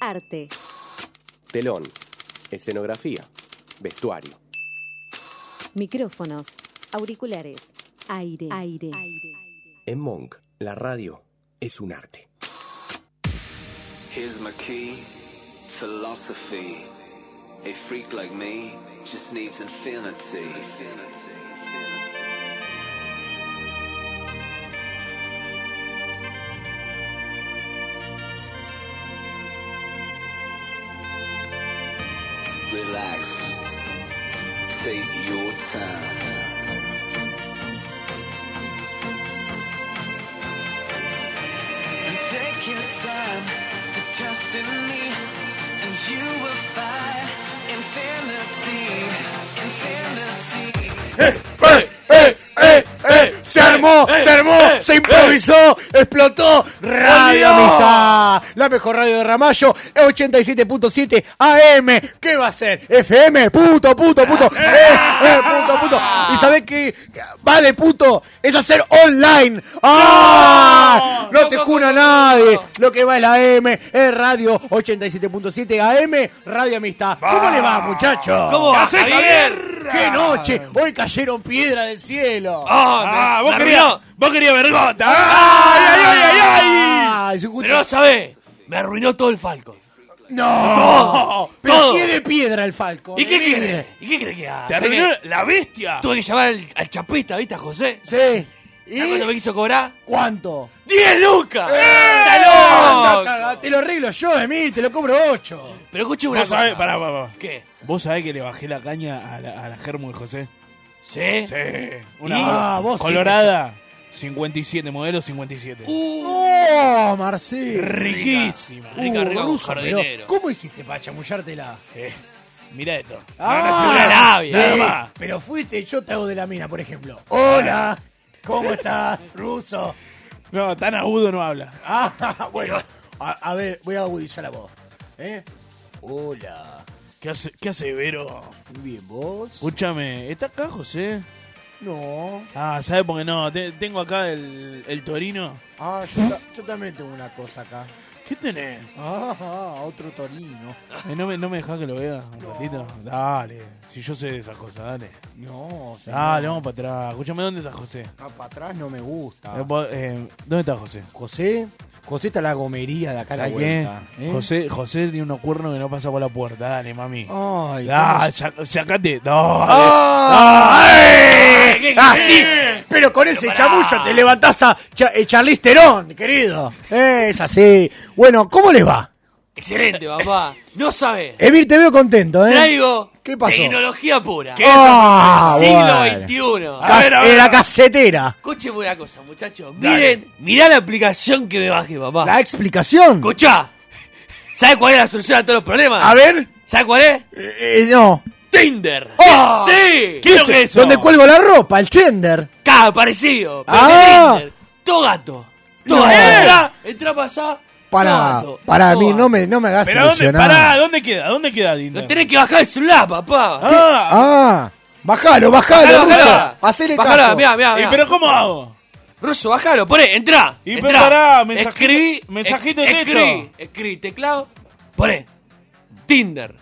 S19: Arte.
S1: Telón, escenografía, vestuario.
S19: Micrófonos. Auriculares. Aire. Aire.
S1: En Monk, la radio es un arte.
S5: Here's my key, philosophy. A freak like me just needs infinity. Relax, take your time.
S7: Take your time to trust in me, and you will find infinity, infinity.
S6: Se armó, se armó, se improvisó, explotó. Radio Amistad, la mejor radio de Ramallo, 87.7 AM. ¿Qué va a ser? FM, puto, puto, puto. Eh, eh, puto, puto. ¿Y sabés qué va de puto? Es hacer online. ¡Ah! No te jura nadie. Lo que va es la AM, es radio 87.7 AM, Radio Amistad. ¿Cómo le va, muchachos?
S7: ¿Cómo va,
S6: ¿Qué haces,
S7: Javier?
S6: ¡Qué noche! Hoy cayeron piedra del cielo.
S7: Ah, vos querías, vos querías vergota.
S6: ¡Ay, ay, ay, ay,
S7: ay! Pero no sabés, me arruinó todo el Falcon.
S6: ¡No! Pero
S7: todo.
S6: si es de piedra el Falco.
S7: ¿Y qué
S6: de vidrio.
S7: quiere? ¿Y qué crees que haga?
S6: Te arruinó
S8: la bestia.
S7: Tuve que llamar al, al chapista, ¿viste, a José?
S6: Sí.
S7: ¿Y cuánto me quiso cobrar?
S6: ¿Cuánto?
S7: ¡10 lucas!
S6: Eh, Anda,
S7: ¡Talón!
S6: caga, Te lo arreglo yo, de mí, te lo cobro 8.
S7: Pero escuché
S8: una cosa. pará, pará, pará.
S7: ¿Qué?
S8: ¿Vos sabés que le bajé la caña a la, a la Germo de José?
S7: ¿Sí?
S8: Sí.
S7: ¿Y?
S8: Una
S7: Ah, vos sí
S8: colorada. 57, modelo 57.
S7: Uh.
S6: ¡Oh, Marcelo!
S8: Riquísima.
S6: Uh,
S8: Rica, rica,
S6: ruso,
S8: con
S6: pero
S8: jardinero.
S6: ¿Cómo hiciste para chamullártela?
S8: Eh, Mirá esto.
S6: Ah,
S8: labia,
S6: eh,
S8: nada más.
S6: Pero fuiste, yo te hago de la mina, por ejemplo. Hola, ¿cómo estás, ruso?
S8: No, tan agudo no habla.
S6: Ah, bueno, a, a ver, voy a agudizar la voz. ¿Eh? Hola.
S8: ¿Qué hace, qué hace Vero?
S6: Bien, vos.
S8: Escúchame, ¿está acá José?
S6: No.
S8: Ah, ¿sabes por qué no? Te- tengo acá el, el Torino.
S6: Ah, yo, ta- yo también tengo una cosa acá.
S8: ¿Qué tenés?
S6: Ah, ah, otro torino.
S8: Eh, no, me, no me dejás que lo vea un ratito. Dale, si yo sé de esas cosas, dale.
S6: No, señor.
S8: Dale, vamos para atrás. Escúchame, ¿dónde está José?
S6: Ah, para atrás no me gusta.
S8: Eh, vos, eh, ¿Dónde está José?
S6: José, José está en la gomería de acá a la
S8: ¿Sabés
S6: vuelta.
S8: qué?
S6: ¿eh?
S8: José, José tiene unos cuernos que no pasa por la puerta. Dale, mami.
S6: Ay,
S8: ah,
S6: ¿cómo se- ¡Ah!
S8: sac- sacate. No,
S6: ¡Ay!
S8: ¿Qué
S6: Ah, sí,
S8: querés?
S6: pero con ese chamullo te levantás a Cha- eh, Charlize Theron, querido. Eh, Es así. Bueno, ¿cómo les va?
S7: Excelente, papá. No sabés.
S6: Evir, te veo contento, ¿eh?
S7: Traigo
S6: ¿Qué pasó?
S7: tecnología pura.
S6: ¿Qué? Ah, bueno.
S7: Siglo XXI.
S6: Cas- eh, la casetera.
S7: Escuchen una cosa, muchachos. Miren, mirá la aplicación que me bajé, papá.
S6: La explicación.
S7: Escuchá. ¿Sabes cuál es la solución a todos los problemas? A
S6: ver.
S7: ¿Sabes cuál es?
S6: Eh, no.
S7: Tinder.
S6: ¡Ah!
S7: ¡Sí!
S6: ¿Qué
S7: creo
S6: es
S7: que
S6: eso? ¿Dónde cuelgo la ropa? El gender.
S7: Cada parecido. Pero
S6: Ah.
S7: de Tinder. Todo gato. Todo
S6: No.
S7: gato. Entra, entra para allá.
S6: Para, para mí, no me, no me hagas
S8: Pero ¿dónde,
S6: ilusionar.
S8: pará, ¿dónde queda? ¿Dónde queda Tinder?
S7: Tenés que bajar el celular, papá.
S6: Ah, bajalo, bajalo,
S7: Bajalo,
S6: ruso.
S7: bajalo.
S6: Hacele
S7: Bajalo,
S6: caso.
S7: mirá, mirá, mirá.
S8: ¿Pero cómo hago?
S7: Ruso, bajalo, poné, entra.
S8: Y
S7: entrá.
S8: prepará, mensajito-
S7: escribí,
S8: mensajito
S7: esc-
S8: de texto.
S7: Escribí, escribí, teclado, poné. Tinder.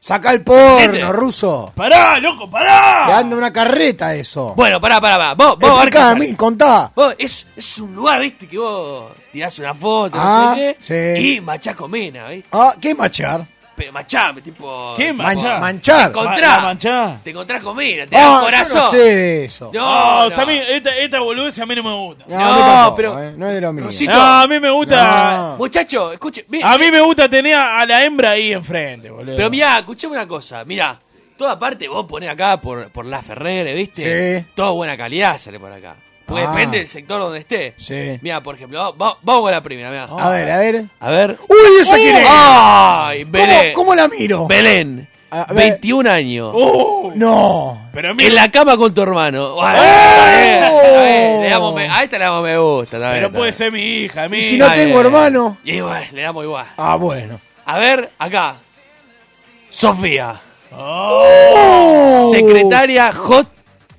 S6: Saca el porno,
S7: ¿Siete?
S6: ruso.
S8: Pará, loco,
S6: Le
S8: pará.
S6: anda una carreta eso.
S7: Bueno, pará, pará, pará. Ah, Vos, vos, a ver qué
S6: Explicá a
S7: sale.
S6: mí, contá.
S7: Vos, es, es un lugar, viste, que vos tirás una foto,
S6: Ah,
S7: no sé qué.
S6: sí.
S7: Y machás con mena, ¿viste?
S6: Ah, ¿qué es machar?
S7: Pero machame, tipo.
S6: ¿Qué
S7: tipo,
S6: manchar? Manchar.
S7: Te encontrás.
S6: Ma- la manchá.
S7: Te encontrás con mena, te da
S6: Ah,
S7: un
S6: yo no
S7: corazón.
S6: sé de eso.
S7: No,
S8: No,
S7: no.
S8: a mí, esta, esta boludez a mí no me gusta.
S6: No, a mí tampoco, eh, no es de lo mío.
S7: Rusito.
S8: No, a mí me gusta.
S6: No.
S7: Muchacho, escuche. mi-
S8: A mí me gusta tener a a la hembra ahí enfrente, boludo.
S7: Pero mirá, escuchame una cosa. Mirá, toda parte vos ponés acá por, por la Ferrere, ¿viste?
S6: Sí.
S7: Todo buena calidad sale por acá. Porque
S6: Ah.
S7: depende del sector donde esté.
S6: Sí.
S7: Mirá, por ejemplo, va- va- vamos con la primera, mirá.
S6: A ver, a ver. Oh.
S7: A ver.
S6: ¡Uy, esa quién es!
S7: ¡Ay, Belén!
S6: Eh. ¿Cómo, cómo la miro?
S7: Belén,
S6: A ver.
S7: 21 años.
S6: Oh. No.
S8: Oh, Pero
S7: En la cama con tu
S6: Oh.
S7: hermano. Ay, a ver, le damos me- a esta le damos me gusta. está bien,
S8: Pero
S7: está
S8: puede
S7: bien.
S8: ser mi hija, mi
S6: ¿Y si no
S7: Está
S6: tengo
S7: bien.
S6: hermano?
S7: Y bueno, le damos igual.
S6: Ah, bueno.
S7: A ver, acá. Sofía.
S8: Oh.
S6: Oh.
S7: Secretaria JT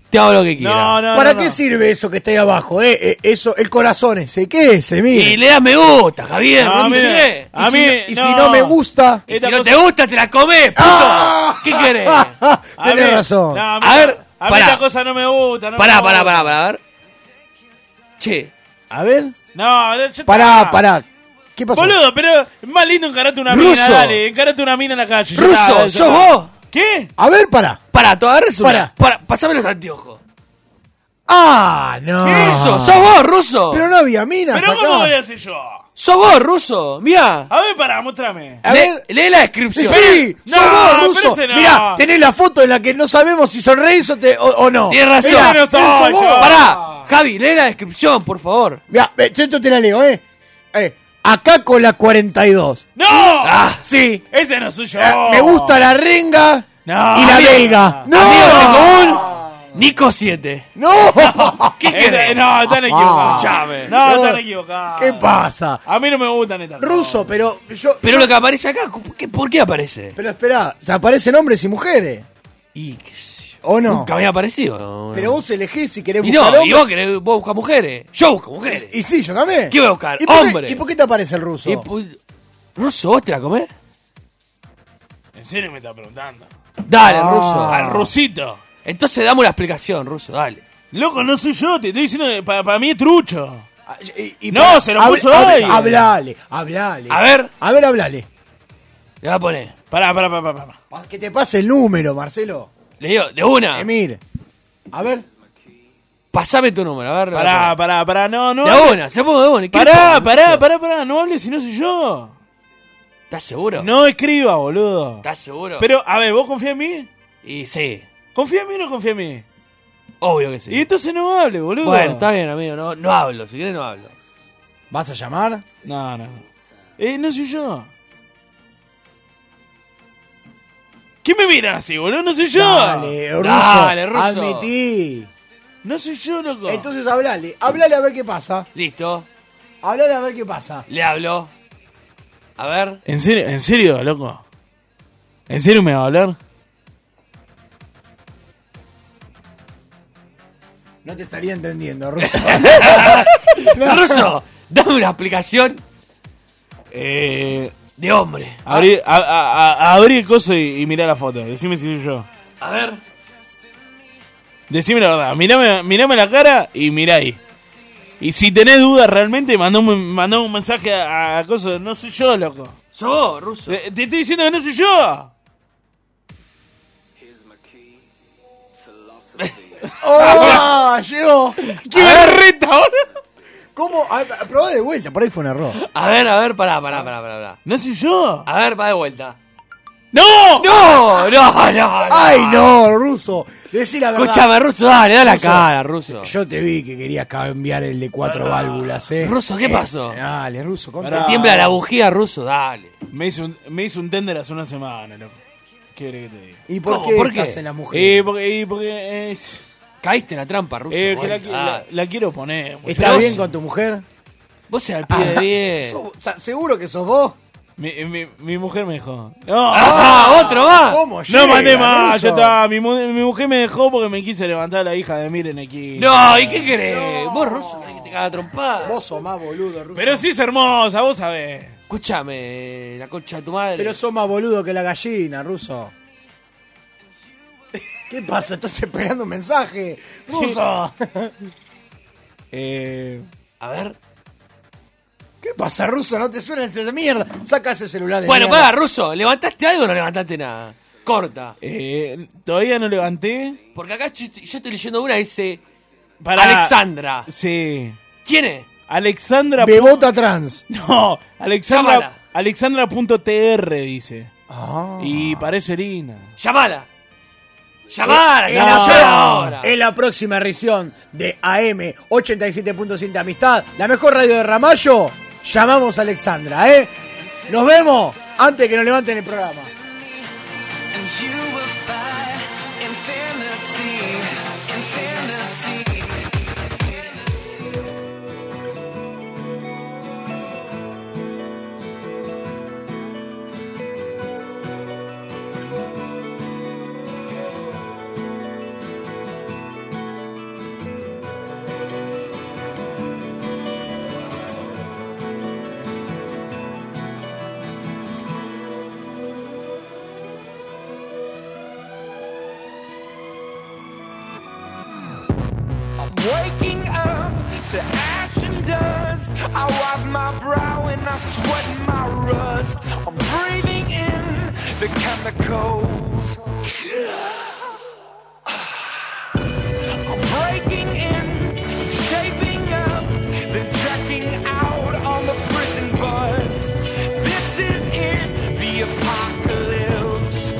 S7: Te hago lo que quieras.
S6: ¿Para qué sirve eso que está ahí abajo? eh? Eh, eso, el corazón ese, ¿qué es ese? Mire.
S7: Y le das me gusta, Javier,
S6: No,
S7: ¿no
S6: mire,
S7: dice?
S6: a Y si mí, no- y si no me gusta-
S7: Y si
S6: Esta
S7: no
S6: cosa-
S7: te gusta, te la comes, puto. ¿Qué querés?
S6: Ah. Tenés razón.
S8: No, a mí-
S7: a ver,
S8: a mí
S7: pará.
S8: esta cosa no me gusta. No
S7: Pará,
S8: me
S7: pará,
S8: gusta.
S7: pará, pará, a ver. Che.
S6: A ver.
S8: No, no, yo-
S6: Pará,
S8: ah.
S6: pará. ¿Qué pasó?
S8: Boludo, pero es más lindo encarate una
S6: Ruso.
S8: mina, dale. Encarate una mina en la calle. ya
S7: Ruso,
S8: está, dale,
S7: ¿sos
S8: ya.
S7: vos?
S8: ¿Qué?
S6: A ver, pará.
S7: Pará, tú agarres una.
S8: Pará.
S7: Pará, pasame los anteojos.
S6: Ah, no.
S7: ¿Qué es eso? ¿Sos vos, ruso?
S6: Pero no había minas
S8: Pero
S6: acá.
S8: ¿cómo voy a hacer yo?
S7: ¿Sos vos, ruso? Mirá.
S8: A ver, pará, mostrame.
S7: Le- lee la descripción.
S6: Sí,
S8: No,
S6: sos vos,
S8: pero
S6: ruso.
S8: ese no.
S6: Mirá, tenés la foto en la que no sabemos si sonreís o, te- o, o no.
S7: Tienes razón.
S6: Mirá, sos vos.
S7: Pará, Javi, lee la descripción, por favor.
S6: Mirá, eh, yo esto te la leo, eh. eh acá con la 42.
S8: ¡No!
S7: Ah,
S6: sí. Ah,
S8: Ese no soy yo.
S6: Me
S7: Oh.
S6: gusta la renga
S8: No.
S6: y la belga. ¡No!
S7: Nico 7.
S6: ¡No!
S7: ¿Qué
S8: Ese-
S7: querés?
S8: No, están
S7: ah.
S8: equivocados.
S7: Escuchame.
S8: No,
S6: No.
S8: están equivocados.
S6: ¿Qué pasa?
S8: A mí no me gustan estas cosas.
S6: Ruso, pero yo.
S7: Pero
S6: yo-
S7: lo que aparece acá, ¿qué- ¿por qué aparece?
S6: Pero esperá, se aparecen hombres y mujeres.
S7: Y
S6: ¿O no?
S7: Nunca había aparecido. No, no.
S6: Pero vos elegís si querés
S7: y
S6: buscar
S7: no, y
S6: hombres.
S7: vos querés, vos buscas mujeres. Yo busco mujeres.
S6: Y sí, yo también.
S7: ¿Qué voy a buscar?
S6: ¿Y por qué-
S7: Hombre.
S6: ¿Y por qué te aparece el ruso?
S7: Y pu- ¿Ruso vos te la comés?
S8: ¿En serio me está preguntando?
S7: Dale,
S6: Ah.
S7: ruso.
S8: Al rusito.
S7: Entonces dame una explicación, ruso, dale.
S8: Loco, no soy yo, te estoy diciendo que para, para mí es trucho.
S6: Y
S8: no,
S6: para-
S8: se lo
S6: hab-
S8: puso
S6: hab-
S8: hoy.
S6: Hablale, hablale.
S7: A ver,
S6: A ver, hablale.
S7: le voy a poner.
S8: Pará, pará, pará, pará, pará.
S6: Pa- Que te pase el número, Marcelo.
S7: Le digo, de una.
S6: Emir. A ver.
S7: Pasame tu número, a ver. le voy a
S8: Pará,
S7: poner.
S8: pará, pará, no, no.
S7: De una, se pongo de una. ¿Qué le
S8: Pará,
S7: pongo,
S8: pará,
S7: ruso?
S8: pará, pará, no hables si no soy yo.
S7: ¿Estás seguro?
S8: No escriba, boludo.
S7: ¿Estás seguro?
S8: Pero, a ver, ¿vos confías en mí?
S7: Y sí,
S8: ¿Confía en mí o no confía en mí?
S7: obvio que sí.
S8: Y entonces no hable, boludo.
S7: Bueno, está bien, amigo, no, no hablo, si querés no hablo.
S6: ¿Vas a llamar?
S8: No, no. Eh, no soy yo. ¿Quién me mira así, boludo? No soy yo.
S6: Dale, ruso.
S7: Dale, ruso.
S6: Admití.
S8: No soy yo, loco.
S6: Entonces hablale. Hablale a ver qué pasa.
S7: Listo,
S6: Hablale a ver qué pasa.
S7: le hablo. A ver,
S8: ¿En serio, en serio, loco? ¿En serio me va a hablar?
S6: No te estaría entendiendo, ruso.
S7: ruso, dame una explicación
S8: Eh,
S7: de hombre.
S8: abrí, a- a- a- abrí el coso y, y mirá la foto. Decime si soy yo.
S7: A ver,
S8: Decime la verdad. Mirame, mirame la cara y mirá ahí. Y si tenés dudas realmente, mandó un, mandá un mensaje a, a coso. No soy yo, loco. Eh,
S7: sos vos, ruso.
S8: Te, te estoy diciendo que no soy yo.
S6: ¡Oh! Llegó.
S8: ¿Qué me reta, boludo?
S6: ¿Cómo? A- a- Probá de vuelta, por ahí fue un error.
S7: A ver, a ver, pará, pará, pará, pará. pará.
S8: No soy yo.
S7: A ver, va de vuelta.
S8: ¡No!
S7: ¡No! ¡No, no!
S6: ¡Ay, no, ruso! Decí la verdad.
S7: Escuchame, ruso, dale, dale la
S6: Ruso,
S7: cara, ruso.
S6: Yo te vi que querías cambiar el de cuatro válvulas, eh.
S7: Ruso, ¿qué
S6: Eh,
S7: pasó?
S6: Dale, ruso,
S8: Pará.
S6: contá.
S7: Te tiembla la bujía, ruso, dale.
S8: Me hice un, me hice un tender hace una semana, loco. ¿Qué querés que te diga?
S6: ¿Y por
S7: ¿Cómo?
S6: qué
S7: ¿Por qué?
S6: estás en las mujeres?
S8: Eh, porque, eh, porque, eh,
S7: Caíste en la trampa, ruso.
S8: eh, que
S7: vos,
S8: la, qui-
S7: Ah,
S8: la- la quiero poner. mucho.
S6: ¿Estás
S7: Pero
S6: bien
S7: sí.
S6: con tu mujer? Ah,
S7: Vos seas el pibe de bien.
S6: ¿Sos- sa- ¿Seguro que sos vos?
S8: Mi, mi- mi mujer me dejó. No,
S7: ¡Ah! ¡Otro más!
S6: ¿Cómo
S8: no
S6: llega,
S8: mandé más,
S6: ruso?
S8: ya está. Mi, mu- mi mujer me dejó porque me quise levantar a la hija de Miren aquí.
S7: No, ¿y qué querés? Vos, ruso, querés que te caga trompada.
S6: Vos sos más boludo, ruso.
S8: Pero sí es hermosa, vos sabés.
S7: Escúchame, la concha de tu madre.
S6: Pero sos más boludo que la gallina, ruso. ¿Qué pasa? ¿Estás esperando un mensaje? ¡Ruso!
S8: Eh,
S7: A ver.
S6: ¿Qué pasa, ruso? No te suena esa mierda. Saca ese celular de
S7: Bueno,
S6: mierda.
S7: pará, ruso, ¿levantaste algo o no levantaste nada? Corta.
S8: eh, todavía no levanté.
S7: Porque acá yo estoy- yo estoy leyendo una dice.
S8: Para...
S7: Alexandra.
S8: Sí.
S7: ¿Quién es?
S8: Alexandra.
S6: Bebota trans.
S8: No, Alexandra.
S7: Llámala.
S8: Alexandra.tr dice.
S6: Ah.
S8: Y parece linda.
S7: Llamala.
S8: Eh,
S7: Llamala, que
S6: En la,
S7: la llame ahora.
S6: en la próxima edición de AM 87.7 de Amistad, la mejor radio de Ramallo, llamamos a Alexandra, ¿eh? Nos vemos antes que nos levanten el programa.
S5: And you will find infinity, infinity. my sweat and my rust. I'm breathing in the chemicals. I'm breaking in, shaping up, then checking out on the prison bus. This is it, the apocalypse.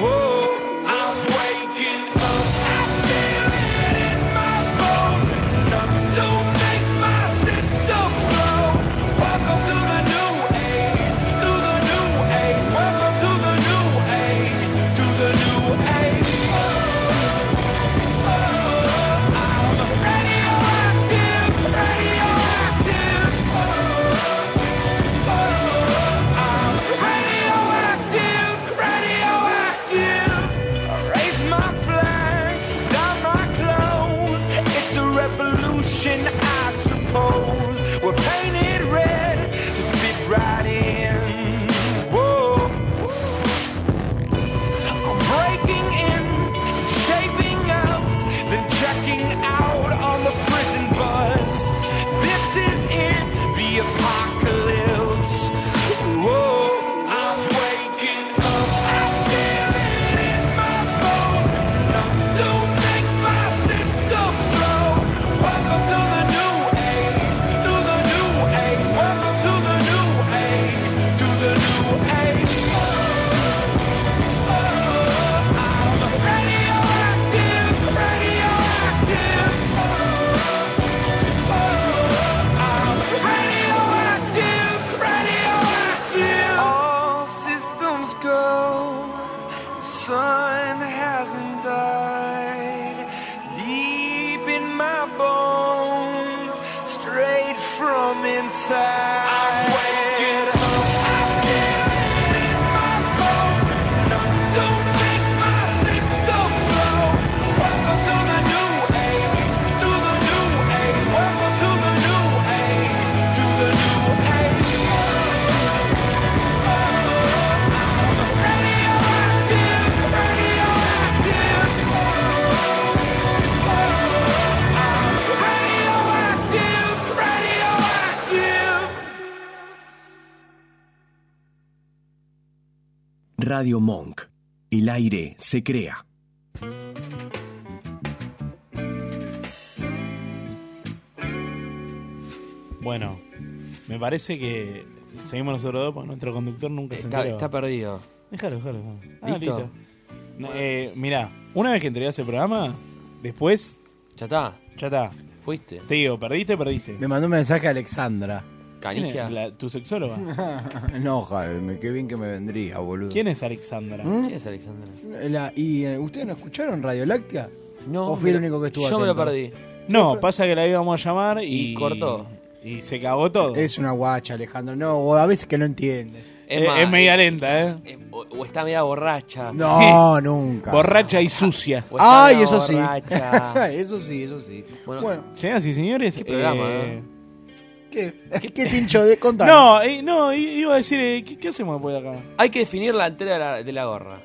S5: Whoa, I'm waking up. I feel it in my bones. Enough to make my system blow. Welcome to the new age, to the new age. Welcome to the new age, to the new age. I suppose we're painted red to fit right in. Whoa. I'm breaking in, shaping up, then checking out on the prison bus. This is it, the apocalypse. Whoa, I'm waking up. I feel it in my bones. Enough to make my system blow. Welcome to the new age, to the new age. Welcome to the new age, to the new age. All systems go. Sun hasn't died. Deep in my bones, straight from inside. I'm waking up. I feel it in my bones. Enough to make my system blow. Welcome to the new age, to the new age. Welcome to the new age, to the new age.
S13: Radio Monk. El aire se crea.
S8: Bueno, me parece que seguimos nosotros dos porque nuestro conductor nunca se
S7: Está,
S8: enteró.
S7: está perdido.
S8: Déjalo, déjalo. déjalo. Ah,
S7: ¿Listo?
S8: listo. No, eh, mirá, una vez que entregas el programa, después.
S7: Ya está.
S8: Ya está.
S7: Fuiste.
S8: Te digo, perdiste, perdiste.
S6: Me mandó un mensaje a Alexandra.
S8: ¿Quién es? La- ¿Tu sexóloga?
S6: no, Jaime, qué bien que me vendría, boludo.
S8: ¿Quién es Alexandra?
S6: ¿Mm?
S7: es Alexandra?
S6: La- ¿Y eh, ustedes no escucharon Radio Láctea?
S7: No.
S6: ¿O fui el
S7: me lo-
S6: único que estuvo
S7: yo me lo
S6: atento?
S7: perdí.
S8: No, pasa que la íbamos a llamar y.
S6: Y cortó.
S8: Y se cagó todo.
S6: Es una guacha, Alejandro. No, o a veces que no entiendes.
S8: Eh,
S7: más,
S8: es media lenta, ¿eh?
S7: eh, O, o está media borracha.
S6: No, nunca.
S8: Borracha y sucia.
S7: O está media Pues borracha.
S6: eso sí, eso sí.
S7: Bueno,
S8: Señoras y señores,
S7: Qué programa, ¿eh?
S6: ¿Qué, qué tincho de contar?
S8: No, eh, no, i- iba a decir, eh, ¿qué, qué hacemos después de acá?
S7: Hay que definir la entrega de la, de la gorra.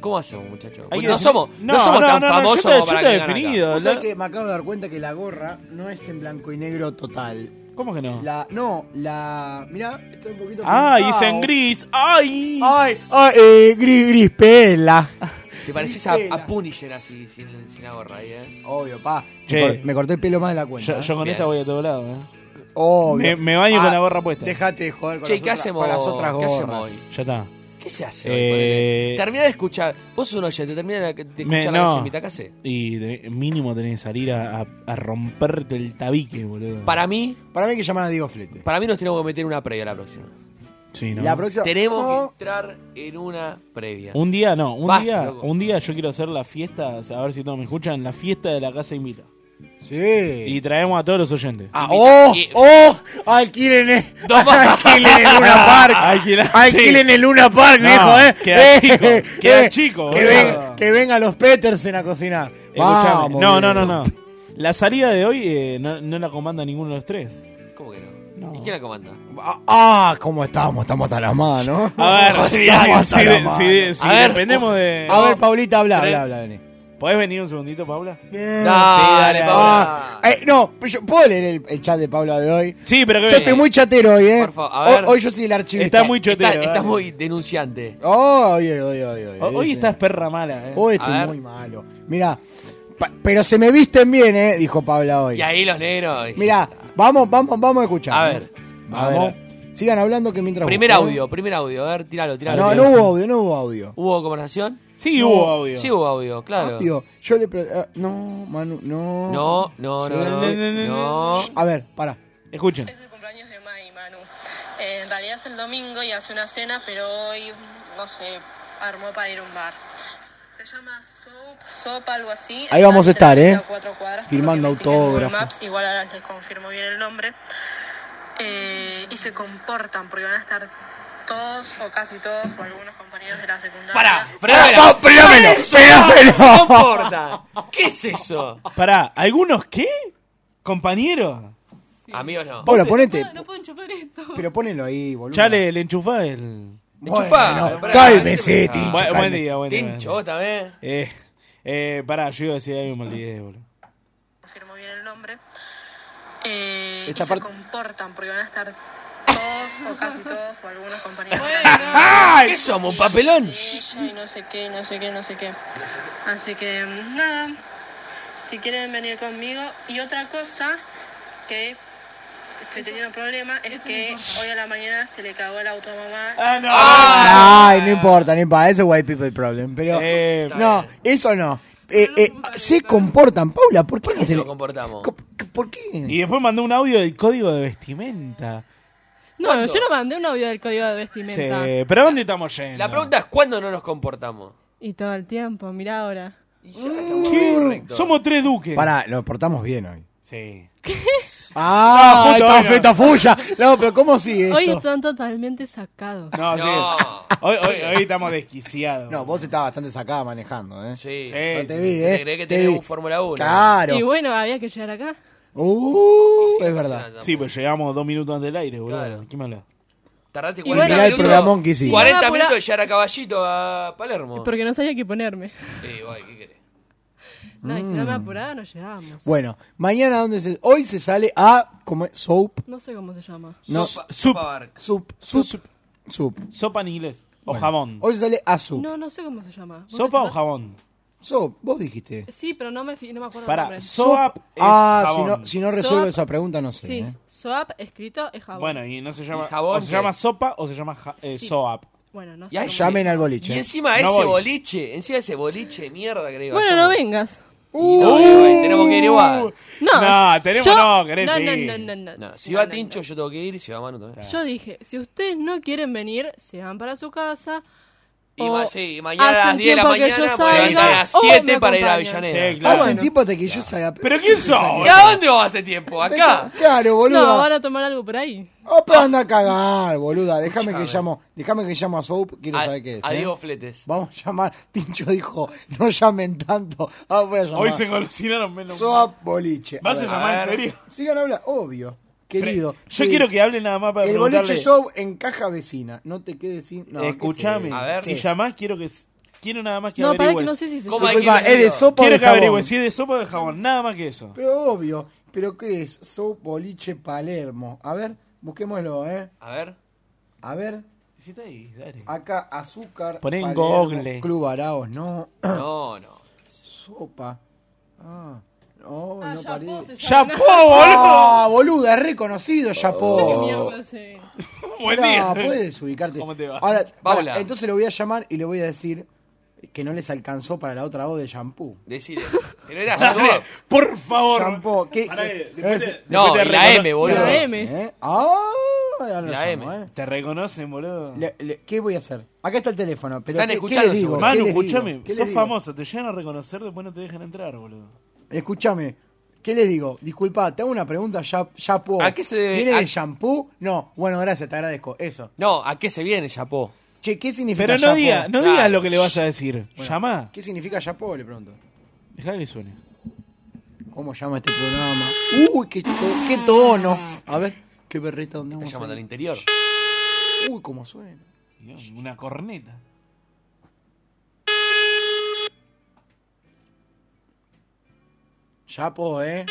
S7: ¿Cómo hacemos, muchachos?
S8: Hay que
S7: No
S8: definir-
S7: somos, no,
S8: No,
S7: somos
S8: no,
S7: tan
S8: no, no, yo
S7: famosos
S8: te- yo
S7: como para
S8: te
S7: que vengan acá.
S8: definido,
S6: Vos sabés que me acabo de dar cuenta que la gorra no es en blanco y negro total.
S8: ¿Cómo que no?
S6: La, no, la. Mirá, está un poquito.
S8: ¡Ay, es
S6: pintado.
S8: en gris! ¡Ay!
S6: ¡Ay! ¡Ay! eh, gris, gris, pela.
S7: Te parecís a, a Punisher así, sin, sin la gorra ahí, ¿eh?
S6: Obvio, pa.
S8: Che.
S6: Me, cor- me corté el pelo más de la cuenta.
S8: Yo,
S6: ¿eh?
S8: yo con esta voy a todo lado, ¿eh? Me,
S6: Obvio.
S8: me baño
S6: Ah,
S8: con la gorra puesta.
S6: Dejate de joder con,
S7: Che,
S6: las,
S7: ¿qué
S6: otras,
S7: hacemos?
S6: con las otras
S7: ¿Qué
S6: gorras.
S7: hacemos hoy?
S8: Ya está.
S7: ¿Qué se hace hoy?
S8: Eh,
S7: ponele? Terminá de escuchar. Vos sos un oyente, terminá de de
S8: me-
S7: escuchar la
S8: no.
S7: semita, ¿qué hace?
S8: Y de- mínimo tenés que salir a, a- a romperte el tabique, boludo.
S7: Para mí,
S6: Para mí hay que llamar a Diego Flete.
S7: para mí nos tenemos que meter una previa la próxima.
S8: Sí, ¿no?
S6: La próxima-
S7: Tenemos
S6: No.
S7: que entrar en una previa.
S8: Un día, no, un
S7: Basta,
S8: día,
S7: loco.
S8: un día yo quiero hacer la fiesta, o sea, a ver si todos me escuchan, la fiesta de la casa invita.
S6: Sí.
S8: Y traemos a todos los oyentes.
S6: Ah, ¡Oh! ¡Oh! Alquilen, eh. alquilen el Luna Park.
S8: Alquilar-
S6: Alquilen
S8: sí.
S6: el Luna Park,
S8: No,
S6: viejo, eh.
S8: queda
S6: Eh,
S8: chico,
S6: eh,
S8: queda chico,
S6: Que,
S8: boludo. Eh,
S6: ven- que vengan los Petersen a cocinar.
S8: Escuchame.
S6: Vamos,
S8: no, no,
S6: viejo.
S8: no, no. La salida de hoy eh, no, no la comanda ninguno de los tres.
S7: ¿Cómo que no? ¿Y quién la comanda?
S6: Ah, Ah, ¿cómo estamos? Estamos hasta las manos.
S8: A ver, si,
S6: Estamos
S8: si-
S6: hasta
S8: si-
S6: las manos.
S8: si- si
S6: A ver,
S8: dependemos de.
S6: A ver, Paulita, habla,
S8: Tres.
S6: habla, habla, vení.
S8: ¿Podés venir un segundito, Paula?
S6: Bien.
S7: dale, Paula.
S6: Ah, eh, no, pero yo- ¿puedo leer el, el chat de Paula de hoy?
S8: Sí, pero que
S6: Yo
S8: venga.
S6: estoy muy chatero hoy, ¿eh?
S7: Por favor, a ver.
S6: Hoy, hoy yo soy el archivista.
S7: Está- Está,
S6: eh.
S7: está muy denunciante.
S6: Oh, hoy, hoy, hoy, hoy,
S8: eh. Hoy
S6: sí.
S8: estás perra mala, eh.
S6: Hoy estoy muy malo. Mirá, pa- pero se me visten bien, ¿eh? Dijo Paula hoy.
S7: Y ahí los negros.
S6: Mirá, vamos, vamos, vamos a escuchar.
S7: A
S6: ¿eh?
S7: ver.
S6: Vamos. Sigan hablando que mientras...
S7: Primer
S6: busco, ¿eh?
S7: audio, primer audio. A ver, tíralo, tíralo.
S6: No, no
S7: tíralo.
S6: hubo audio, no hubo audio.
S7: ¿Hubo conversación?
S6: Sí, No. hubo audio.
S7: Sí hubo audio, claro.
S6: Audio. Yo le... pre- ah, No, Manu, no.
S7: No, no, no, no, no.
S6: Shh, A ver, pará.
S8: Escuchen.
S2: Eh, en realidad es el domingo y hace una cena, pero hoy, no sé, armó para ir a un bar. Se llama Soap, Soap, algo así.
S6: Ahí vamos a
S2: Está
S6: estar,
S2: tres
S6: ¿eh?
S2: o cuatro cuadras,
S6: Firmando
S2: porque me fijé en Google
S6: autógrafos.
S2: Maps, igual ahora les confirmo bien el nombre. Eh, y se comportan, porque van a estar todos o casi todos o algunos compañeros de la secundaria.
S7: Pará,
S8: Ah,
S7: frenamelo.
S8: no, frenamelo, frenamelo.
S7: ¡No importa! ¿Qué es eso?
S8: Pará, ¿algunos qué? ¿Compañeros?
S7: Amigos no.
S6: Paula, ponete.
S5: No puedo enchufar esto.
S6: Pero ponelo ahí, boludo.
S8: Ya le, le enchufá el.
S6: Bueno, Enchufá, pará, cálmese,
S8: Bu-
S6: Tincho,
S8: Buen,
S6: cálmese.
S8: día, buen día. buen
S7: Tincho,
S8: día.
S7: otra vez.
S8: Eh, eh, pará, yo iba a decir algo y me olvidé, boludo.
S2: confirmo bien el nombre. Eh,
S8: Esta
S2: y
S8: parte-
S2: se comportan, porque van a estar todos o casi todos o algunos compañeros.
S7: ¿Qué somos, un papelón?
S2: Y no sé qué, y no sé qué, no sé qué. Así que mm, nada, si quieren venir conmigo. Y otra cosa que estoy teniendo problema es que hoy a la mañana se le cagó el auto a mamá.
S8: ¡Ah, no!
S6: Ay, no importa, no importa. Ese es white people problem. Pero. no, eso no. Eh, eh, se comportan, Paula, ¿por qué no te le-
S7: Nos comportamos.
S6: ¿Por qué?
S8: Y después mandó un audio del código de vestimenta.
S5: No, yo no mandé un audio del código de vestimenta.
S8: Sí, pero ¿a ¿dónde estamos yendo?
S7: La pregunta es ¿cuándo no nos comportamos?
S5: Y todo el tiempo, mirá ahora.
S8: ¿Qué? Somos tres duques.
S6: Pará, lo portamos bien hoy.
S8: Sí.
S6: ¡Ah!
S8: No, justo
S6: esta
S8: hoy no.
S6: feta fuya. No, pero ¿cómo sigue
S5: Hoy
S6: esto?
S5: están totalmente sacados.
S8: No, sí. Hoy, hoy, hoy estamos desquiciados.
S6: No, vos estabas bastante sacada manejando, ¿eh?
S7: Sí.
S6: Yo te
S8: sí.
S6: vi,
S8: Te
S6: ¿eh?
S8: creí que
S6: Te
S8: tenés
S6: vi.
S8: un Fórmula Uno.
S6: Claro.
S5: Y bueno, había que llegar acá.
S6: Uh, es verdad.
S8: Sí, pues llegamos dos minutos antes del aire, boludo. ¿Quién me habla?
S7: Tardaste
S5: Y bueno,
S7: 40
S5: mirá el
S7: minutos.
S6: programón que hicimos.
S7: 40
S5: Si no me
S7: minutos
S5: apura-
S7: de llegar a caballito a Palermo.
S5: Porque no sabía qué ponerme.
S7: Sí, guay, ¿qué querés?
S5: No, y si no me
S6: Mm.
S5: apuraba, no llegábamos.
S6: Bueno, mañana, ¿dónde se.? Hoy se sale a. ¿Cómo es? Soap.
S5: No sé cómo se llama.
S6: No. Sup. Sup. Sup.
S8: Sopa en inglés. O
S6: Bueno,
S8: jamón.
S6: Hoy se sale a sup.
S5: No, no sé cómo se llama. ¿Vos
S8: ¿Sopa
S5: te
S8: o
S5: acordás?
S8: jamón?
S6: Soap, vos dijiste.
S5: Sí, pero no me, fi- no me acuerdo
S8: Pará,
S5: el nombre.
S8: soap es
S6: ah,
S8: jabón.
S6: si no, si no resuelvo
S5: Soap-
S6: esa pregunta, no sé.
S5: Sí,
S6: ¿eh?
S5: soap escrito es jabón.
S8: Bueno, y no se llama.
S7: ¿Y jabón
S8: o se
S7: qué?
S8: llama sopa o se llama ja- eh,
S5: Sí.
S8: soap.
S5: Bueno, no
S7: Y ahí-
S6: Llamen al boliche.
S7: Y encima
S8: No
S7: ese
S8: voy.
S7: boliche, encima ese boliche de mierda que le
S5: Bueno, no vengas.
S7: tenemos que ir igual.
S5: No,
S8: No, tenemos
S5: yo-
S8: no, querés
S5: no,
S8: ir.
S5: no, no, no, no.
S7: No, si va Tincho, yo tengo que ir y si va Manu también.
S5: Yo dije, si ustedes no quieren venir, se van para su casa.
S7: Y
S5: o
S7: ma- sí, mañana a las
S5: hacen
S7: 10 de la
S5: tiempo que
S7: mañana,
S5: yo
S7: pues,
S5: salga,
S7: levantan a las
S5: o
S7: 7
S5: me Ah,
S7: para ir a
S5: acompañan.
S7: Avellaneda.
S8: Sí, claro.
S6: Hacen tiempo hasta que yo salga.
S8: ¿Pero quién sos?
S7: ¿Y a dónde vas hace tiempo? ¿Acá?
S6: Claro, boludo.
S5: No, van a tomar algo por ahí.
S6: Oh,
S7: Ah.
S6: pero anda a cagar, boluda. Déjame que llamo, déjame que llamo a Soap, quiero
S7: A-
S6: saber qué es.
S7: a
S6: ¿eh?
S7: Diego Fletes.
S6: Vamos a llamar. Tincho dijo, no llamen tanto. Ah, voy a llamar.
S8: Hoy se colocaron menos.
S6: Soap boliche.
S8: ¿Vas a
S6: ver.
S8: llamar en serio?
S6: Sigan hablando, obvio. Querido.
S8: Pre- Yo quiero que hable nada más para
S6: El boliche
S8: preguntarle.
S6: Soap en caja vecina. No te quedes sin. No, que
S8: Escuchame.
S6: se-
S8: Si
S6: Sí.
S8: llamás, quiero que. s- Quiero nada más que
S5: No, pará,
S8: averigües.
S5: que no sé si se
S6: llama. Disculpa, ¿es de sopa o
S8: Quiero
S6: de
S8: que
S6: jabón?
S8: averigües si es de sopa o de jabón. Nada más que eso.
S6: Pero obvio. ¿Pero qué es? Soap boliche Palermo. A ver, busquémoslo, ¿eh?
S7: A ver.
S6: A ver.
S8: Si está ahí, dale.
S6: Acá, azúcar.
S8: Poné en
S6: Palermo,
S8: Google.
S6: Club Araos, no.
S1: Oh.
S7: No, no.
S6: Sopa. Ah. No, no
S5: chapó
S6: parí.
S5: se llama.
S8: ¡Chapó, boludo! Oh,
S6: Ah, boluda, es reconocido, Chapó.
S8: Buen
S6: Pará,
S8: día.
S6: puedes ubicarte.
S8: ¿Cómo te va?
S6: Ahora,
S7: Paula.
S6: pará, entonces lo voy a llamar y le voy a decir que no les alcanzó para la otra voz de shampoo.
S7: Decile. Pero era
S8: Dale,
S7: solo.
S8: Por favor.
S6: Shampoo, ¿qué?
S8: Pará,
S6: eh,
S8: después
S6: es-
S8: te-
S7: No,
S8: después
S7: y
S8: te
S7: la
S8: recono-
S7: M, boludo.
S5: La M.
S6: ¿Eh? Ah, ya lo
S7: La
S6: llamo,
S7: M.
S6: eh.
S8: Te reconocen, boludo.
S6: Le- le- ¿Qué voy a hacer? Acá está el teléfono, pero
S7: Están
S6: ¿qué, qué
S7: escuchando
S6: les digo?
S7: seguro.
S6: ¿Qué
S8: Manu,
S6: les digo?
S8: escúchame,
S6: ¿Qué les
S8: sos
S6: digo?
S8: famoso, te llegan a reconocer, después no te dejan entrar, boludo.
S6: Escúchame, ¿qué les digo? Disculpa, te hago una pregunta ya, ya puedo.
S7: ¿A qué se debe?
S6: ¿Viene
S7: ¿A-
S6: de shampoo? No, bueno, gracias, te agradezco. Eso.
S7: No, ¿a qué se viene, Chapó?
S6: Che, ¿qué significa
S8: Pero no
S6: shampoo?
S8: digas no
S7: Claro.
S8: digas lo que le vas a decir.
S7: Ah.
S8: Llamá.
S6: ¿Qué significa shampoo? Le pregunto.
S8: Dejá que suene.
S6: ¿Cómo llama este programa? Uy, qué, to- qué tono. A ver, qué berreta donde
S7: Está llamando al interior.
S6: Uy, cómo suena.
S8: Dios, Una corneta.
S6: Chapo, ¿eh?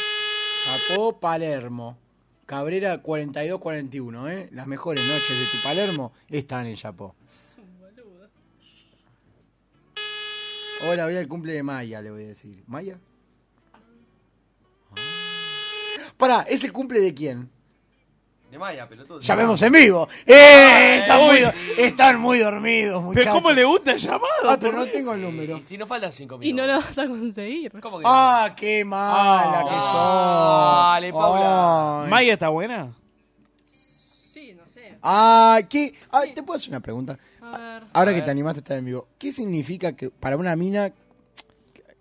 S6: Chapo Palermo. Cabrera 42-41, ¿eh? Las mejores noches de tu Palermo están en Chapo. Ahora voy al cumple de Maya, le voy a decir. ¿Maya? Ah. Pará, ¿es el cumple de quién?
S7: De Maya, pelotudo.
S6: Llamemos en vivo. ¡Eh! Están muy, están muy dormidos, muchachos.
S7: ¿cómo
S8: le gusta el llamado?
S6: Ah, pero no tengo el número.
S7: Y si nos faltan cinco
S2: Y
S7: minutos.
S2: no lo vas a conseguir.
S7: ¿Cómo
S6: ¡Ah, qué mala que sos!
S8: Dale,
S6: Paula.
S8: ¿Maya está buena?
S6: Ah, ¿qué? Ah, ¿Te puedo hacer una pregunta?
S2: A ver.
S6: Ahora que te animaste a estar en vivo, ¿qué significa que para una mina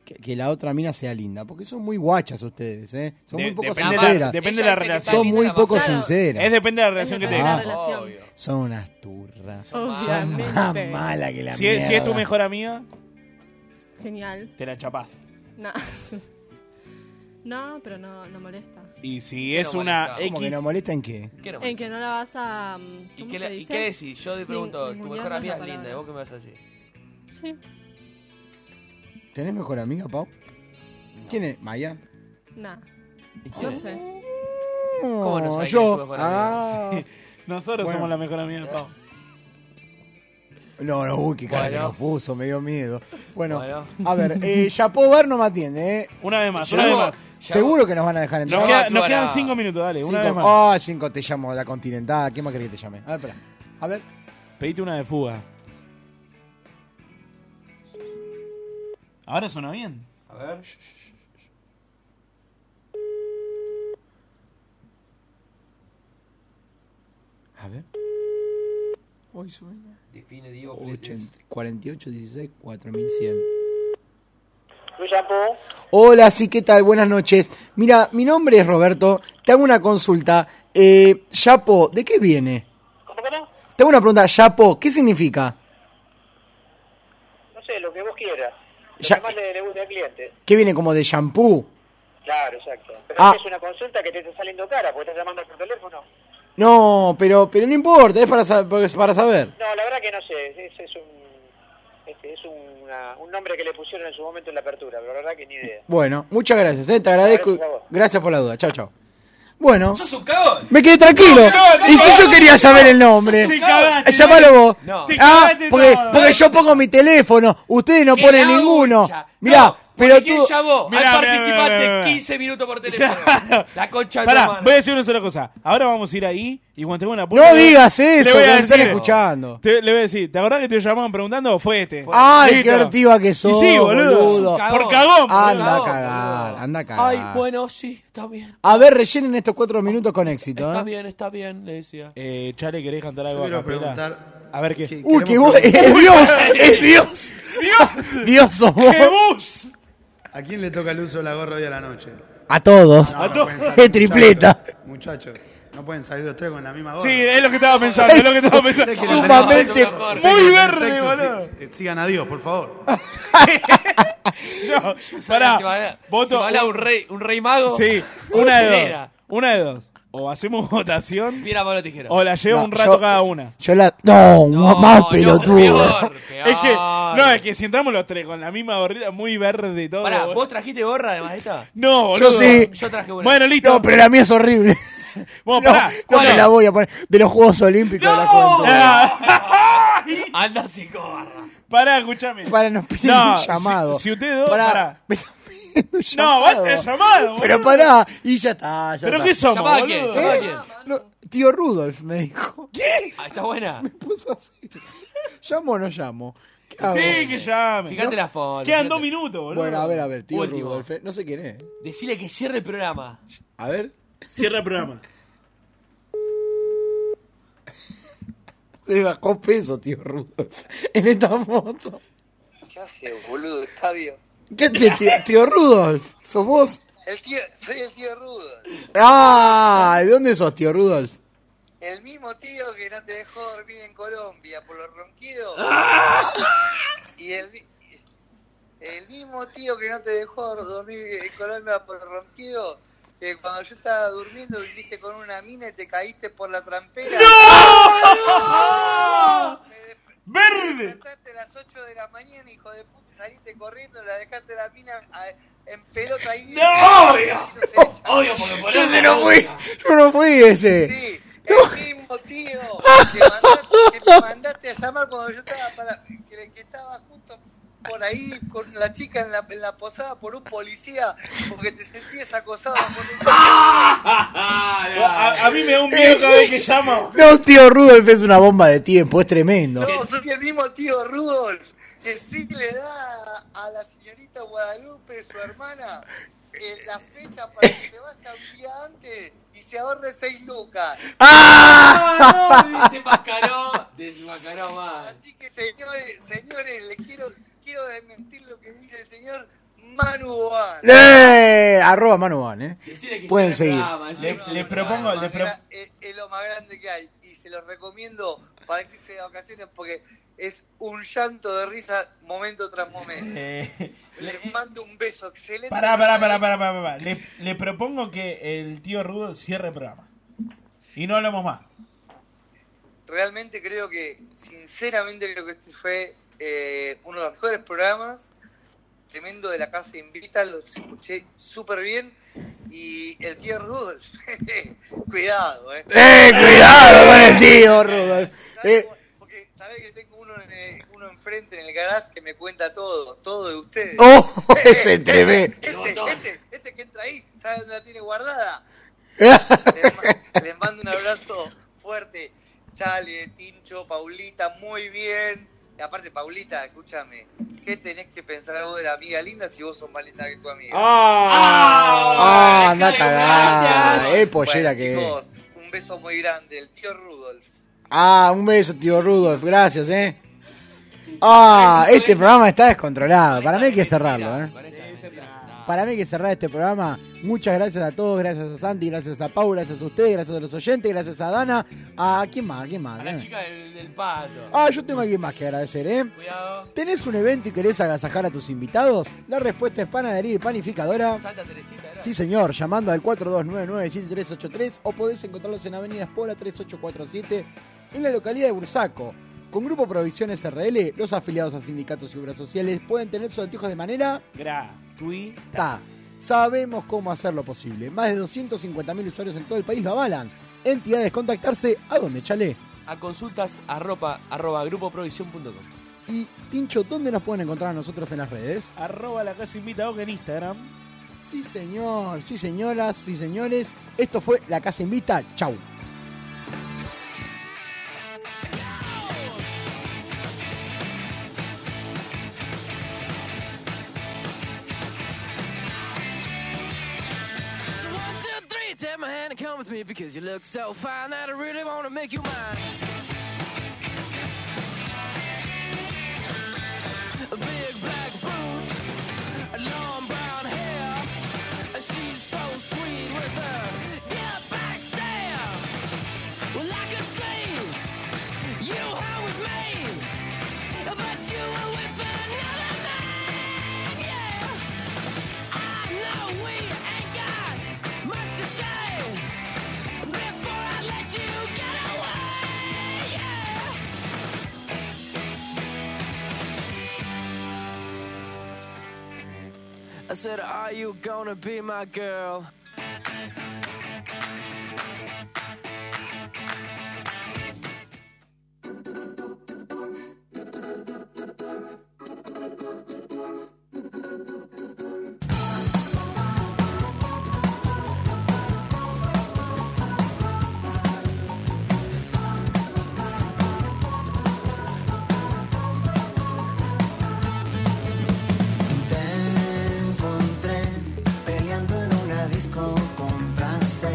S6: que, que la otra mina sea linda? Porque son muy guachas ustedes, ¿eh? Son
S8: De-
S6: muy poco
S8: depende de la-
S6: sinceras.
S8: depende de la Ella dice que relación.
S6: Son
S8: está
S6: muy
S8: linda,
S6: poco
S8: claro.
S6: sinceras.
S8: Es depende de la relación que tengas. Obvio.
S6: Son unas turras.
S2: Obviamente.
S6: Son más malas que la
S8: si, es, si es tu
S6: mierda.
S8: mejor amiga,
S2: Genial.
S8: te la chapás.
S2: No. no, pero no, no molesta.
S8: Y si
S6: ¿Qué
S8: es
S6: no
S8: una
S6: molesta?
S8: X.
S6: ¿Cómo que no molesta en qué?
S2: En que no la vas a. mm,
S7: ¿Y
S2: ¿cómo
S7: qué,
S2: se
S7: le- y
S2: dice?
S7: qué decís? Yo te pregunto,
S2: Nin-
S7: tu
S2: ningunear
S7: mejor
S2: no
S7: amiga
S2: la
S7: es linda, ¿y
S2: palabra.
S7: vos qué me vas a decir?
S2: Sí.
S6: ¿Tenés mejor amiga, Pau? ¿Quién es? ¿Maya?
S2: Nah.
S7: quién
S2: No
S7: es?
S2: sé.
S8: ¿Cómo no sabés que es tu
S6: Yo.
S8: mejor
S6: Ah.
S8: amiga? Nosotros
S6: Bueno.
S8: somos la mejor amiga de Pau.
S6: No, no, uy, qué cara que
S8: Bueno.
S6: nos puso, me dio miedo. Bueno,
S8: Bueno.
S6: a ver, eh, Chapó Bar no me atiende, ¿eh?
S8: Una vez más, una vez más.
S6: Seguro que nos van a dejar entrar.
S8: Nos, queda- nos quedan cinco minutos, dale, una vez
S6: Cinco-
S8: más.
S6: Ah, cinco, te llamo, la Continental. ¿Qué más querés que te llame? A ver, espera. A ver.
S8: Pedite una de fuga. Ahora suena bien.
S7: A ver.
S6: A ver. Hoy suena.
S7: Define, Diego.
S6: 80, 48, 16, 4100.
S3: Chapo.
S6: Hola, sí, ¿qué tal? Buenas noches. Mira, mi nombre es Roberto. Te hago una consulta. Eh, Chapo, ¿de qué viene? Te hago una pregunta. Chapo, ¿qué significa?
S3: No sé, lo que vos quieras. Lo
S6: Ya-
S3: que más le, le guste al cliente.
S6: ¿Qué viene como de shampoo?
S3: Claro, exacto. Pero
S6: Ah.
S3: es una consulta que te está saliendo cara porque estás llamando por teléfono.
S6: No, pero, pero no importa, es para, sa- porque es para saber.
S3: No, la verdad que no sé. Es, es un este, es una- un nombre que le pusieron en su momento en la apertura, pero la verdad que ni idea.
S6: Bueno, muchas gracias, eh, te agradezco. y-
S3: Gracias a vos.
S6: Gracias por la duda, chao, chao. Bueno,
S7: ¡Sos un cagón!
S6: me quedé tranquilo. Y si yo quería saber el nombre, Eh,
S7: Te cagaste,
S6: llámalo
S7: no.
S6: vos.
S7: No. Te
S6: Ah,
S7: cagaste
S6: porque,
S7: todo.
S6: porque yo pongo mi teléfono, ustedes no
S7: ¡Qué
S6: ponen
S7: gaucha!
S6: ninguno. Mirá, pero
S7: ¿Quién
S6: tú.
S7: llamó?
S8: Mirá, mirá,
S7: Al
S8: mirá,
S7: participante
S8: mirá, mirá.
S7: 15 minutos por teléfono. La concha de tu
S8: Pará,
S7: hermana.
S8: voy a decir una sola cosa. Ahora vamos a ir ahí y cuando tengo una
S6: No digas eso, que nos están escuchando.
S8: Te- le voy a decir, ¿te acordás que te llamaban preguntando o fue este?
S6: Ay, qué
S8: Listo.
S6: hortiva que sos.
S8: Y sí, boludo. Por cagón.
S6: Anda a
S8: boludo.
S6: cagar, anda a
S7: Ay,
S6: cagar.
S7: bueno, sí, está bien.
S6: A ver, rellenen estos cuatro minutos con éxito.
S7: Está
S6: ¿eh?
S7: bien, está bien, le decía.
S8: Eh, Chale, ¿querés cantar
S7: Yo
S8: algo
S7: quiero
S8: a capela?
S7: preguntar
S8: A ver qué.
S6: Uy, que vos. ¡Es Dios! ¡Es Dios! ¡Dios! ¡Dios sos vos!
S4: ¿A quién le toca el uso de la gorra hoy a la noche?
S6: A todos.
S4: No, no
S6: A todos.
S4: pueden salir,
S6: ¡Qué tripleta!
S4: Muchachos, muchachos, no pueden salir los tres con la misma gorra.
S8: Sí, es lo que estaba pensando, es lo que estaba pensando.
S4: Ustedes quieren
S8: Sumamente
S4: tener sexo, ustedes
S8: muy
S4: quieren tener
S8: verde,
S4: sexo,
S8: boludo.
S4: si- si- Sigan a Dios, por favor.
S8: Yo,
S7: Se va a-
S8: pará, voto.
S7: se va a hablar un rey- un rey mago.
S8: Sí,
S7: O
S8: una de dos.
S7: tijera.
S8: Una de dos. O hacemos votación.
S7: Mira, Pablo Tijera.
S8: O la lleva
S6: No,
S8: un rato
S6: yo-
S8: cada una.
S6: Yo la. No, más pelotudo.
S8: Es que, no, es que si entramos los tres con la misma gorrita muy verde y todo.
S7: Pará,
S8: boludo.
S7: ¿vos trajiste gorra además de esta?
S8: No,
S6: Yo
S8: boludo.
S6: sí.
S7: Yo traje una.
S8: Bueno, listo.
S6: No, pero la mía es horrible.
S8: Vos,
S6: No,
S8: pará.
S6: no
S8: ¿cuál
S6: te
S8: es?
S6: la voy a poner. De los Juegos Olímpicos de la Juventud.
S7: Anda sin gorra.
S8: Pará, escúchame.
S6: Para, nos piden
S8: No,
S6: un llamado.
S8: Si, si ustedes dos,
S6: Pará,
S8: pará.
S6: me están pidiendo un
S8: No, basta de llamado,
S6: Pero
S8: boludo.
S6: pará, y ya está. Ya
S8: ¿Pero
S6: está.
S8: qué somos, ¿Llamá a boludo? quién? ¿Llamá a
S6: ¿Eh?
S8: quién?
S6: No, tío Rudolf me dijo.
S8: ¿Qué?
S7: Ah, está buena.
S6: Puso así. ¿Llamo o no llamo? ¿Qué hago?
S8: Sí, que llame.
S7: Fíjate la foto.
S8: Quedan
S7: fíjate.
S8: dos minutos, boludo.
S6: Bueno, a ver, a ver, tío
S7: Último.
S6: Rudolf. eh, No sé quién es.
S7: Decile que cierre el programa.
S6: A ver.
S8: Cierra el programa.
S6: Se bajó peso, tío Rudolf. En esta foto.
S21: ¿Qué haces, boludo, Octavio?
S6: ¿Qué te- tío, tío Rudolf? ¿Sos vos?
S21: El tío, soy el tío Rudo,
S6: ¡Ah! ¿De dónde sos, tío Rudolf?
S21: el mismo tío que no te dejó dormir en Colombia por los ronquidos. Y el, mi- el mismo tío que no te dejó dormir en Colombia por los ronquidos, que cuando yo estaba durmiendo viniste con una mina y te caíste por la trampera. Me, desp-
S8: Verde.
S21: Despertaste a las 8 de la mañana, hijo de puta, y saliste corriendo, la dejaste a la mina a- en pelota ahí.
S5: No, obvio. Obvio, porque por
S6: Yo
S5: eso
S6: ese no fui. Yo no fui ese.
S21: Sí, el mismo tío
S8: Ah,
S21: que, mandaste, que me mandaste a llamar cuando yo estaba para que, que estaba justo por ahí con la chica en la, en la posada por un policía porque te sentías acosado por un
S8: ah, A, a mí me da un miedo cada vez que llamo.
S6: No, tío Rudolf es una bomba de tiempo, es tremendo.
S21: No, soy el mismo tío Rudolf que sí le da a la señorita Guadalupe, su hermana, eh, la fecha para que se vaya un día antes y se ahorre seis lucas.
S5: ¡Ah! No, dice Mascaró,
S7: dice Mascaró más.
S21: Así que señores, señores, le quiero, quiero desmentir lo que dice el señor Manu Boan.
S6: ¡Eh! Arroba Manuban, ¿eh?
S21: Decile que
S6: Pueden
S21: siga
S6: seguir.
S21: el programa,
S8: Le-
S21: No,
S8: le
S21: no,
S8: propongo-
S21: es lo
S8: le
S21: más
S8: pro-
S21: gra- es, es lo más grande que hay y se lo recomiendo para irse de vacaciones porque es un llanto de risa momento tras momento.
S8: Eh,
S21: Les mando un beso excelente.
S8: Pará, pará, pará, pará, pará, pará. Le, le propongo que el tío Rudo cierre el programa. Y no hablamos más.
S21: Realmente creo que, sinceramente, creo que este fue eh, uno de los mejores programas. Tremendo de la casa invita, los escuché súper bien. Y el tío Rudolf, cuidado, eh.
S6: ¡Eh! ¡Cuidado con el tío Rudolf! Eh,
S21: Sabés que tengo uno, en, eh, uno enfrente en el garage que me cuenta todo, todo de ustedes.
S6: ¡Oh! ¡Ese tremendo!
S21: Este, este, este que entra ahí, ¿sabe dónde la tiene guardada? les, ma- les mando un abrazo fuerte. Chale, Tincho, Paulita, muy bien. Y aparte, Paulita, escúchame, ¿qué tenés que pensar vos de la amiga linda si vos sos más linda que tu amiga?
S6: ¡Ah! anda a cagar! ¡Eh, pollera
S21: Bueno,
S6: que es!
S21: chicos, un beso muy grande, el tío Rudolf.
S6: ¡Ah! Un beso, tío Rudolf, gracias, ¿eh? ¡Ah! Este programa está descontrolado. Para mí hay que cerrarlo, ¿eh? Para mí hay que cerrar este programa. Muchas gracias a todos, gracias a Santi, gracias a Pau, gracias a ustedes, gracias a los oyentes, gracias a Dana. ¿A quién más? ¿A quién más? Eh.
S7: A la chica del, del pato.
S6: Ah, yo tengo a alguien más que agradecer, ¿eh?
S7: Cuidado.
S6: ¿Tenés un evento y querés agasajar a tus invitados? La respuesta es panadería y
S8: ah.
S6: panificadora.
S7: Santa Teresita, era.
S6: Sí, señor, llamando al 4299-7383 o podés encontrarlos en Avenida Espora 3847 en la localidad de Bursaco. Con Grupo Provisiones RL, los afiliados a sindicatos y obras sociales pueden tener sus anteojos de manera
S7: Gratuita.
S6: Ta. Sabemos cómo hacerlo posible. Más de 250.000 usuarios en todo el país lo avalan. Entidades, contactarse. ¿A dónde, Chale?
S7: A consultas arropa, arroba grupoprovisión.com.
S6: Y, Tincho, ¿dónde nos pueden encontrar a nosotros en las redes?
S8: Arroba la casa invita Oca en Instagram.
S6: Sí, señor. Sí, señoras. Sí, señores. Esto fue La Casa Invita. Chau.
S5: So one, two, three, take my hand and come with me because you look so fine that I really want to make you mine. Big black boots, long brown hair. She's so sweet with her get back stare. Well, I could sing you are with me, but you were with another man. Yeah. I know we ain't got much to say before I let you get away. Yeah. I said, Are you gonna be my girl?
S9: Te encontré peleando en una disco con trans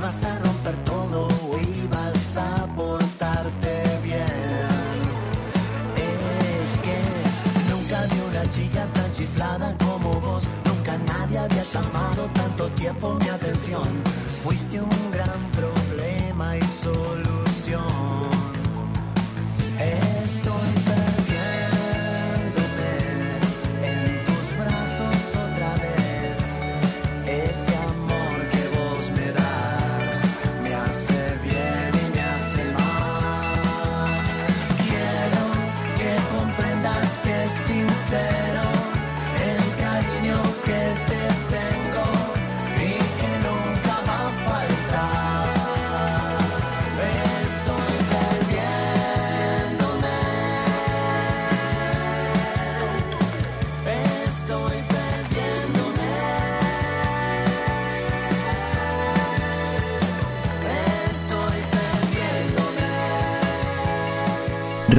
S5: Vas a romper todo y vas a portarte bien. Es que nunca vi una chica tan chiflada como vos. Nunca nadie había llamado tanto tiempo mi atención. Fuiste un gran problema y solución. Estoy perdiéndome en tus brazos otra vez. Ese amor que vos me das me hace bien y me hace mal. Quiero que comprendas que es sincero el cariño que te tengo y que nunca va a faltar. Estoy perdiéndome. Estoy perdiéndome.